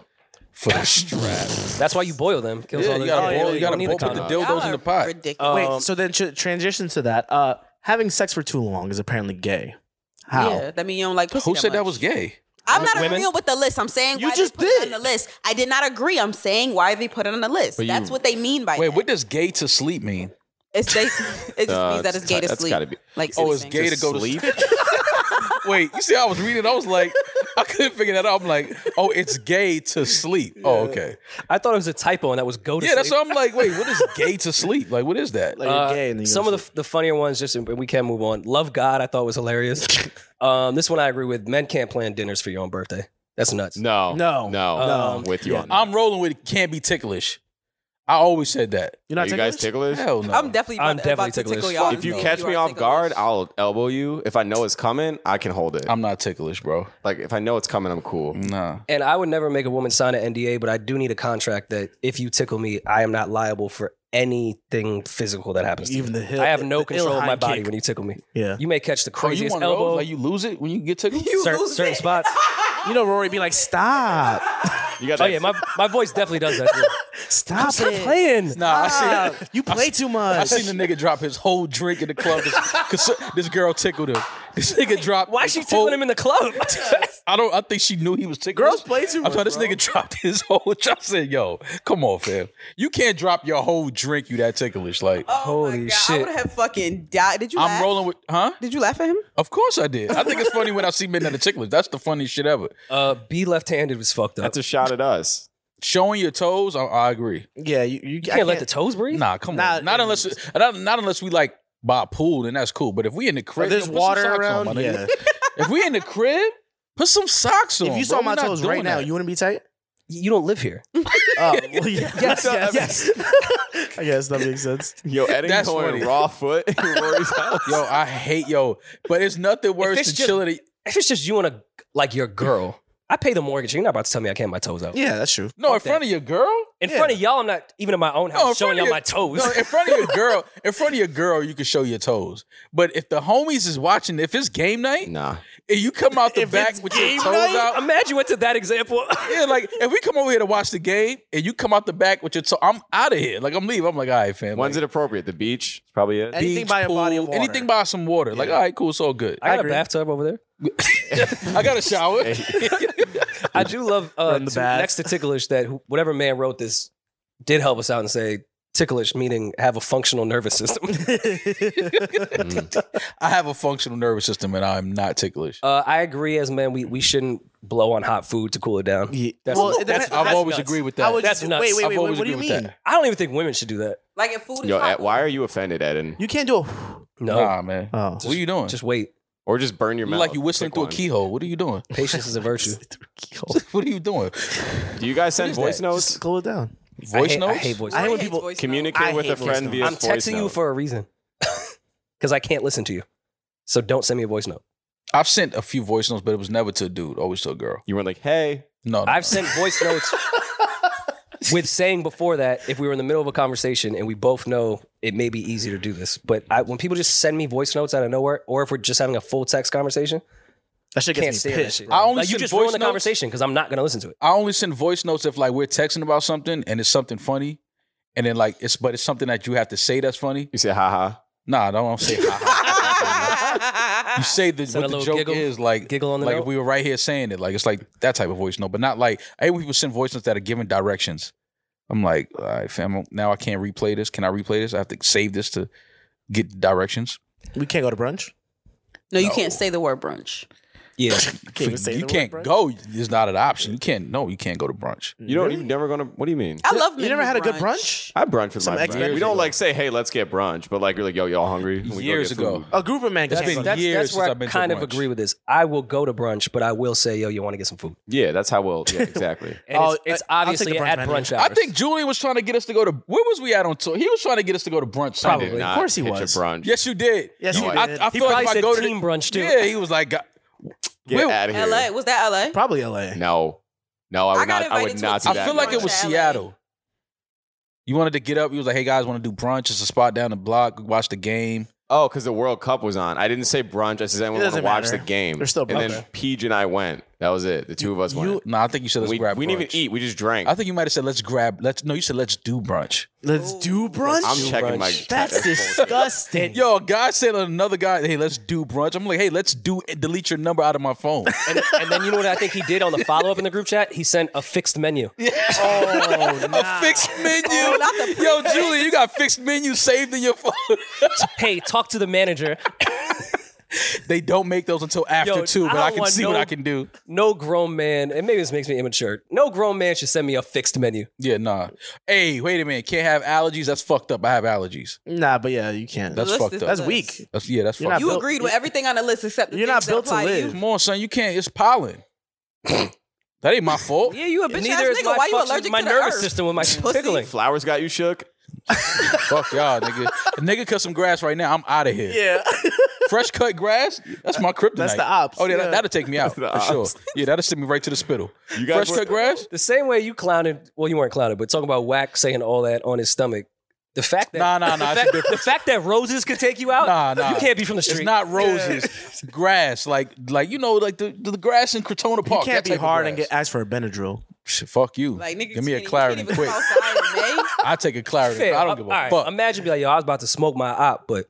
Speaker 2: for the strap.
Speaker 4: That's why you boil them. Kills
Speaker 2: Yeah,
Speaker 4: all
Speaker 2: you
Speaker 4: the- Oh,
Speaker 2: gotta
Speaker 4: yeah,
Speaker 2: boil- you
Speaker 4: don't
Speaker 2: gotta
Speaker 4: need
Speaker 2: boil- put
Speaker 4: condom.
Speaker 2: the dildos Y'all in the are pot.
Speaker 3: Ridiculous.
Speaker 1: Wait, so then tr- transition to that. Uh, having sex for too long is apparently gay.
Speaker 2: Oh,
Speaker 1: How?
Speaker 3: Yeah, that mean you don't like pussy.
Speaker 2: Who said that
Speaker 3: much.
Speaker 2: was gay?
Speaker 3: I'm not
Speaker 4: Women?
Speaker 3: agreeing with the list. I'm saying
Speaker 1: You
Speaker 3: why
Speaker 1: just
Speaker 3: they put it
Speaker 1: did.
Speaker 3: on the list. I did not agree. I'm saying why they put it on the list.
Speaker 7: But you-
Speaker 3: That's what they mean by
Speaker 2: Wait,
Speaker 3: that.
Speaker 2: what does gay to sleep mean?
Speaker 3: It's they. It just means that it's gay to sleep.
Speaker 7: gotta be.
Speaker 3: Like
Speaker 2: Oh, it's
Speaker 3: sleeping.
Speaker 2: gay to go to sleep. Wait, you see, I was reading, I was like, I couldn't figure that out. I'm like, oh, it's gay to sleep. Oh, okay.
Speaker 4: I thought it was a typo and that was go to
Speaker 2: Yeah,
Speaker 4: sleep.
Speaker 2: that's what I'm like. Wait, what is gay to sleep? Like, what is that?
Speaker 1: Like
Speaker 4: Uh,
Speaker 1: you're gay and then you
Speaker 4: some of the, the funnier ones just and we can move on love god i thought was hilarious um, this one i agree with men can't plan dinners for your own birthday that's nuts
Speaker 7: No,
Speaker 1: No.
Speaker 7: no,
Speaker 4: No.
Speaker 7: With you
Speaker 1: Yeah.
Speaker 7: on that.
Speaker 2: I'm rolling with it can't be ticklish. I always said that.
Speaker 1: you're
Speaker 7: Are
Speaker 1: not
Speaker 7: you guys
Speaker 1: ticklish?
Speaker 7: ticklish?
Speaker 2: Hell no.
Speaker 3: I'm definitely. About,
Speaker 4: I'm definitely
Speaker 3: about to
Speaker 4: ticklish.
Speaker 3: tickle y'all.
Speaker 4: Fuck
Speaker 7: If you
Speaker 4: No.
Speaker 7: catch
Speaker 3: are
Speaker 7: me off
Speaker 3: ticklish.
Speaker 7: guard, I'll elbow you. If I know it's coming, I can hold it.
Speaker 2: I'm not ticklish, bro.
Speaker 7: like if I know it's coming, I'm cool.
Speaker 2: Nah.
Speaker 4: and i would never make a woman sign an nda but i do need a contract that if you tickle me i am not liable for anything physical that happens to
Speaker 1: Even
Speaker 4: me.
Speaker 1: the hill-
Speaker 4: i have no
Speaker 1: the
Speaker 4: control
Speaker 1: ill
Speaker 4: of my
Speaker 1: high
Speaker 4: body
Speaker 1: kick.
Speaker 4: when you tickle me
Speaker 1: Yeah.
Speaker 4: you may catch the
Speaker 2: Oh, you
Speaker 4: craziest
Speaker 2: want elbow?
Speaker 4: elbow
Speaker 2: Like you lose it when you get tickled?
Speaker 4: cer- certain spots
Speaker 1: You know, Rory be like, stop,
Speaker 7: You got
Speaker 4: oh
Speaker 7: that?
Speaker 4: yeah my, my voice definitely does that too.
Speaker 1: stop,
Speaker 4: stop
Speaker 1: it.
Speaker 4: playing
Speaker 2: Nah, I see
Speaker 1: Stop. You play too much.
Speaker 2: I seen the nigga drop his whole drink in the club because this girl tickled him. This nigga dropped.
Speaker 4: why is she tickling him in the club
Speaker 2: I don't. I think she knew he was tickling.
Speaker 1: Girls play too
Speaker 2: I thought
Speaker 1: much,
Speaker 2: this
Speaker 1: bro.
Speaker 2: nigga dropped his whole. I said, "Yo, come on, fam. You can't drop your whole drink. You that ticklish? Like
Speaker 3: Oh my
Speaker 4: Holy
Speaker 3: God, I
Speaker 4: shit.
Speaker 3: would have fucking died. Did you?
Speaker 2: I'm
Speaker 3: laugh?
Speaker 2: rolling with, huh?
Speaker 3: Did you laugh at him?
Speaker 2: Of course I did. I think it's funny when I see men that are ticklish. That's the funniest shit ever.
Speaker 4: uh, be left-handed was fucked up
Speaker 7: That's a shot at us.
Speaker 2: Showing your toes, I, I agree.
Speaker 1: yeah, you, you,
Speaker 4: you can't let the toes breathe
Speaker 2: Nah, come
Speaker 1: Nah,
Speaker 2: on. Not unless not, not unless we like by a pool, then that's cool. But if we in the crib,
Speaker 1: there's
Speaker 2: yo, put some
Speaker 1: water
Speaker 2: socks
Speaker 1: around.
Speaker 2: On, my
Speaker 1: yeah.
Speaker 2: nigga. If we in the crib, put some socks on.
Speaker 1: if you
Speaker 2: bro.
Speaker 1: saw
Speaker 2: We
Speaker 1: my
Speaker 2: not
Speaker 1: toes
Speaker 2: doing
Speaker 1: right now,
Speaker 2: that.
Speaker 1: you wouldn't be tight.
Speaker 4: you don't live here
Speaker 1: Oh, well, yeah. yes,
Speaker 7: No,
Speaker 1: yes, yes. I guess that makes sense.
Speaker 7: Yo, Eddie
Speaker 2: That's
Speaker 7: going
Speaker 2: funny.
Speaker 7: raw foot in Rory's house.
Speaker 2: Yo, I hate yo, but it's nothing worse
Speaker 4: it's
Speaker 2: than
Speaker 4: just-
Speaker 2: chilling. at-
Speaker 4: if it's just you and a like your girl, I pay the mortgage. You're not about to tell me I can't have my toes out.
Speaker 1: Yeah, that's true.
Speaker 2: No, in
Speaker 4: that.
Speaker 2: front of your girl.
Speaker 4: In front of y'all, I'm not even in my own house
Speaker 2: in
Speaker 4: showing
Speaker 2: front of
Speaker 4: y'all
Speaker 2: your-
Speaker 4: my toes.
Speaker 2: No, in front of your girl, in front of your girl, you can show your toes. But if the homies is watching, if it's game night,
Speaker 7: Nah.
Speaker 2: and you come out the
Speaker 1: If
Speaker 2: back
Speaker 1: it's
Speaker 2: with your
Speaker 1: game
Speaker 2: toes
Speaker 1: night,
Speaker 2: out,
Speaker 4: Imagine you went to that example.
Speaker 2: yeah, like if we come over here to watch the game and you come out the back with your toe, I'm out of here. Like I'm leaving. I'm like, all right, fam.
Speaker 7: When's
Speaker 2: like,
Speaker 7: it appropriate? The beach? It's probably it.
Speaker 1: Anything
Speaker 2: beach,
Speaker 1: by a body of
Speaker 2: pool,
Speaker 1: water.
Speaker 2: Anything by some water. Like, all right, cool, it's all good.
Speaker 4: I got a
Speaker 1: agree.
Speaker 4: bathtub over there.
Speaker 2: I got a shower.
Speaker 4: I do love uh,
Speaker 1: Run the
Speaker 4: to-
Speaker 1: bath.
Speaker 4: next to ticklish that wh- whatever man wrote this did help us out and say ticklish meaning have a functional nervous system.
Speaker 2: I have a functional nervous system and I'm not ticklish.
Speaker 4: uh, I agree. As men, we we shouldn't blow on hot food to cool it down.
Speaker 1: Yeah.
Speaker 4: That's-
Speaker 1: Well, it
Speaker 4: that's-
Speaker 1: depends-
Speaker 2: I've
Speaker 1: that's
Speaker 2: always
Speaker 1: nuts.
Speaker 2: agreed with
Speaker 1: I
Speaker 2: that.
Speaker 1: would
Speaker 4: That's
Speaker 1: just-
Speaker 4: nuts.
Speaker 1: Wait, wait,
Speaker 2: I've
Speaker 1: wait.
Speaker 2: always
Speaker 1: What do you
Speaker 2: agreed
Speaker 1: mean?
Speaker 2: with that.
Speaker 4: I don't even think women should do that.
Speaker 10: Like if food is
Speaker 7: Yo,
Speaker 10: hot,
Speaker 7: Ed, why are you offended, Eden?
Speaker 1: You can't do a.
Speaker 4: No,
Speaker 2: Nah, man.
Speaker 1: Oh.
Speaker 2: what are you doing?
Speaker 4: just wait.
Speaker 7: Or just burn your
Speaker 2: you
Speaker 7: mouth.
Speaker 2: like you whistling
Speaker 7: Pick
Speaker 2: through
Speaker 7: one.
Speaker 2: a keyhole. What are you doing?
Speaker 4: Patience is a virtue.
Speaker 2: what are you doing?
Speaker 7: Do you guys send
Speaker 2: is that?
Speaker 7: voice notes?
Speaker 1: Just cool it down.
Speaker 2: Voice
Speaker 4: I hate-
Speaker 2: notes.
Speaker 4: I hate voice.
Speaker 1: I hate
Speaker 10: Rory
Speaker 1: when
Speaker 10: hates
Speaker 1: people
Speaker 10: voice notes.
Speaker 7: Communicate
Speaker 1: I
Speaker 7: with
Speaker 1: hate
Speaker 7: a friend
Speaker 1: voice
Speaker 7: via
Speaker 4: I'm
Speaker 7: voice
Speaker 4: texting you
Speaker 7: note.
Speaker 4: for a reason because I can't listen to you. So don't send me a voice note.
Speaker 2: I've sent a few voice notes, but it was never to a dude, always to a girl.
Speaker 7: You weren't like, hey,
Speaker 2: No, no
Speaker 4: I've
Speaker 2: no.
Speaker 4: sent voice notes with saying before that if we were in the middle of a conversation and we both know it may be easy to do this, but I, when people just send me voice notes out of nowhere, or if we're just having a full text conversation,
Speaker 1: That shit
Speaker 4: can't
Speaker 1: gets me
Speaker 4: stand that
Speaker 1: pissed.
Speaker 4: shit.
Speaker 2: I only
Speaker 4: like, you
Speaker 2: send
Speaker 4: just
Speaker 2: voice
Speaker 4: ruin the
Speaker 2: notes-
Speaker 4: conversation because I'm not going to listen to it.
Speaker 2: I only send voice notes if like we're texting about something and it's something funny, and then like it's but it's something that you have to say that's funny.
Speaker 7: you say haha.
Speaker 2: Nah, I don't say. ha, ha. you say the,
Speaker 4: Send a
Speaker 2: what the
Speaker 4: little
Speaker 2: joke
Speaker 4: giggle-
Speaker 2: is like.
Speaker 4: giggle on the
Speaker 2: like
Speaker 4: note.
Speaker 2: if we were right here saying it, like it's like that type of voice note, but not like I hate when people send voice notes that are giving directions. I'm like, all right, fam, now I can't replay this. Can I replay this? I have to save this to get directions.
Speaker 1: We can't go to brunch.
Speaker 3: No, you can't say the word brunch.
Speaker 4: Yeah,
Speaker 1: Can't even say
Speaker 2: you
Speaker 1: the word
Speaker 2: can't
Speaker 1: brunch.
Speaker 2: go. It's not an option. You can't. No, you can't go to brunch.
Speaker 7: You don't. You've never gonna. What do you mean?
Speaker 3: I love.
Speaker 1: You
Speaker 3: men
Speaker 1: never
Speaker 3: who
Speaker 1: had a good brunch?
Speaker 3: brunch.
Speaker 7: I brunch with
Speaker 1: Some
Speaker 7: my friends.
Speaker 1: ex-men-
Speaker 7: We don't like say, hey, let's get brunch, but like you're like, yo, y'all hungry? And we go
Speaker 2: Years
Speaker 7: get
Speaker 2: ago.
Speaker 7: food.
Speaker 1: A group of men
Speaker 4: that's,
Speaker 1: can't
Speaker 2: been
Speaker 1: go.
Speaker 4: that's,
Speaker 2: years
Speaker 4: that's where
Speaker 2: since
Speaker 4: I
Speaker 2: I've been to
Speaker 4: kind of
Speaker 2: brunch.
Speaker 4: agree with this. I will go to brunch, but I will say, "Yo, you want to get some food?"
Speaker 7: Yeah, that's how we'll. Yeah, exactly.
Speaker 4: And
Speaker 1: Oh,
Speaker 4: it's, it's
Speaker 1: I- I'll take
Speaker 4: obviously
Speaker 1: the brunch
Speaker 4: at
Speaker 1: menu.
Speaker 4: brunch
Speaker 2: I
Speaker 4: hours.
Speaker 2: think Julian was trying to get us to go to. Where was we at on tour? He was trying to get us to go to brunch. Sunday.
Speaker 4: Probably.
Speaker 7: Not
Speaker 1: Of course he
Speaker 7: hit your
Speaker 1: was.
Speaker 7: Brunch.
Speaker 2: Yes, you did.
Speaker 1: Yes,
Speaker 7: No,
Speaker 1: you
Speaker 7: I-
Speaker 1: did.
Speaker 2: I, I
Speaker 4: He
Speaker 2: feel like
Speaker 4: probably
Speaker 2: if I
Speaker 4: said
Speaker 2: go to
Speaker 4: team brunch, too.
Speaker 2: Yeah, he was like, God-
Speaker 7: Get
Speaker 2: Where-
Speaker 7: out of here.
Speaker 10: LA was that LA?
Speaker 1: Probably L.A.
Speaker 7: No, no, I
Speaker 10: I
Speaker 7: would
Speaker 10: got
Speaker 7: not. I would
Speaker 10: invited to a
Speaker 7: not. do
Speaker 2: I
Speaker 10: team
Speaker 7: that
Speaker 2: feel like it
Speaker 10: brunch
Speaker 2: was
Speaker 10: at LA.
Speaker 2: Seattle. You wanted to get up. He was like, "Hey guys, want to do brunch? It's a spot down the block. Watch the game."
Speaker 7: Oh, because the World Cup was on. I didn't say brunch. I said I want to
Speaker 1: doesn't
Speaker 7: watch
Speaker 1: matter.
Speaker 7: the game.
Speaker 1: They're still
Speaker 7: And then
Speaker 1: brunch.
Speaker 7: Peach and I went. That was it. The two of us
Speaker 2: You,
Speaker 7: went.
Speaker 2: no, I think you said let's
Speaker 7: we,
Speaker 2: grab.
Speaker 7: we didn't even
Speaker 2: brunch.
Speaker 7: eat. We just drank.
Speaker 2: I think you might have said let's grab. Let's no, you said let's do brunch.
Speaker 1: Let's do brunch.
Speaker 7: I'm checking my.
Speaker 1: That's disgusting.
Speaker 2: Yo, a guy said another guy, hey, let's do brunch. I'm like, hey, let's do delete your number out of my phone.
Speaker 4: And, and then you know what I think he did on the follow up in the group chat? He sent a fixed menu.
Speaker 1: oh,
Speaker 2: A fixed menu.
Speaker 3: not the
Speaker 2: Yo, Julie, you got fixed menu saved in your phone.
Speaker 4: hey, talk to the manager.
Speaker 2: they don't make those until after
Speaker 4: Yo,
Speaker 2: two,
Speaker 4: I
Speaker 2: but I,
Speaker 4: don't
Speaker 2: can
Speaker 4: want
Speaker 2: see
Speaker 4: no-
Speaker 2: what I can do.
Speaker 4: No grown man, and maybe this makes me immature. No grown man should send me a fixed menu.
Speaker 2: Yeah, nah. Hey, wait a minute. Can't have allergies. That's fucked up. I have allergies.
Speaker 1: nah, but yeah, you can't.
Speaker 2: That's
Speaker 1: That's,
Speaker 3: list
Speaker 2: fucked
Speaker 3: is
Speaker 2: up.
Speaker 3: nuts.
Speaker 1: weak.
Speaker 2: That's yeah, that's
Speaker 1: You're
Speaker 2: fucked
Speaker 1: not
Speaker 3: You
Speaker 1: built-
Speaker 3: agreed with everything on the list except the
Speaker 1: You're
Speaker 3: things
Speaker 1: not built
Speaker 3: that
Speaker 1: to
Speaker 3: apply
Speaker 2: up.
Speaker 1: live.
Speaker 3: you.
Speaker 2: Come on, son. You can't. It's pollen. that ain't my fault.
Speaker 3: Yeah, you a bitch
Speaker 4: Neither
Speaker 3: ass
Speaker 4: is
Speaker 3: nigga.
Speaker 4: my
Speaker 3: Why you
Speaker 4: fucking-
Speaker 3: allergic
Speaker 4: my
Speaker 3: to the
Speaker 4: nervous
Speaker 3: earth?
Speaker 4: system with my
Speaker 3: Pussy.
Speaker 4: tickling.
Speaker 7: Flowers got you shook.
Speaker 2: Fuck y'all, nigga. A nigga cut some grass right now. I'm out of here.
Speaker 1: Yeah.
Speaker 2: Fresh cut grass. That's my kryptonite.
Speaker 1: the ops.
Speaker 2: Oh yeah,
Speaker 1: Yeah.
Speaker 2: That, that'll take me out for
Speaker 7: The
Speaker 2: sure.
Speaker 7: ops.
Speaker 2: Yeah, that'll send me right to the spittle.
Speaker 7: You guys
Speaker 2: Fresh
Speaker 7: were-
Speaker 2: cut grass.
Speaker 4: The same way you clowned, well, you weren't clowned, but talking about Wack saying all that on his stomach. The fact that
Speaker 2: Nah, nah, nah, it's
Speaker 4: the, fact,
Speaker 2: different.
Speaker 4: the fact that roses could take you out,
Speaker 2: Nah, nah.
Speaker 4: you can't be from the street.
Speaker 2: It's not roses, grass. Like, like you know, like the, the grass in Crotona
Speaker 1: You
Speaker 2: Park.
Speaker 1: can't
Speaker 2: that
Speaker 1: be
Speaker 2: type of
Speaker 1: hard and
Speaker 2: grass.
Speaker 1: get asked for a Benadryl.
Speaker 2: Shit, fuck you.
Speaker 3: Like nigga,
Speaker 2: Give me
Speaker 3: you
Speaker 2: a
Speaker 3: can't-
Speaker 2: Claritin
Speaker 3: you can't
Speaker 2: quick.
Speaker 3: even go outside, man.
Speaker 2: I take a Claritin.
Speaker 4: fair. Uh,
Speaker 2: I don't give a
Speaker 4: All right,
Speaker 2: fuck.
Speaker 4: Imagine be like, yo, I was about to smoke my op, but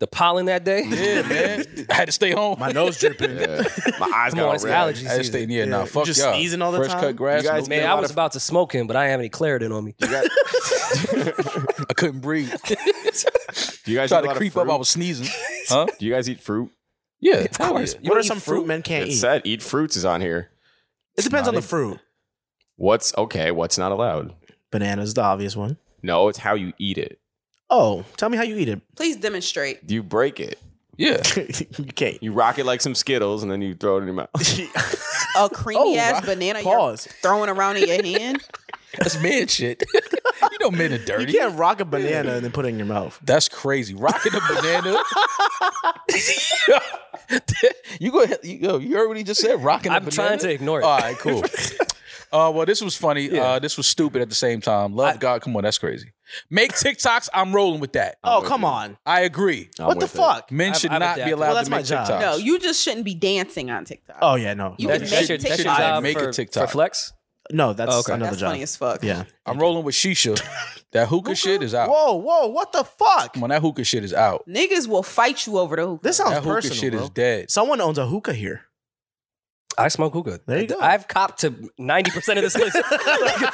Speaker 4: the pollen that day.
Speaker 2: yeah, man. I had to stay home.
Speaker 1: My nose dripping.
Speaker 7: Yeah. My eyes
Speaker 4: Come
Speaker 7: got
Speaker 4: on,
Speaker 7: all
Speaker 4: it's
Speaker 7: red.
Speaker 4: allergy
Speaker 2: I had to stay.
Speaker 4: season.
Speaker 2: Yeah,
Speaker 1: Yeah,
Speaker 2: nah.
Speaker 1: you
Speaker 2: Fuck
Speaker 1: just
Speaker 2: y'all.
Speaker 1: sneezing all the
Speaker 2: Fresh
Speaker 1: time?
Speaker 2: cut grass.
Speaker 7: You guys
Speaker 2: no-
Speaker 4: Man, I was about to smoke him, but I didn't have any Claritin on me.
Speaker 7: You guys,
Speaker 2: I couldn't breathe.
Speaker 7: do you guys
Speaker 2: Tried
Speaker 7: eat a
Speaker 2: to
Speaker 7: lot of
Speaker 2: creep up.
Speaker 7: fruit?
Speaker 2: I was sneezing. Huh?
Speaker 7: Do you guys eat fruit?
Speaker 2: Yeah, of course.
Speaker 4: You
Speaker 1: what
Speaker 4: don't
Speaker 1: are
Speaker 4: eat
Speaker 1: some fruit, men can't
Speaker 7: It
Speaker 1: eat?
Speaker 7: said eat fruits is on here.
Speaker 1: It depends
Speaker 2: Nah,
Speaker 1: on the
Speaker 2: they-
Speaker 1: fruit.
Speaker 7: What's okay? What's not allowed?
Speaker 1: Banana's the obvious one.
Speaker 7: No, it's how you eat it.
Speaker 1: Oh, tell me how you eat it.
Speaker 3: Please demonstrate.
Speaker 7: You break it.
Speaker 2: Yeah.
Speaker 1: you can't.
Speaker 7: You rock it like some Skittles, and then you throw it in your mouth.
Speaker 3: A creamy ass
Speaker 1: right.
Speaker 3: banana
Speaker 1: Pause.
Speaker 3: you're throwing around in your hand.
Speaker 2: That's man shit. you know men are
Speaker 1: You
Speaker 2: dirty.
Speaker 1: can't rock a banana and then put it in your mouth.
Speaker 2: That's crazy. Rocking a banana. you go ahead. You, yo, you heard what he just said? Rocking a
Speaker 4: I'm
Speaker 2: banana.
Speaker 4: trying to ignore it.
Speaker 2: All right, cool. Uh, well, this was funny. Uh, this was stupid at the same time. Love God, come on, that's crazy. Make TikToks. I'm rolling with that.
Speaker 1: Oh, come on.
Speaker 2: I agree.
Speaker 7: I'm
Speaker 1: what the
Speaker 7: with it.
Speaker 1: fuck?
Speaker 2: Men
Speaker 4: I've-
Speaker 2: should
Speaker 4: I've
Speaker 2: not be
Speaker 4: adapted.
Speaker 2: allowed
Speaker 1: Well, that's
Speaker 2: to
Speaker 1: my
Speaker 2: make
Speaker 1: job.
Speaker 2: TikToks.
Speaker 3: No, you just shouldn't be dancing on TikTok.
Speaker 1: Oh yeah, no.
Speaker 3: You
Speaker 1: That-
Speaker 3: can
Speaker 4: That's,
Speaker 3: make
Speaker 4: that's your, that's your
Speaker 3: TikToks.
Speaker 4: job
Speaker 2: Make a
Speaker 4: for,
Speaker 2: TikTok.
Speaker 4: for flex.
Speaker 1: no, that's
Speaker 4: Oh, okay.
Speaker 1: another
Speaker 3: That's
Speaker 1: job.
Speaker 3: funny as fuck.
Speaker 1: Yeah.
Speaker 2: I'm rolling with Shisha. That hookah shit is out.
Speaker 1: Whoa, whoa, what the fuck?
Speaker 2: Come on, that hookah shit is out.
Speaker 3: Niggas will fight you over the hookah.
Speaker 1: This
Speaker 2: That
Speaker 1: sounds
Speaker 2: hookah
Speaker 1: personal.
Speaker 2: shit
Speaker 1: bro.
Speaker 2: is dead.
Speaker 1: Someone owns a hookah here.
Speaker 4: I smoke hookah.
Speaker 1: There you go.
Speaker 4: I've copped to 90% of this list.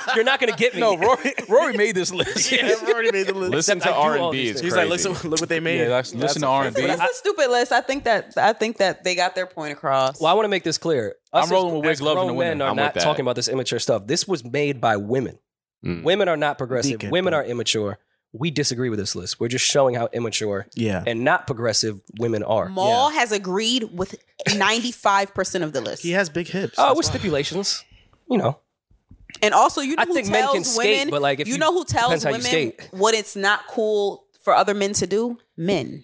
Speaker 4: You're not going to get me.
Speaker 2: No, Rory, Rory made this list. yeah,
Speaker 1: already made the list.
Speaker 7: Listen to
Speaker 4: Except I
Speaker 7: R
Speaker 4: do all
Speaker 7: and B.
Speaker 4: these
Speaker 7: It's
Speaker 1: He's
Speaker 7: crazy.
Speaker 1: like, listen, look what they made.
Speaker 2: that's, listen to R and B.
Speaker 3: That's a stupid list. I think that I think that they got their point across.
Speaker 4: Well, I want to make this clear.
Speaker 2: I'm
Speaker 4: as-
Speaker 2: rolling with
Speaker 4: as
Speaker 2: Wiz Love and
Speaker 4: grown
Speaker 2: the women.
Speaker 4: men are
Speaker 7: I'm with
Speaker 4: not
Speaker 7: that.
Speaker 4: talking about this immature stuff. This was made by women.
Speaker 7: Mm.
Speaker 4: Women are not progressive.
Speaker 1: Deacon,
Speaker 4: women
Speaker 1: bro.
Speaker 4: are immature. We disagree with this list. We're just showing how immature
Speaker 1: Yeah.
Speaker 4: and not progressive women are.
Speaker 3: Maul has agreed with ninety five percent of the list.
Speaker 1: He has big hips.
Speaker 4: Oh, with stipulations. You know,
Speaker 3: And also, you know
Speaker 4: I
Speaker 3: who
Speaker 4: think men
Speaker 3: tells
Speaker 4: can skate,
Speaker 3: women,
Speaker 4: but, like, if
Speaker 3: you,
Speaker 4: you-
Speaker 3: know who tells
Speaker 4: depends how you
Speaker 3: women
Speaker 4: skate.
Speaker 3: what it's not cool for other men to do? Men.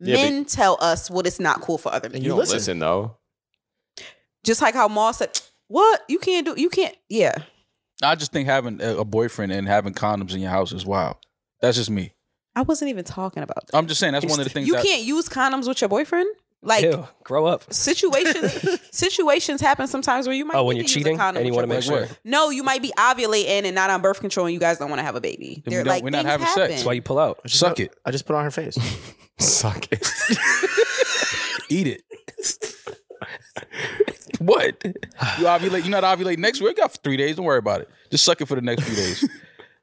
Speaker 7: Yeah, but-
Speaker 3: men tell us what it's not cool for other men.
Speaker 1: And
Speaker 7: You
Speaker 1: you
Speaker 7: don't
Speaker 1: listen.
Speaker 7: listen though.
Speaker 3: Just like how Maul said, "What you can't do, you can't." Yeah,
Speaker 2: I just think having a a boyfriend and having condoms in your house is wild. That's just me.
Speaker 3: I wasn't even talking about that.
Speaker 2: I'm just saying that's one of the things
Speaker 3: you
Speaker 2: that
Speaker 3: can't use condoms with your boyfriend. Like
Speaker 4: ew, grow up.
Speaker 3: situations, situations happen sometimes where you might.
Speaker 4: Oh, when
Speaker 3: need
Speaker 4: you're
Speaker 3: to use a
Speaker 4: cheating
Speaker 3: condom
Speaker 4: and you
Speaker 3: with
Speaker 4: want to
Speaker 3: your
Speaker 4: make
Speaker 3: boyfriend.
Speaker 4: sure.
Speaker 3: No, you might be ovulating and not on birth control, and you guys don't want to have a baby.
Speaker 2: we
Speaker 3: They're
Speaker 2: don't-
Speaker 3: like,
Speaker 2: we're not
Speaker 3: things
Speaker 2: having sex.
Speaker 3: happen.
Speaker 4: That's why you pull out.
Speaker 1: I just
Speaker 2: suck
Speaker 1: put-
Speaker 2: it,
Speaker 1: I just put on her face.
Speaker 7: Suck it.
Speaker 2: eat it. what? You ovulate? You not ovulate next week? I got three days. Don't worry about it. Just suck it for the next few days.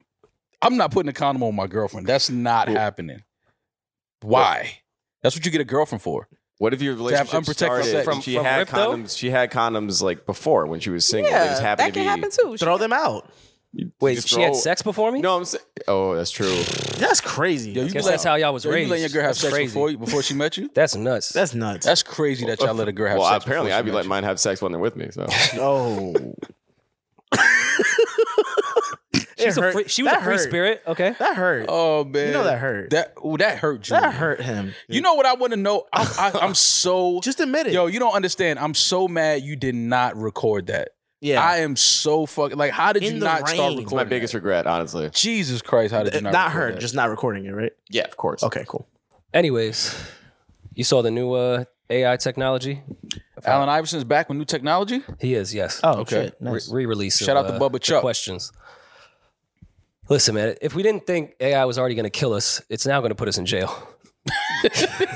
Speaker 2: I'm not putting a condom on my girlfriend. That's not happening. Why? That's what you get a girlfriend for.
Speaker 7: What if your relationship
Speaker 2: unprotected
Speaker 7: started?
Speaker 2: sex.
Speaker 7: From,
Speaker 4: From-
Speaker 7: she
Speaker 4: from
Speaker 7: had
Speaker 4: rip, though?
Speaker 7: condoms. She had condoms like before when she was single. they just
Speaker 3: Yeah,
Speaker 7: happened
Speaker 3: that
Speaker 7: to
Speaker 3: can
Speaker 7: be.
Speaker 3: happen too.
Speaker 1: Throw them out.
Speaker 4: Wait,
Speaker 7: just
Speaker 4: she had
Speaker 7: throw-
Speaker 4: sex before me?
Speaker 7: No, I'm saying. Oh, that's true.
Speaker 1: That's crazy.
Speaker 2: Yo, you
Speaker 4: Guess
Speaker 2: let-
Speaker 4: that's how y'all was
Speaker 2: yo,
Speaker 4: raised.
Speaker 2: You letting your girl have
Speaker 4: That's
Speaker 2: sex
Speaker 4: crazy.
Speaker 2: before you, before she met you?
Speaker 4: That's nuts.
Speaker 1: That's nuts.
Speaker 2: That's crazy that y'all let a girl have
Speaker 7: Well,
Speaker 2: sex.
Speaker 7: apparently,
Speaker 2: before she
Speaker 7: I'd be
Speaker 2: met
Speaker 7: letting
Speaker 2: you.
Speaker 7: mine have sex when they're with me. So
Speaker 1: oh.
Speaker 4: She's
Speaker 1: It
Speaker 4: a
Speaker 1: hurt.
Speaker 4: free, she was
Speaker 1: That
Speaker 4: a free
Speaker 1: hurt.
Speaker 4: spirit. Okay.
Speaker 1: That hurt.
Speaker 2: Oh man,
Speaker 1: you know that hurt. That,
Speaker 2: That ooh, that hurt. Julie.
Speaker 1: hurt him.
Speaker 2: You know what I want to know? I, I, I'm so
Speaker 1: Just admit it.
Speaker 2: yo. You don't understand. I'm so mad you did not record that.
Speaker 1: yeah.
Speaker 2: I am so fucking like. How did
Speaker 1: In
Speaker 2: you
Speaker 1: the
Speaker 2: not start
Speaker 1: rain.
Speaker 2: recording?
Speaker 1: It's
Speaker 7: my
Speaker 2: that?
Speaker 7: biggest regret, honestly.
Speaker 2: Jesus Christ, how did you
Speaker 1: not
Speaker 2: not?
Speaker 1: her,
Speaker 2: record that?
Speaker 1: just not recording it, right?
Speaker 7: Yeah, of course.
Speaker 1: Okay, cool.
Speaker 4: Anyways, you saw the new uh, AI technology.
Speaker 2: Alan Iverson's back with new technology.
Speaker 4: He is, yes.
Speaker 2: Oh, okay. shit. Nice.
Speaker 4: Re- release
Speaker 2: Shout out to Bubba Chuck.
Speaker 4: Questions. Listen, man, if we didn't think AI was already going to kill us, it's now going to put us in jail.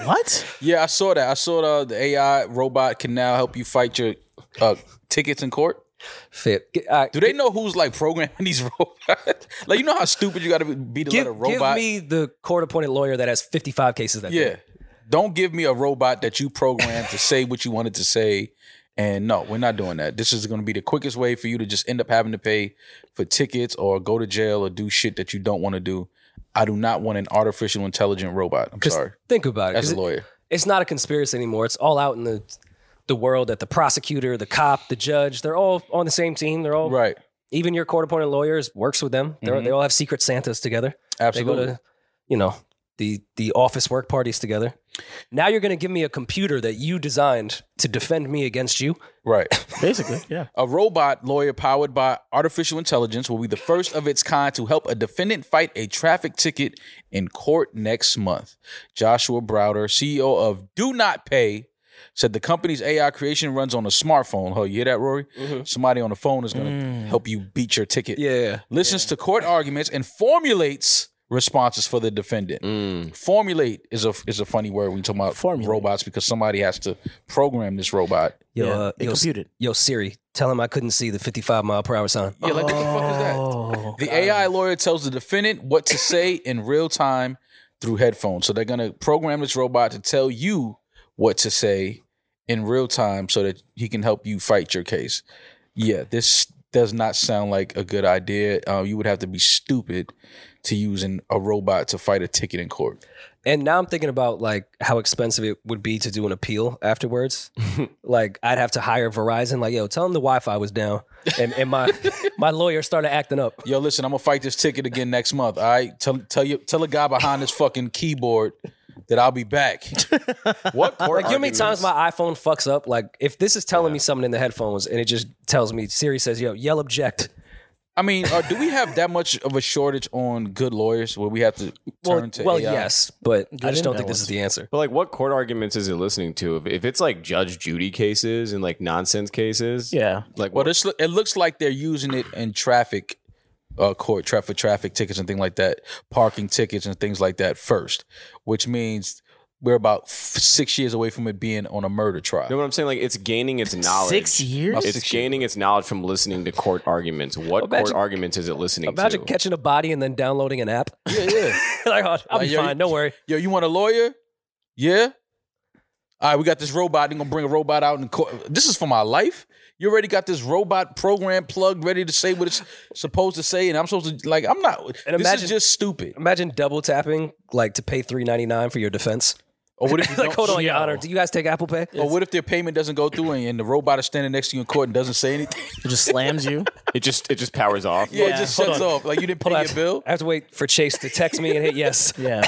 Speaker 1: what?
Speaker 2: Yeah, I saw that. I saw the, the AI robot can now help you fight your uh, tickets in court.
Speaker 4: Fit.
Speaker 2: Do they know who's like programming these robots? like, you know how stupid you got to be to
Speaker 4: Give,
Speaker 2: let a
Speaker 4: give
Speaker 2: robot.
Speaker 4: me the court appointed lawyer that has 55 cases that
Speaker 2: yeah,
Speaker 4: day.
Speaker 2: don't give me a robot that you programmed to say what you wanted to say. And no, we're not doing that. This is going to be the quickest way for you to just end up having to pay for tickets or go to jail or do shit that you don't want to do. I do not want an artificial intelligent robot. I'm sorry.
Speaker 4: Think about it.
Speaker 2: As
Speaker 4: 'cause
Speaker 2: a
Speaker 4: it-
Speaker 2: lawyer.
Speaker 4: it's not a conspiracy anymore. It's all out in the the world that the prosecutor, the cop, the judge, they're all on the same team. They're all
Speaker 2: right.
Speaker 4: Even your court appointed lawyers works with them. They're
Speaker 2: Mhm.
Speaker 4: They all have secret Santas together. They
Speaker 2: Absolutely.
Speaker 4: go to, you know, the the office work parties together. Now you're going to give me a computer that you designed to defend me against you.
Speaker 2: Right.
Speaker 1: Basically, yeah.
Speaker 2: A robot lawyer powered by artificial intelligence will be the first of its kind to help a defendant fight a traffic ticket in court next month. Joshua Browder, CEO of Do Not Pay, said the company's AI creation runs on a smartphone. Oh, you hear that, Rory? Somebody on the phone is going to help you beat your ticket.
Speaker 4: Yeah.
Speaker 2: Listens to court arguments and formulates responses for the defendant.
Speaker 7: Mm.
Speaker 2: Formulate is a is a funny word when you talk about robots because somebody has to program this robot.
Speaker 4: Yo, uh, yo, yo, Siri, tell him I couldn't see the 55 mile per hour sign.
Speaker 2: Yeah, like what the fuck is
Speaker 1: Oh.
Speaker 2: that? The AI lawyer tells the defendant what to say in real time through headphones. So they're gonna program this robot to tell you what to say in real time so that he can help you fight your case. Yeah, this does not sound like a good idea. Uh, you would have to be stupid to using a robot to fight a ticket in court.
Speaker 4: And now I'm thinking about like how expensive it would be to do an appeal afterwards. like I'd have to hire Verizon. Like, yo, tell them the Wi-Fi was down, and, and my my lawyer started acting up.
Speaker 2: Yo, listen, I'm gonna fight this ticket again next month. All right, tell tell you tell a guy behind this fucking keyboard that I'll be back. what court?
Speaker 4: Like, you know how many times my iPhone fucks up? Like, if this is telling me something in the headphones and it just tells me Siri says, "Yo, yell object."
Speaker 2: I mean, uh, do we have that much of a shortage on good lawyers where we have to turn
Speaker 4: Well,
Speaker 2: to
Speaker 4: well
Speaker 2: AI?
Speaker 4: yes, but I just don't think this is the answer.
Speaker 7: But like, what court arguments is it listening to? If, if it's like Judge Judy cases and like nonsense cases,
Speaker 1: yeah.
Speaker 7: Like,
Speaker 2: Well, this, it looks like they're using it in traffic uh, court, traffic traffic tickets and things like that, parking tickets and things like that first, which means we're about f- six years away from it being on a murder trial.
Speaker 7: You know what I'm saying? Like, it's gaining its knowledge.
Speaker 1: Six years?
Speaker 7: It's
Speaker 2: Six
Speaker 7: gaining its knowledge from listening to court arguments. What
Speaker 4: Imagine-
Speaker 7: court arguments is it listening
Speaker 4: Imagine
Speaker 7: to?
Speaker 4: catching a body and then downloading an app.
Speaker 2: Yeah, yeah.
Speaker 4: like, oh, I'll
Speaker 2: Like,
Speaker 4: be
Speaker 2: yo,
Speaker 4: fine. Don't worry.
Speaker 2: Yo, you want a lawyer? Yeah. All right, we got this robot. They're gonna bring a robot out and co- this is for my life. You already got this robot program plugged, ready to say what it's supposed to say, and I'm supposed to like I'm not.
Speaker 4: And
Speaker 2: this
Speaker 4: imagine-
Speaker 2: is just stupid.
Speaker 4: Imagine double tapping like to pay three ninety nine for your defense.
Speaker 2: Or what if you
Speaker 4: like,
Speaker 2: don't-
Speaker 4: hold on, Your
Speaker 2: Yo.
Speaker 4: Honor. Do you guys take Apple Pay?
Speaker 2: Or what if their payment doesn't go through and, and the robot is standing next to you in court and doesn't say anything?
Speaker 1: It just slams you.
Speaker 7: it just it just powers off.
Speaker 2: Yeah, it just
Speaker 4: Hold
Speaker 2: shuts
Speaker 4: on.
Speaker 2: off. Like you didn't pay
Speaker 4: Hold on, I
Speaker 2: your
Speaker 4: have-
Speaker 2: bill.
Speaker 4: I have to wait for Chase to text me and hit yes.
Speaker 1: Yeah.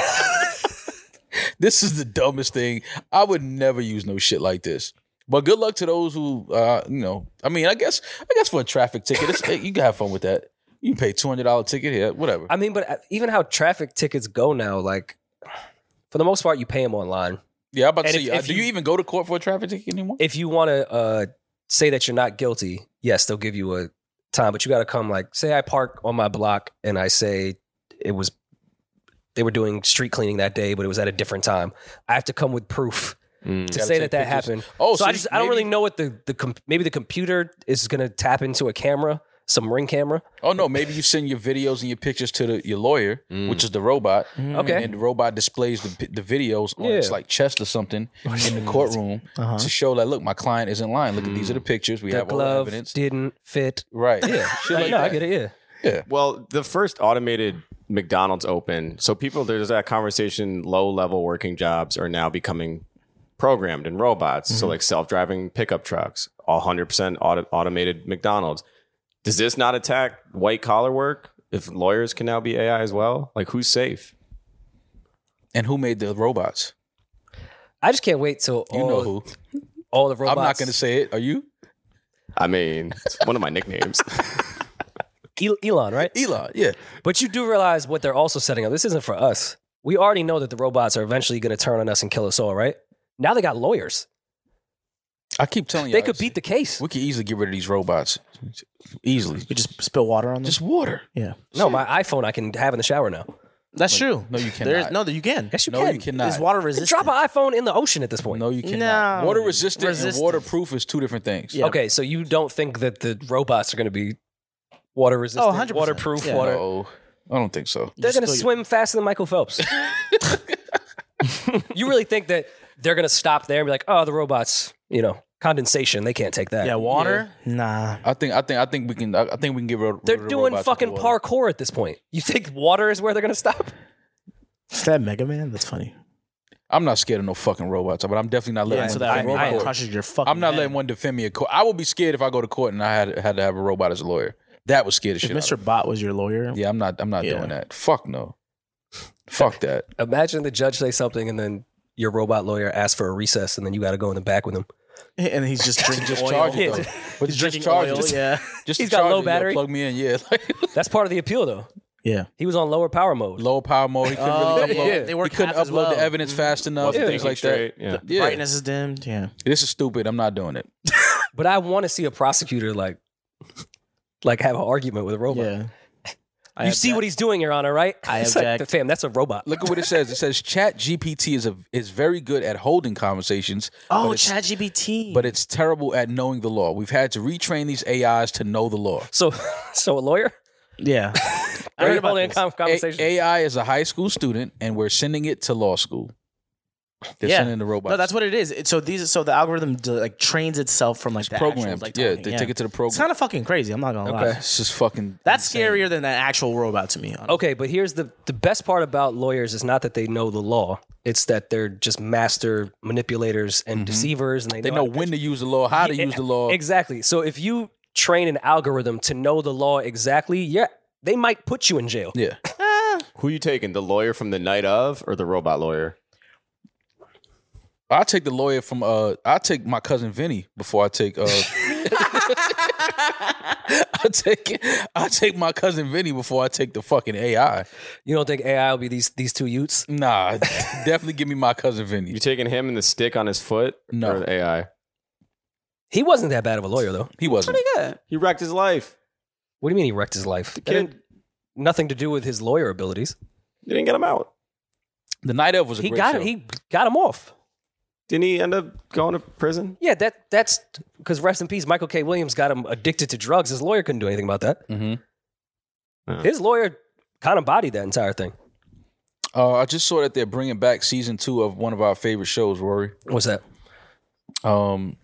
Speaker 2: This is the dumbest thing. I would never use no shit like this. But good luck to those who, uh, you know, I mean, I guess, I guess for a traffic ticket, it's, you can have fun with that. You can pay two hundred dollar ticket here, whatever.
Speaker 4: I mean, but uh, even how traffic tickets go now, like for the most part, you pay them online.
Speaker 2: Yeah, I'm about to
Speaker 4: And
Speaker 2: say,
Speaker 4: if-
Speaker 2: uh,
Speaker 4: if
Speaker 2: do you,
Speaker 4: you-
Speaker 2: even go to court for a traffic ticket anymore?
Speaker 4: If you want to uh, say that you're not guilty, yes, they'll give you a time, but you got to come. Like, say I park on my block and I say it was they were doing street cleaning that day, but it was at a different time. I have to come with proof
Speaker 7: Mm.
Speaker 4: to
Speaker 2: Gotta
Speaker 4: say
Speaker 2: take
Speaker 4: that that
Speaker 2: pictures.
Speaker 4: happened.
Speaker 2: Oh,
Speaker 4: Oh,
Speaker 2: so
Speaker 4: so, I
Speaker 2: you-
Speaker 4: just I don't really
Speaker 2: maybe-
Speaker 4: know what the the com- maybe the computer is going to tap into a camera, some ring camera.
Speaker 2: Oh no, maybe you send your videos and your pictures to the, your lawyer, which is the robot.
Speaker 4: Okay.
Speaker 2: and the robot displays the, the videos on its
Speaker 4: Yeah.
Speaker 2: like chest or something in the courtroom
Speaker 1: Mm-hmm. Uh-huh.
Speaker 2: to show that look, my client isn't lying. Look at these are the pictures. We
Speaker 4: Mm. The
Speaker 2: have all the
Speaker 4: glove
Speaker 2: evidence.
Speaker 4: didn't fit.
Speaker 2: Right.
Speaker 4: Yeah,
Speaker 2: Shit like
Speaker 4: no, I
Speaker 2: that.
Speaker 4: get it. Yeah.
Speaker 2: Yeah.
Speaker 7: Well, the first automated McDonald's open, so people there's that conversation. Low level working jobs are now becoming programmed in robots. So like self driving pickup trucks, 100 percent auto- automated McDonald's. Does this not attack white collar work? If lawyers can now be AI as well, like who's safe?
Speaker 2: And who made the robots?
Speaker 4: I just can't wait till
Speaker 2: You
Speaker 4: all,
Speaker 2: know who.
Speaker 4: all the robots.
Speaker 2: I'm not going to say it. Are you?
Speaker 7: I mean, it's one of my nicknames.
Speaker 4: El- E-, Elon, right?
Speaker 2: Elon. Yeah.
Speaker 4: But you do realize what they're also setting up. This isn't for us. We already know that the robots are eventually going to turn on us and kill us all, right? Now they got lawyers.
Speaker 2: I keep telling you,
Speaker 4: They could beat the case.
Speaker 2: We could easily get rid of these robots, easily.
Speaker 1: You just spill water on them.
Speaker 2: Just water.
Speaker 1: yeah.
Speaker 4: No, my iPhone I can have in the shower now.
Speaker 1: That's true.
Speaker 2: No, you cannot.
Speaker 1: There is, no, you can.
Speaker 4: Yes, you
Speaker 2: no,
Speaker 4: can.
Speaker 2: you cannot.
Speaker 1: It's water resistant.
Speaker 4: Drop an iPhone in the ocean at this point.
Speaker 2: No, you cannot.
Speaker 1: No.
Speaker 2: Water resistant, and
Speaker 1: Resistant.
Speaker 2: waterproof is two different things.
Speaker 1: Yeah.
Speaker 4: Okay, so you don't think that the robots are going to be water resistant,
Speaker 1: 100%.
Speaker 4: waterproof,
Speaker 1: Yeah.
Speaker 4: water?
Speaker 2: No, I don't think so.
Speaker 4: They're going to
Speaker 1: spill your-
Speaker 4: swim faster than Michael Phelps. you really think that they're going to stop there and be like, "Oh, the robots, you know, condensation, they can't take that."
Speaker 1: Yeah, water. Nah.
Speaker 2: I think I think I think we can I I think we can get rid rid of
Speaker 4: They're
Speaker 2: the
Speaker 4: doing
Speaker 2: robots with
Speaker 4: fucking
Speaker 2: the water.
Speaker 4: parkour at this point. You think water is where they're going to stop?
Speaker 1: Is that Mega Man? That's funny.
Speaker 2: I'm not scared of no fucking robots, but I'm definitely not letting
Speaker 1: Yeah, so
Speaker 2: one
Speaker 1: that
Speaker 2: defend me.
Speaker 1: I, I
Speaker 2: in court.
Speaker 1: crushes your fucking.
Speaker 2: I'm not
Speaker 1: head.
Speaker 2: letting one defend me at court. I would be scared if I go to court and I had had to have a robot as a lawyer. That was scared of
Speaker 1: If
Speaker 2: shit. out of
Speaker 1: Mr. Bot was your lawyer,
Speaker 2: me. Yeah, I'm not I'm not
Speaker 1: Yeah.
Speaker 2: doing that. Fuck no. Fuck that.
Speaker 4: Imagine the judge says something and then your robot lawyer asks for a recess and then you got to go in the back with him.
Speaker 1: and he's just drinking
Speaker 2: Just
Speaker 1: oil.
Speaker 2: charge it though.
Speaker 4: Yeah.
Speaker 2: But
Speaker 1: He's
Speaker 2: just
Speaker 1: drinking
Speaker 2: charge
Speaker 1: oil.
Speaker 2: it.
Speaker 1: Yeah.
Speaker 2: Just
Speaker 4: He's
Speaker 2: to
Speaker 4: got
Speaker 2: charge
Speaker 4: low
Speaker 2: it, yeah,
Speaker 4: battery.
Speaker 2: Plug me in, yeah. Like
Speaker 4: That's part of the appeal though.
Speaker 1: Yeah.
Speaker 4: He was on lower power mode.
Speaker 2: low power mode. He couldn't
Speaker 1: Oh,
Speaker 2: really upload.
Speaker 1: yeah. They
Speaker 2: He
Speaker 1: work
Speaker 2: couldn't
Speaker 1: half as
Speaker 2: upload
Speaker 1: well.
Speaker 2: the evidence fast enough.
Speaker 4: Yeah.
Speaker 2: Things like
Speaker 7: Straight,
Speaker 2: that.
Speaker 7: yeah.
Speaker 2: Yeah.
Speaker 1: Brightness is dimmed. Yeah.
Speaker 2: This is stupid. I'm not doing it.
Speaker 4: But I want to see a prosecutor like like have an argument with a robot.
Speaker 1: Yeah. I
Speaker 4: You see
Speaker 1: object.
Speaker 4: what he's doing, Your Honor, right?
Speaker 1: I
Speaker 4: It's like,
Speaker 1: object.
Speaker 4: fam, that's a robot.
Speaker 2: Look at what it says. It says Chat GPT is a is very good at holding conversations,
Speaker 1: Oh,
Speaker 2: but it's-
Speaker 1: ChatGPT.
Speaker 2: but it's terrible at knowing the law. We've had to retrain these AIs to know the law.
Speaker 4: So, so a lawyer?
Speaker 1: yeah.
Speaker 4: I heard
Speaker 1: about
Speaker 4: about in
Speaker 1: this.
Speaker 4: com-
Speaker 2: A-
Speaker 4: conversation.
Speaker 2: AI is a high school student, and we're sending it to law school. They're
Speaker 1: Yeah.
Speaker 2: sending the robots.
Speaker 1: No, that's what it is. It, so these, so the algorithm d- like trains itself from like the actual,
Speaker 2: programmed.
Speaker 1: like,
Speaker 2: yeah,
Speaker 1: talking.
Speaker 2: they take it to the
Speaker 1: It's
Speaker 2: program.
Speaker 1: kind of fucking crazy. I'm not gonna
Speaker 2: okay.
Speaker 1: lie.
Speaker 2: It's just fucking.
Speaker 1: That's
Speaker 2: insane.
Speaker 1: scarier than that actual robot to me. honestly.
Speaker 4: okay, but here's the the best part about lawyers is not that they know the law; it's that they're just master manipulators and deceivers, and they,
Speaker 2: Mm-hmm. They
Speaker 4: how
Speaker 2: know when to use the law, how to use the law.
Speaker 4: Exactly. So if you train an algorithm to know the law exactly, yeah, they might put you in jail.
Speaker 2: Yeah.
Speaker 7: Who you taking? The lawyer from the night of or the robot lawyer?
Speaker 2: I take the lawyer from uh I take my cousin Vinny before I take uh I take I take my cousin Vinny before I take the fucking AI.
Speaker 4: You don't think AI will be these these two Utes?
Speaker 2: Nah, definitely give me my cousin Vinny.
Speaker 7: You taking him and the stick on his foot
Speaker 2: No.
Speaker 7: or the AI?
Speaker 4: He wasn't that bad of a lawyer, though.
Speaker 2: He wasn't.
Speaker 3: Pretty good.
Speaker 7: He wrecked his life.
Speaker 4: What do you mean he wrecked his life? The
Speaker 7: Kid,
Speaker 4: nothing to do with his lawyer abilities.
Speaker 7: they didn't get him out.
Speaker 2: The night of was a
Speaker 4: He
Speaker 2: great
Speaker 4: got
Speaker 2: show.
Speaker 4: it. He got him off.
Speaker 7: Didn't he end up going to prison?
Speaker 4: Yeah, that that's because rest in peace, Michael K. Williams got him addicted to drugs. His lawyer couldn't do anything about that.
Speaker 2: Mhm.
Speaker 4: His lawyer kind of bodied that entire thing.
Speaker 2: Uh, I just saw that they're bringing back season two of one of our favorite shows, Rory.
Speaker 4: What's that?
Speaker 2: Um,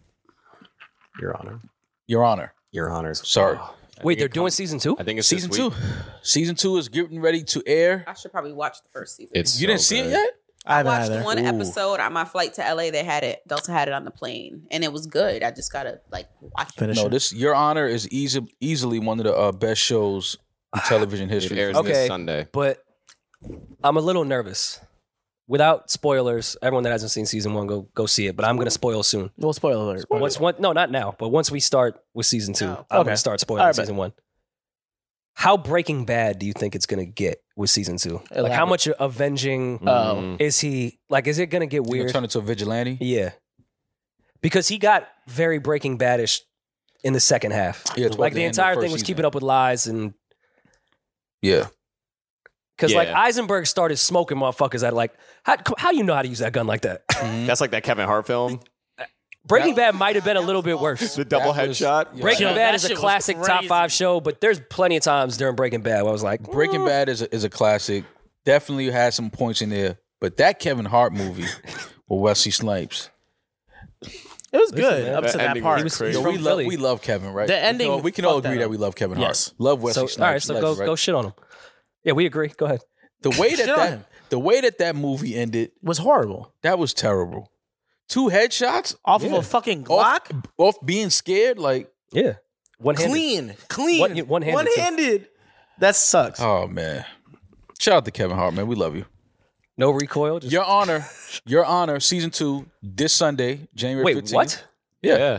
Speaker 7: Your Honor.
Speaker 2: Your Honor.
Speaker 7: Your Honor's.
Speaker 2: Sorry,
Speaker 4: Wait, they're doing season two.
Speaker 7: I think it's
Speaker 2: season
Speaker 7: this week.
Speaker 2: two. Season two is getting ready to air.
Speaker 10: I should probably watch the first season.
Speaker 7: It's
Speaker 2: You didn't see it yet?
Speaker 1: I
Speaker 10: I
Speaker 1: haven't
Speaker 10: watched
Speaker 1: either.
Speaker 10: one
Speaker 1: Ooh.
Speaker 10: episode on my flight to LA. They had it. Delta had it on the plane, and it was good. I just gotta like watch it.
Speaker 1: Finish
Speaker 2: No,
Speaker 1: it.
Speaker 2: this Your Honor is easy, easily one of the uh, best shows in television
Speaker 7: It
Speaker 2: history.
Speaker 7: airs
Speaker 4: Okay.
Speaker 7: this Sunday.
Speaker 4: but I'm a little nervous. Without spoilers, everyone that hasn't seen season one, go go see it. But I'm going to spoil soon.
Speaker 1: Well, spoiler alert.
Speaker 4: Once one, no, not now. But once we start with season two,
Speaker 10: No.
Speaker 4: I'm
Speaker 1: Okay.
Speaker 4: going to start spoiling
Speaker 1: All right, bet.
Speaker 4: season one. How Breaking Bad do you think it's going to get with season two? Like how
Speaker 1: Elaborate. Mm-hmm.
Speaker 4: much avenging
Speaker 2: Oh.
Speaker 7: Mm.
Speaker 4: is he? Like, is it going to get
Speaker 2: You're
Speaker 4: weird?
Speaker 2: gonna turn into a vigilante.
Speaker 4: Yeah. Because he got very Breaking Badish in the second half.
Speaker 2: Yeah, towards
Speaker 4: like
Speaker 2: the
Speaker 4: the
Speaker 2: end of the
Speaker 4: entire
Speaker 2: first
Speaker 4: thing was
Speaker 2: season.
Speaker 4: keeping up with lies and
Speaker 2: Yeah.
Speaker 4: because like
Speaker 7: Yeah.
Speaker 4: Eisenberg started smoking motherfuckers at like how how you know how to use that gun like that.
Speaker 7: That's like that Kevin Hart film,
Speaker 4: Breaking Bad might have been a little bit worse.
Speaker 7: the double
Speaker 2: That was-
Speaker 7: headshot.
Speaker 2: yeah.
Speaker 4: Breaking
Speaker 1: Yo,
Speaker 4: Bad
Speaker 1: that
Speaker 4: is a
Speaker 1: shit was
Speaker 4: classic top
Speaker 1: crazy.
Speaker 4: five show, but there's plenty of times during Breaking Bad where I was like,
Speaker 2: Breaking Bad is a, is a classic. Definitely had some points in there, but that Kevin Hart movie with Wesley Snipes.
Speaker 1: It was good
Speaker 4: man,
Speaker 1: up
Speaker 7: that
Speaker 1: to that
Speaker 7: ending
Speaker 1: part.
Speaker 7: was He's
Speaker 2: Yo,
Speaker 7: crazy.
Speaker 4: from
Speaker 2: we love
Speaker 4: Philly.
Speaker 2: we love Kevin, right?
Speaker 1: The
Speaker 2: We can
Speaker 1: ending
Speaker 2: all- We can all,
Speaker 1: fucked that
Speaker 2: agree that,
Speaker 1: up.
Speaker 2: we love Kevin
Speaker 1: Yes.
Speaker 2: Hart. Love Wesley
Speaker 4: "Hmm." so
Speaker 2: Snipes.
Speaker 4: all right, so go
Speaker 2: legend, right?
Speaker 4: go shit on him. Yeah, we agree. Go ahead.
Speaker 2: The way that,
Speaker 1: Shit on
Speaker 2: that
Speaker 1: him.
Speaker 2: the way that that movie ended,
Speaker 1: was horrible.
Speaker 2: that was terrible. Two headshots
Speaker 1: Off of
Speaker 2: Yeah.
Speaker 1: a fucking
Speaker 2: off,
Speaker 1: Glock.
Speaker 2: off being scared, like
Speaker 4: Yeah, one hand.
Speaker 1: Clean, clean,
Speaker 4: One- one-handed, too.
Speaker 1: One-handed. That sucks.
Speaker 2: oh man. Shout out to Kevin Hart, man. We love you.
Speaker 4: no recoil. Just,
Speaker 2: Your Honor, Your Honor, season two this Sunday, January.
Speaker 4: wait,
Speaker 2: 15th.
Speaker 4: what?
Speaker 2: Yeah.
Speaker 7: Yeah.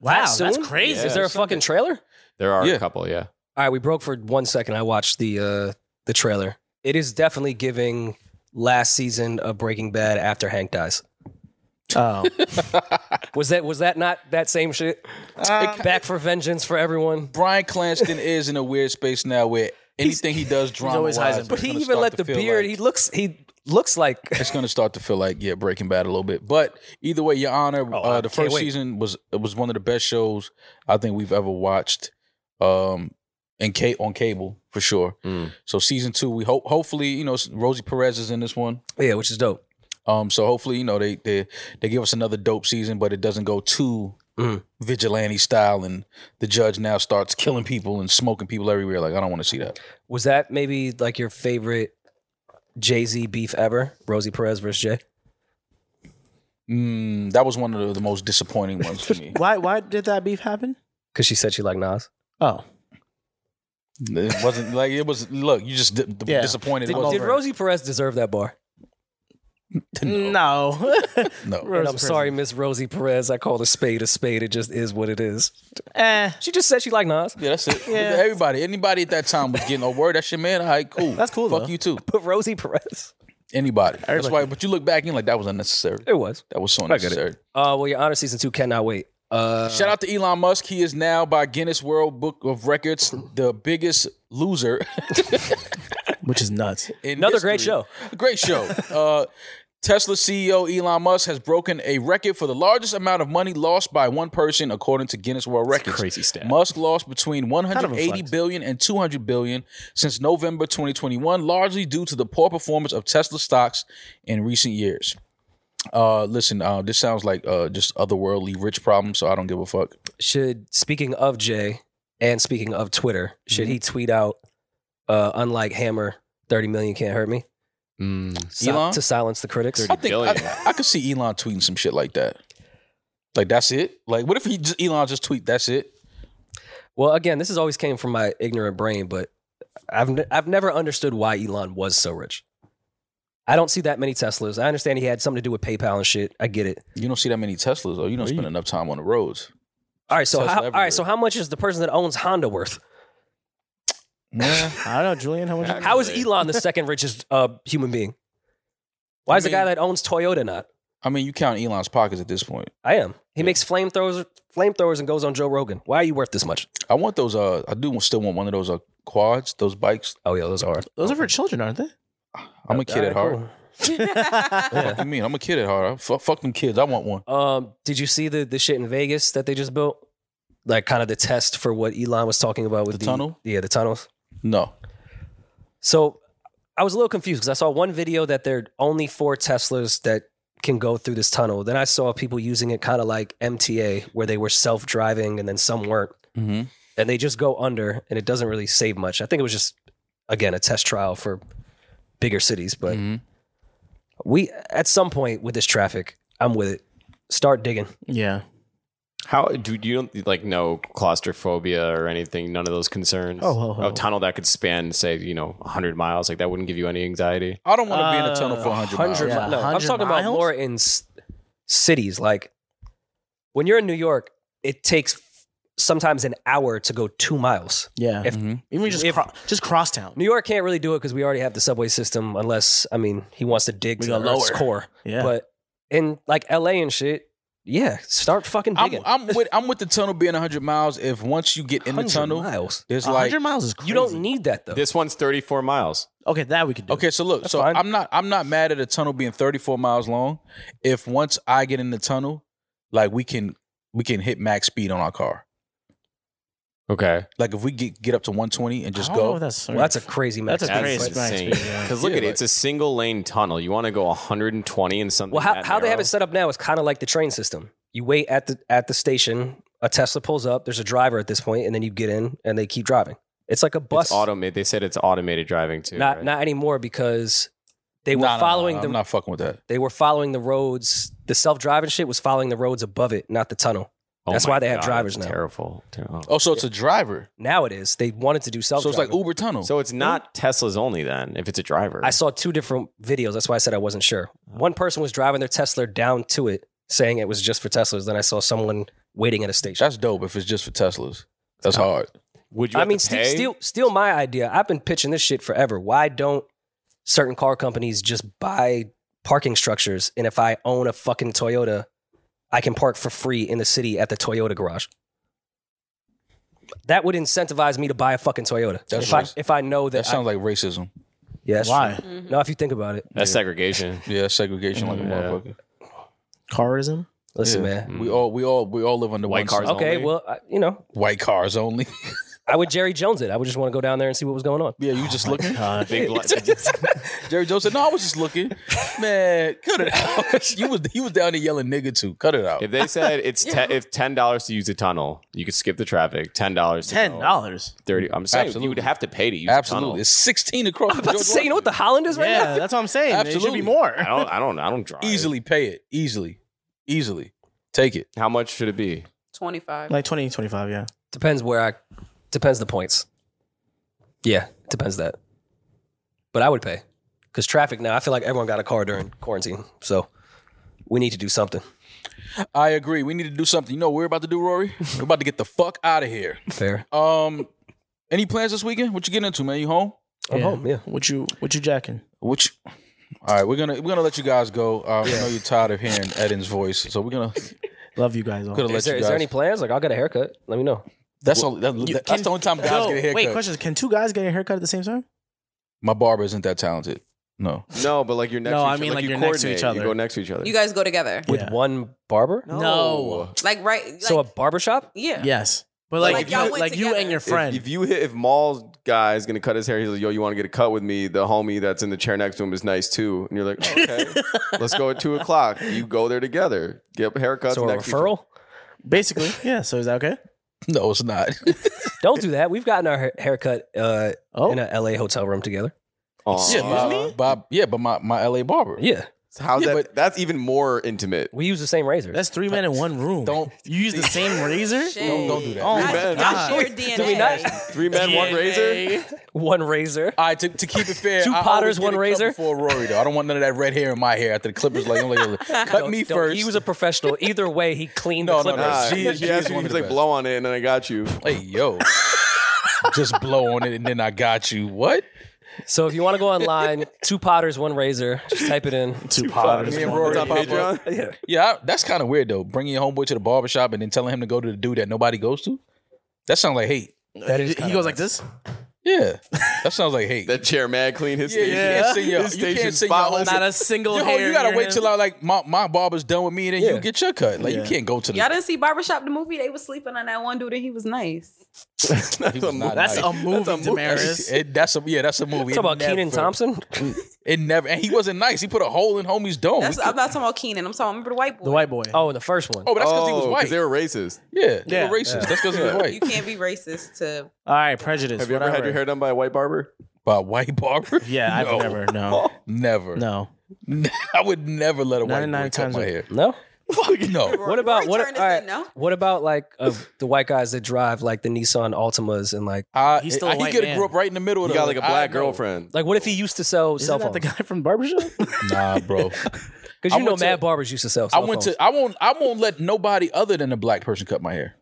Speaker 1: wow,
Speaker 4: That
Speaker 1: that's
Speaker 4: soon?
Speaker 1: crazy.
Speaker 7: Yeah.
Speaker 4: Is there a fucking trailer?
Speaker 7: There are
Speaker 2: Yeah.
Speaker 7: a couple, yeah.
Speaker 4: All right, we broke for one second. I watched the uh the trailer. It is definitely giving last season of Breaking Bad after Hank dies.
Speaker 1: Oh.
Speaker 4: was that was that not that same shit? Back for vengeance for everyone.
Speaker 2: Brian Cranston is in a weird space now where anything he does drama
Speaker 1: always Heisenberg.
Speaker 4: But he even let the beard. he looks he looks like
Speaker 2: it's going to start to feel like yeah Breaking Bad a little bit. But either way, Your Honor,
Speaker 4: Oh, I
Speaker 2: uh, the
Speaker 4: can't
Speaker 2: first
Speaker 4: wait.
Speaker 2: season was it was one of the best shows I think we've ever watched, um, and ca- on cable for sure.
Speaker 7: Mm.
Speaker 2: So season two, we hope hopefully you know Rosie Perez is in this one.
Speaker 4: yeah, which is dope.
Speaker 2: Um, so hopefully you know they they they give us another dope season, but it doesn't go too
Speaker 4: Mhm.
Speaker 2: vigilante style, and the judge now starts killing people and smoking people everywhere. Like I don't want to see that.
Speaker 4: Was that maybe like your favorite Jay Z beef ever? Rosie Perez versus Jay.
Speaker 2: Mm, that was one of the, the most disappointing ones for me.
Speaker 1: Why why did that beef happen?
Speaker 4: Because she said she liked Nas.
Speaker 1: Oh.
Speaker 2: it wasn't like it was. Look, you just d- d-
Speaker 1: Yeah.
Speaker 2: disappointed.
Speaker 4: Did,
Speaker 2: It wasn't-
Speaker 4: did Rosie Perez deserve that bar?
Speaker 1: No.
Speaker 2: no.
Speaker 4: And
Speaker 1: Rosie
Speaker 4: I'm sorry, Miss Rosie Perez. I call a spade a spade. It just is what it is.
Speaker 1: eh.
Speaker 4: She just said she liked Nas.
Speaker 2: Yeah, that's it. Everybody, anybody at that time was getting a word. That's your man. All right, cool.
Speaker 1: That's cool,
Speaker 2: Fuck
Speaker 1: though.
Speaker 2: you too.
Speaker 4: But Rosie Perez.
Speaker 2: Anybody. That's why. But you look back and you're like that was unnecessary.
Speaker 4: It was.
Speaker 2: That was so
Speaker 4: I get it.
Speaker 2: unnecessary.
Speaker 4: Uh, well, your honor season two cannot wait. Uh,
Speaker 2: Shout out to Elon Musk. He is now by Guinness World Book of Records the biggest loser.
Speaker 1: Which is nuts.
Speaker 2: in
Speaker 4: Another
Speaker 2: history.
Speaker 4: great show.
Speaker 2: Great show. Uh, Tesla CEO Elon Musk has broken a record for the largest amount of money lost by one person, according to Guinness World Records.
Speaker 7: crazy stat.
Speaker 2: Musk lost between 180
Speaker 1: of a
Speaker 2: billion
Speaker 1: flex.
Speaker 2: and 200 billion since November 2021, largely due to the poor performance of Tesla stocks in recent years. Uh, listen, uh, this sounds like uh, just otherworldly rich problems, so I don't give a fuck.
Speaker 4: should speaking of Jay and speaking of Twitter, should he tweet out uh unlike Hammer 30 million can't hurt me
Speaker 7: Mm.
Speaker 4: Si-
Speaker 2: Elon?
Speaker 4: to silence the critics?
Speaker 2: I think
Speaker 7: billion.
Speaker 2: I, I could see Elon tweeting some shit like that. Like that's it. Like what if he just, Elon just tweet that's it?
Speaker 4: Well, again, this has always came from my ignorant brain, but I've n- I've never understood why Elon was so rich. I don't see that many Teslas. I understand he had something to do with PayPal and shit. I get it.
Speaker 2: You don't see that many Teslas though. You don't spend enough time on the roads.
Speaker 4: All right, so
Speaker 2: Tesla
Speaker 4: how, all
Speaker 2: everywhere.
Speaker 4: right, so how much is the person that owns Honda worth?
Speaker 1: I don't know, Julian, how much is it?
Speaker 4: How is Elon the second richest uh, human being? Why
Speaker 2: I
Speaker 4: is the guy
Speaker 2: mean-
Speaker 4: that owns Toyota not?
Speaker 2: I mean, you count Elon's pockets at this point.
Speaker 4: I am. He makes flamethrowers, flamethrowers, and goes on Joe Rogan. Why are you worth this much?
Speaker 2: I want those. Uh, I do still want one of those uh, quads, those bikes.
Speaker 4: Oh yeah, those are.
Speaker 1: Those are for children, aren't they?
Speaker 2: I'm a kid at heart.
Speaker 10: Mm-hmm.
Speaker 4: cool.
Speaker 2: What do you mean? I'm a kid at heart. I- Fuck, fuck them kids. I want one.
Speaker 4: Um, did you see the the shit in Vegas that they just built? Like kind of the test for what Elon was talking about with
Speaker 2: The tunnel?
Speaker 4: Yeah, the tunnels.
Speaker 2: No.
Speaker 4: So I was a little confused because I saw one video that there are only four Teslas that can go through this tunnel. Then I saw people using it kind of like MTA, where they were self driving and then some weren't,
Speaker 2: Mm-hmm.
Speaker 4: and they just go under, and it doesn't really save much. I think it was just again a test trial for bigger cities, but
Speaker 1: Mm.
Speaker 2: Mm-hmm.
Speaker 4: we at some point with this traffic, I'm with it. Start digging.
Speaker 1: Yeah.
Speaker 7: How do you don't like no claustrophobia or anything? None of those concerns.
Speaker 1: Oh, oh, oh.
Speaker 7: a tunnel that could span, say, you know, hundred miles. Like that wouldn't give you any anxiety.
Speaker 2: I don't want to be in a tunnel for 100 Uh, miles.
Speaker 4: 100
Speaker 1: Yeah,
Speaker 4: mi- no, I'm
Speaker 1: 100
Speaker 4: talking about
Speaker 1: miles?
Speaker 4: more in s- cities. Like when you're in New York, it takes f- sometimes an hour to go two miles.
Speaker 1: Yeah.
Speaker 4: If-
Speaker 2: Mm-hmm.
Speaker 1: Even just
Speaker 4: if-
Speaker 1: cro- just crosstown.
Speaker 4: New York can't really do it because we already have the subway system, unless I mean he wants to dig
Speaker 1: We
Speaker 4: to
Speaker 1: go
Speaker 4: the Earth's
Speaker 1: lower.
Speaker 4: core.
Speaker 1: Yeah.
Speaker 4: But in like LA and shit, yeah, start fucking
Speaker 2: I'm,
Speaker 4: digging.
Speaker 2: I'm with I'm with the tunnel being 100 miles. If once you get in the
Speaker 4: 100
Speaker 2: tunnel,
Speaker 4: miles.
Speaker 2: there's like
Speaker 1: 100 miles is crazy.
Speaker 4: You don't need that though.
Speaker 7: This one's thirty-four miles.
Speaker 1: Okay, that we could do.
Speaker 2: Okay, so look, so
Speaker 4: fine.
Speaker 2: I'm not I'm not mad at a tunnel being 34 miles long. If once I get in the tunnel, like we can we can hit max speed on our car.
Speaker 7: Okay,
Speaker 2: Like if we get get up to 120 and
Speaker 1: I
Speaker 2: just
Speaker 1: don't know
Speaker 2: go.
Speaker 1: if that's
Speaker 4: well, that's a crazy match.
Speaker 1: That's a
Speaker 7: that's
Speaker 1: crazy max
Speaker 7: insane.
Speaker 1: speed, yeah.
Speaker 7: Because look
Speaker 2: Yeah,
Speaker 7: at it;
Speaker 2: like-
Speaker 7: it's a single-lane tunnel. You want to go 120 in something?
Speaker 4: Well, how,
Speaker 7: that
Speaker 4: how they have
Speaker 7: narrow?
Speaker 4: it set up now is kind of like the train system. You wait at the at the station. A Tesla pulls up. There's a driver at this point, and then you get in, and they keep driving. It's like a bus.
Speaker 7: It's automated. They said it's automated driving too.
Speaker 4: not
Speaker 7: right?
Speaker 4: not anymore because they were
Speaker 2: Nah, nah, nah,
Speaker 4: following
Speaker 2: nah,
Speaker 4: the
Speaker 2: I'm not fucking with that.
Speaker 4: they were following the roads. The self driving shit was following the roads above it, not the tunnel.
Speaker 7: Oh
Speaker 4: that's
Speaker 7: my
Speaker 4: why they have
Speaker 7: God,
Speaker 4: drivers
Speaker 7: that's
Speaker 4: now.
Speaker 7: Terrible. terrible.
Speaker 2: Oh, so it's a driver.
Speaker 4: Now it is. They wanted to do self.
Speaker 2: So it's like Uber tunnel.
Speaker 7: So it's not Tesla's only then. If it's a driver,
Speaker 4: Oh. I saw two different videos. That's why I said I wasn't sure. One person was driving their Tesla down to it, saying it was just for Teslas. Then I saw someone waiting at a station.
Speaker 2: that's dope if it's just for Teslas. That's hard.
Speaker 7: would you?
Speaker 4: I
Speaker 7: have
Speaker 4: mean,
Speaker 7: to
Speaker 4: steal,
Speaker 7: pay?
Speaker 4: steal, steal my idea. I've been pitching this shit forever. Why don't certain car companies just buy parking structures. And if I own a fucking Toyota, I can park for free in the city at the Toyota garage. That would incentivize me to buy a fucking Toyota.
Speaker 2: That's
Speaker 4: if, I,
Speaker 2: racist.
Speaker 4: if I know that,
Speaker 2: That sounds like racism.
Speaker 4: yes,
Speaker 1: Why?
Speaker 4: No, if you think about it,
Speaker 7: That's segregation.
Speaker 2: Yeah, segregation like a
Speaker 7: Yeah.
Speaker 2: motherfucker.
Speaker 1: Colorism?
Speaker 4: listen,
Speaker 2: Yeah. Mm-hmm.
Speaker 4: man.
Speaker 2: We all we all we all live under
Speaker 7: White
Speaker 2: one
Speaker 7: cars
Speaker 2: sun.
Speaker 4: Okay,
Speaker 7: only.
Speaker 4: well, I, you know,
Speaker 2: White cars only.
Speaker 4: I would Jerry Jones it. I would just want to go down there and see what was going on.
Speaker 2: yeah, you just looking.
Speaker 1: God.
Speaker 7: Big li-
Speaker 2: Jerry Jones said, "No, I was just looking, man. Cut it out. you was he was down there yelling nigga too. Cut it out.
Speaker 7: if they said it's te- if ten dollars to use a tunnel, you could skip the traffic. Ten dollars.
Speaker 1: Ten dollars.
Speaker 7: Thirty. I'm saying you would
Speaker 2: Absolutely.
Speaker 7: have to pay to use
Speaker 2: Absolutely,
Speaker 7: a tunnel.
Speaker 2: it's sixteen across.
Speaker 4: I'm about to say, you know what the Holland is right
Speaker 1: Yeah,
Speaker 4: now?
Speaker 1: that's what I'm saying. It should
Speaker 2: Absolutely.
Speaker 1: be more.
Speaker 7: I don't. I don't. I don't drive
Speaker 2: easily pay it. Easily, easily take it.
Speaker 7: How much should it be?
Speaker 10: Twenty five.
Speaker 1: Like 20, 25, yeah.
Speaker 4: Depends where I, depends the points. Yeah, depends that. But I would pay because traffic now. I feel like everyone got a car during quarantine, so we need to do something.
Speaker 2: I agree. We need to do something. You know what we're about to do, Rory? we're about to get the fuck out of here.
Speaker 4: Fair.
Speaker 2: Um, any plans this weekend? What you getting into, man? You home?
Speaker 4: I'm
Speaker 1: yeah.
Speaker 4: home. Yeah.
Speaker 1: What you what you jacking?
Speaker 2: Which? All right, we're gonna we're gonna let you guys go. Uh, I know you're tired of hearing Eden's voice, so we're gonna
Speaker 1: Love you guys all.
Speaker 2: gonna
Speaker 4: Is
Speaker 2: let
Speaker 4: there,
Speaker 2: you
Speaker 4: is
Speaker 2: guys.
Speaker 4: there any plans? Like, I'll get a haircut. Let me know.
Speaker 2: that's all. That, that's
Speaker 1: can-
Speaker 2: the only time guys
Speaker 1: Yo,
Speaker 2: get a haircut.
Speaker 1: Wait, questions. Can two guys get a haircut at the same time?
Speaker 2: My barber isn't that talented. No.
Speaker 7: No, but like you're next.
Speaker 1: No,
Speaker 7: to
Speaker 1: I
Speaker 7: each-
Speaker 1: mean, like,
Speaker 7: you
Speaker 1: you're next to
Speaker 7: coordinate.
Speaker 1: each other.
Speaker 7: You go next to each other.
Speaker 10: You guys go together.
Speaker 4: With
Speaker 1: Yeah.
Speaker 4: one barber?
Speaker 1: No.
Speaker 10: Like right. Like,
Speaker 4: So a barbershop?
Speaker 10: yeah.
Speaker 1: Yes. But
Speaker 10: Like,
Speaker 1: like,
Speaker 10: if
Speaker 1: you,
Speaker 10: y'all went
Speaker 1: like you
Speaker 10: together.
Speaker 1: and your
Speaker 10: If-
Speaker 1: friend.
Speaker 7: If, if you hit, if Maul's guy is gonna cut his hair, he's like, "Yo, you want to get a cut with me?" The homie that's in the chair next to him is nice too, and you're like, "Oh, "Okay, let's go at two o'clock." You go there together, get haircuts.
Speaker 4: so a
Speaker 7: next to each other.
Speaker 4: referral?
Speaker 1: Basically, yeah. So is that okay?
Speaker 2: No, it's not.
Speaker 4: Don't do that. We've gotten our ha- haircut uh,
Speaker 1: Oh,
Speaker 4: in a LA hotel room together.
Speaker 7: Aw.
Speaker 2: yeah, my, Bob, yeah, but my, my LA barber.
Speaker 4: Yeah.
Speaker 7: How's
Speaker 2: Yeah,
Speaker 7: that? that's even more intimate.
Speaker 4: We use the same razor.
Speaker 1: that's three men in one room.
Speaker 2: Don't
Speaker 1: you use the same razor?
Speaker 10: Shit.
Speaker 2: don't, don't do that.
Speaker 1: Oh,
Speaker 7: Three men.
Speaker 10: Y'all share DNA.
Speaker 4: Do we not?
Speaker 7: Three men, one razor.
Speaker 4: one razor.
Speaker 2: All right, to, to keep it fair,
Speaker 4: Two
Speaker 2: I always
Speaker 4: potters,
Speaker 2: get
Speaker 4: one
Speaker 2: a cut
Speaker 4: razor?
Speaker 2: before Rory though. I don't want none of that red hair in my hair after the Clippers. Like, like, like, cut
Speaker 4: Don't-
Speaker 2: me
Speaker 4: don't-
Speaker 2: first.
Speaker 4: He was a professional. Either way, he cleaned
Speaker 2: No,
Speaker 4: the
Speaker 2: no, no.
Speaker 4: clippers.
Speaker 7: Nah,
Speaker 2: She is- she
Speaker 7: he asked
Speaker 2: is
Speaker 7: me,
Speaker 2: one of
Speaker 7: he's
Speaker 2: the
Speaker 7: like,
Speaker 2: best.
Speaker 7: "Blow on it," and then I got you.
Speaker 2: hey yo, just blow on it and then I got you. What?
Speaker 4: So if you want to go online, two potters, one razor. Just type it in.
Speaker 1: Two potters.
Speaker 2: Me and
Speaker 1: one
Speaker 2: Rory
Speaker 1: razor.
Speaker 7: What's up, Adrian?
Speaker 2: Yeah, I- that's kind of weird though. Bringing your homeboy to the barbershop and then telling him to go to the dude that nobody goes to. That sounds like hate.
Speaker 4: That is.
Speaker 1: He goes like this.
Speaker 2: Yeah, that sounds like hate.
Speaker 7: That chair mad clean his
Speaker 2: yeah,
Speaker 7: station.
Speaker 2: you can't see your,
Speaker 7: His
Speaker 2: you
Speaker 7: station
Speaker 2: can't see your
Speaker 7: spotless.
Speaker 2: homeboy.
Speaker 1: Not a single
Speaker 2: Yo,
Speaker 1: hair.
Speaker 2: you gotta
Speaker 1: near
Speaker 2: wait
Speaker 1: him.
Speaker 2: till I, like my, my barber's done with me, and then
Speaker 4: Yeah.
Speaker 2: you get your cut. Like
Speaker 1: Yeah.
Speaker 2: you can't go to the.
Speaker 10: Y'all didn't see Barbershop the movie? They was sleeping on that one dude and he was nice.
Speaker 2: he was not
Speaker 1: That's
Speaker 2: nice.
Speaker 1: a movie, Damaris.
Speaker 2: It, that's a yeah. That's a movie.
Speaker 4: Talk about
Speaker 2: It
Speaker 4: Keenan
Speaker 2: never-
Speaker 4: Thompson,
Speaker 2: It never and he wasn't nice. He put a hole in homie's dome.
Speaker 10: That's,
Speaker 2: We
Speaker 10: I'm not talking about Keenan. I'm talking remember the white boy.
Speaker 1: The white boy.
Speaker 4: oh, in the first one.
Speaker 2: Oh, but that's because he was
Speaker 7: Oh,
Speaker 2: white.
Speaker 7: they were racist.
Speaker 2: yeah, they
Speaker 1: Yeah.
Speaker 2: were racist. That's because he was
Speaker 10: You
Speaker 2: white.
Speaker 10: can't be racist to
Speaker 1: All right, prejudice.
Speaker 7: Have you ever had
Speaker 1: whatever.
Speaker 7: your hair done by a white barber?
Speaker 2: By a white barber?
Speaker 1: Yeah, I've
Speaker 2: No.
Speaker 1: never. No,
Speaker 2: never.
Speaker 1: no.
Speaker 2: I would never let a white boy
Speaker 1: 99
Speaker 2: cut
Speaker 1: times
Speaker 2: my
Speaker 1: out.
Speaker 2: hair.
Speaker 4: No.
Speaker 2: Fuck no.
Speaker 4: What about
Speaker 10: Roy
Speaker 4: what?
Speaker 10: Turner
Speaker 4: all
Speaker 10: said
Speaker 4: right,
Speaker 10: no.
Speaker 4: What about like of the white guys that drive like the Nissan Altimas and like
Speaker 2: I,
Speaker 1: He's still a
Speaker 2: I-
Speaker 1: white
Speaker 2: he could
Speaker 1: man.
Speaker 2: have grew up right in the middle.
Speaker 7: You
Speaker 2: of
Speaker 7: got
Speaker 2: the-
Speaker 7: like a
Speaker 2: I
Speaker 7: black
Speaker 2: know.
Speaker 7: girlfriend.
Speaker 4: like what if he used to sell
Speaker 1: Isn't
Speaker 4: cell
Speaker 1: that
Speaker 4: phones?
Speaker 1: the guy from barbershop?
Speaker 2: Nah, bro.
Speaker 4: Because
Speaker 2: I
Speaker 4: you know,
Speaker 2: went to-
Speaker 4: mad barbers used to sell.
Speaker 2: I
Speaker 4: Cell
Speaker 2: went
Speaker 4: phones.
Speaker 2: to. I won't. I won't let nobody other than a black person cut my hair.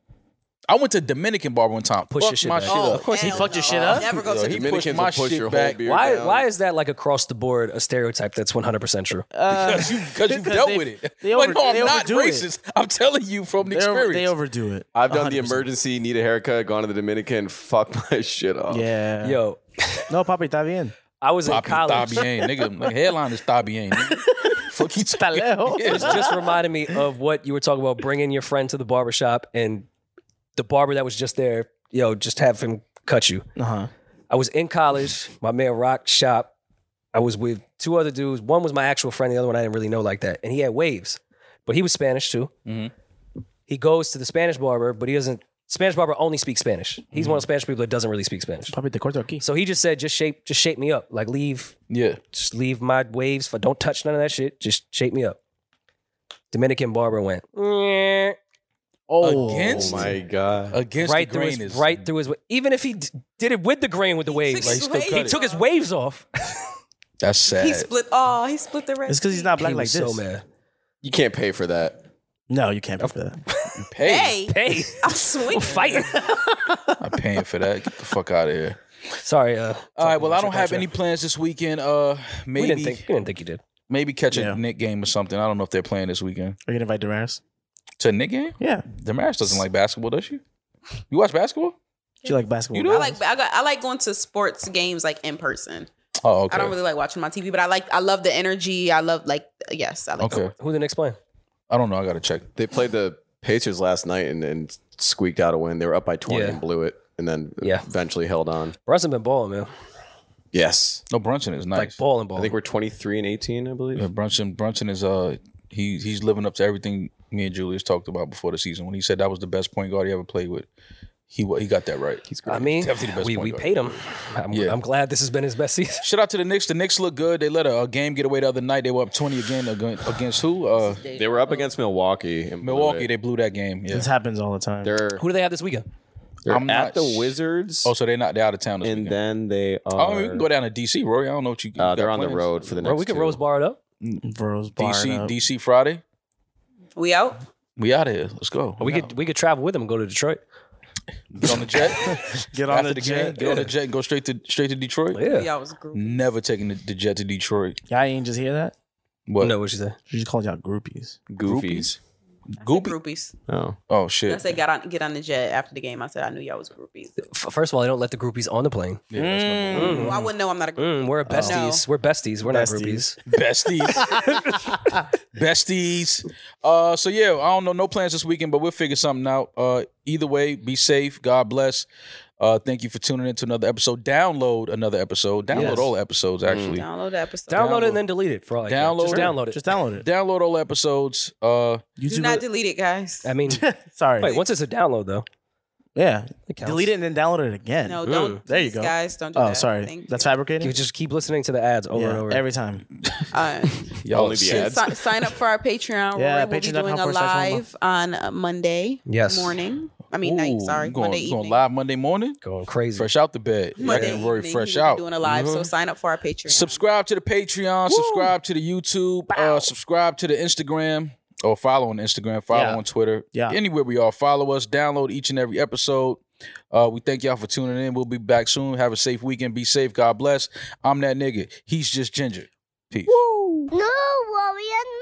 Speaker 2: I went to Dominican barber one time.
Speaker 4: Push
Speaker 2: Fucked
Speaker 4: your shit
Speaker 2: my
Speaker 4: back.
Speaker 2: shit
Speaker 10: Oh,
Speaker 2: up.
Speaker 1: Of course he
Speaker 10: hell
Speaker 1: fucked your
Speaker 10: no.
Speaker 1: shit
Speaker 10: I'll
Speaker 1: up.
Speaker 10: Never go
Speaker 7: Yo,
Speaker 10: to
Speaker 7: he
Speaker 10: the
Speaker 2: Dominican-
Speaker 7: Dominicans
Speaker 2: my
Speaker 7: will push
Speaker 2: shit
Speaker 7: your whole
Speaker 2: back.
Speaker 7: beard
Speaker 4: Why?
Speaker 7: down.
Speaker 4: Why is that like across the board a stereotype that's one hundred percent true?
Speaker 1: Uh,
Speaker 2: Because you, 'cause you
Speaker 1: Because
Speaker 2: dealt
Speaker 1: they-
Speaker 2: with it.
Speaker 1: they
Speaker 2: but
Speaker 1: over-
Speaker 2: no, I'm
Speaker 1: they
Speaker 2: not
Speaker 1: overdo it.
Speaker 2: racist. I'm telling you from the
Speaker 1: they, over,
Speaker 2: experience.
Speaker 1: they overdo it.
Speaker 7: I've done the
Speaker 1: 100%.
Speaker 7: emergency, need a haircut, gone to the Dominican, fuck my shit up.
Speaker 1: Yeah.
Speaker 4: Yo,
Speaker 1: No, papi, está bien.
Speaker 4: I was in
Speaker 2: Poppy
Speaker 4: college.
Speaker 2: Thabien, nigga. Like, headline is Thabien. nigga. Fuck you,
Speaker 1: Hello.
Speaker 4: This just reminded me of what you were talking about bringing your friend to the barbershop and the barber that was just there, yo, just have him cut you.
Speaker 1: Uh huh.
Speaker 4: I was in college, my man Rock Shop. I was with two other dudes. One was my actual friend, the other one I didn't really know like that. And he had waves, but he was Spanish too.
Speaker 2: Mhm.
Speaker 4: He goes to the Spanish barber, but he doesn't, Spanish barber only speaks Spanish. He's one of the Spanish people that doesn't really speak Spanish.
Speaker 1: Papi, te corto aquí.
Speaker 4: So he just said, just shape, just shape me up. Like leave
Speaker 2: Yeah.
Speaker 4: just leave my waves for don't touch none of that shit. Just shape me up. Dominican barber went "Nyeh,"
Speaker 1: Oh,
Speaker 2: Against?
Speaker 7: Oh my god.
Speaker 2: Against
Speaker 4: right
Speaker 2: the
Speaker 4: through
Speaker 2: grain
Speaker 4: his
Speaker 2: is
Speaker 4: right through his wa- even if he d- did it with the grain with the waves,
Speaker 10: took
Speaker 4: like,
Speaker 10: his
Speaker 2: Like, still
Speaker 4: he
Speaker 2: cut
Speaker 10: waves
Speaker 2: it.
Speaker 4: took his
Speaker 10: off.
Speaker 4: waves off.
Speaker 2: That's sad.
Speaker 10: He split. Oh, he split the red.
Speaker 1: It's because he's not black
Speaker 4: he
Speaker 1: like
Speaker 4: was
Speaker 1: this.
Speaker 4: so mad.
Speaker 7: You can't pay for that.
Speaker 1: No, you can't pay for that.
Speaker 2: Pay.
Speaker 10: Hey,
Speaker 4: Hey,
Speaker 10: I'm swinging.
Speaker 4: fighting.
Speaker 2: I'm paying for that. Get the fuck out of here.
Speaker 4: Sorry. Uh,
Speaker 2: All right.
Speaker 4: talking
Speaker 2: Well,
Speaker 4: about
Speaker 2: I don't
Speaker 4: your
Speaker 2: have
Speaker 4: culture.
Speaker 2: any plans this weekend. Uh,
Speaker 4: We
Speaker 2: maybe
Speaker 4: didn't think. We didn't think you did.
Speaker 2: Maybe catch a Nick game or something. I don't know if they're playing this weekend.
Speaker 1: Are you gonna invite Damaris?
Speaker 2: To a Nick game?
Speaker 1: Yeah.
Speaker 2: Damaris doesn't like basketball, does she? You watch basketball?
Speaker 1: She like basketball.
Speaker 2: You
Speaker 3: I
Speaker 2: do?
Speaker 3: like I, got, I like going to sports games like in person.
Speaker 2: Oh, okay.
Speaker 3: I don't really like watching my TV, but I like I love the energy. I love like yes, I like.
Speaker 2: Okay.
Speaker 4: Who the next playing?
Speaker 2: I don't know. I gotta check.
Speaker 7: They played the Pacers last night and, and squeaked out a win. They were up by twenty
Speaker 4: Yeah.
Speaker 7: and blew it, and then
Speaker 4: Yeah.
Speaker 7: eventually held on.
Speaker 4: Brunson been balling, man.
Speaker 7: Yes,
Speaker 2: No, Brunson is nice.
Speaker 4: Like balling,
Speaker 7: I
Speaker 4: balling.
Speaker 7: think we're twenty three and eighteen, I believe.
Speaker 2: Yeah, Brunson. Brunson is uh he he's living up to everything me and Julius talked about before the season when he said that was the best point guard he ever played with. He wa- he got that right.
Speaker 7: He's great.
Speaker 4: I mean,
Speaker 2: Definitely the best
Speaker 4: we,
Speaker 2: point
Speaker 4: we
Speaker 2: guard.
Speaker 4: paid him. I'm,
Speaker 2: Yeah.
Speaker 4: I'm glad this has been his best season.
Speaker 2: Shout out to the Knicks. The Knicks look good. They let a, a game get away the other night. They were up twenty again agon- against who? Uh,
Speaker 7: They were up against Milwaukee. And blew
Speaker 2: Milwaukee.
Speaker 7: it.
Speaker 2: They blew that game. Yeah.
Speaker 1: This happens all the time.
Speaker 7: They're,
Speaker 4: Who do they have this weekend?
Speaker 7: they're
Speaker 2: I'm
Speaker 7: at
Speaker 2: not
Speaker 7: the
Speaker 2: sh-
Speaker 7: Wizards,
Speaker 2: Oh, so they're not. They're out of town. This
Speaker 7: and
Speaker 2: weekend.
Speaker 7: then they
Speaker 2: Oh,
Speaker 7: are.
Speaker 2: we can go down to DC, Roy. I don't know what you.
Speaker 7: uh,
Speaker 2: you
Speaker 7: they're
Speaker 2: got
Speaker 7: on the
Speaker 2: plans.
Speaker 7: road for the next.
Speaker 4: Bro, we can
Speaker 7: two.
Speaker 4: rose bar it up.
Speaker 1: Bros barring
Speaker 2: DC
Speaker 1: up.
Speaker 2: DC Friday.
Speaker 3: We out.
Speaker 2: We out of here. Let's go.
Speaker 4: Or we could we could travel with him and go to Detroit.
Speaker 2: get on the jet.
Speaker 1: Get on
Speaker 2: After
Speaker 1: the,
Speaker 2: the game,
Speaker 1: jet.
Speaker 2: get on the jet and go straight to straight to Detroit.
Speaker 3: We out was group.
Speaker 2: Never taking the, the jet to Detroit.
Speaker 1: Y'all ain't just hear that.
Speaker 2: What?
Speaker 4: No, what you say?
Speaker 1: She just called y'all groupies.
Speaker 7: Goofies.
Speaker 2: Goopy.
Speaker 3: Groupies.
Speaker 7: Oh,
Speaker 2: Oh
Speaker 3: I
Speaker 2: shit.
Speaker 3: said got on get on the jet after the game. I said I knew y'all was groupies.
Speaker 4: F- First of all, they don't let the groupies on the plane.
Speaker 2: Yeah, that's number
Speaker 1: Mm.
Speaker 2: one.
Speaker 3: Well, I wouldn't know. I'm not a groupie.
Speaker 4: Mm, we're besties. We're besties. We're not
Speaker 1: Oh. Besties.
Speaker 4: groupies.
Speaker 2: Besties. Besties. Uh, so yeah, I don't know. No plans this weekend, but we'll figure something out. Uh, either way, be safe. God bless. Uh, thank you for tuning in to another episode. Download another episode. Download
Speaker 4: Yes.
Speaker 2: all episodes actually.
Speaker 3: Mm. Download the episode.
Speaker 4: Download, it and then delete it for all I care.
Speaker 2: Download
Speaker 4: Just
Speaker 2: it.
Speaker 4: download it.
Speaker 1: Just download it.
Speaker 2: Download all episodes. Uh,
Speaker 1: YouTube.
Speaker 3: Do not delete it, guys.
Speaker 4: I mean,
Speaker 1: Sorry.
Speaker 4: wait, once it's a download though,
Speaker 1: yeah.
Speaker 4: it counts.
Speaker 1: Delete it and then download it again.
Speaker 3: No, don't.
Speaker 1: There you
Speaker 3: please,
Speaker 1: go.
Speaker 3: guys. Don't do
Speaker 1: Oh,
Speaker 3: that.
Speaker 1: sorry.
Speaker 3: Thank
Speaker 1: That's
Speaker 3: you.
Speaker 1: fabricated.
Speaker 4: You just keep listening to the ads over
Speaker 1: yeah,
Speaker 4: and over.
Speaker 1: every time.
Speaker 3: Uh,
Speaker 2: y'all
Speaker 7: Only
Speaker 2: are
Speaker 7: the
Speaker 2: sick.
Speaker 7: ads.
Speaker 3: sign, sign up for our Patreon.
Speaker 1: Yeah,
Speaker 3: Roy will be
Speaker 1: patreon.com
Speaker 3: doing a
Speaker 1: forward slash
Speaker 3: live on uh, Monday
Speaker 4: Yes.
Speaker 3: morning. I mean,
Speaker 2: Ooh,
Speaker 3: night. Sorry,
Speaker 2: you going,
Speaker 3: Monday
Speaker 2: you going
Speaker 3: evening.
Speaker 2: live Monday morning.
Speaker 4: Going crazy.
Speaker 2: Fresh out the bed.
Speaker 3: Monday
Speaker 2: Reckon Roy
Speaker 3: evening,
Speaker 2: fresh
Speaker 3: we will be
Speaker 2: out. Mm-hmm.
Speaker 3: Doing a live. So sign up for our Patreon.
Speaker 2: Subscribe to the Patreon. Subscribe to the YouTube. Uh, subscribe to the Instagram or follow on Instagram. Follow
Speaker 1: Yeah.
Speaker 2: on Twitter.
Speaker 1: Yeah.
Speaker 2: Anywhere we are, follow us. Download each and every episode. Uh, we thank y'all for tuning in. We'll be back soon. Have a safe weekend. Be safe. God bless. I'm that nigga. He's just Ginger. Peace.
Speaker 5: No worry and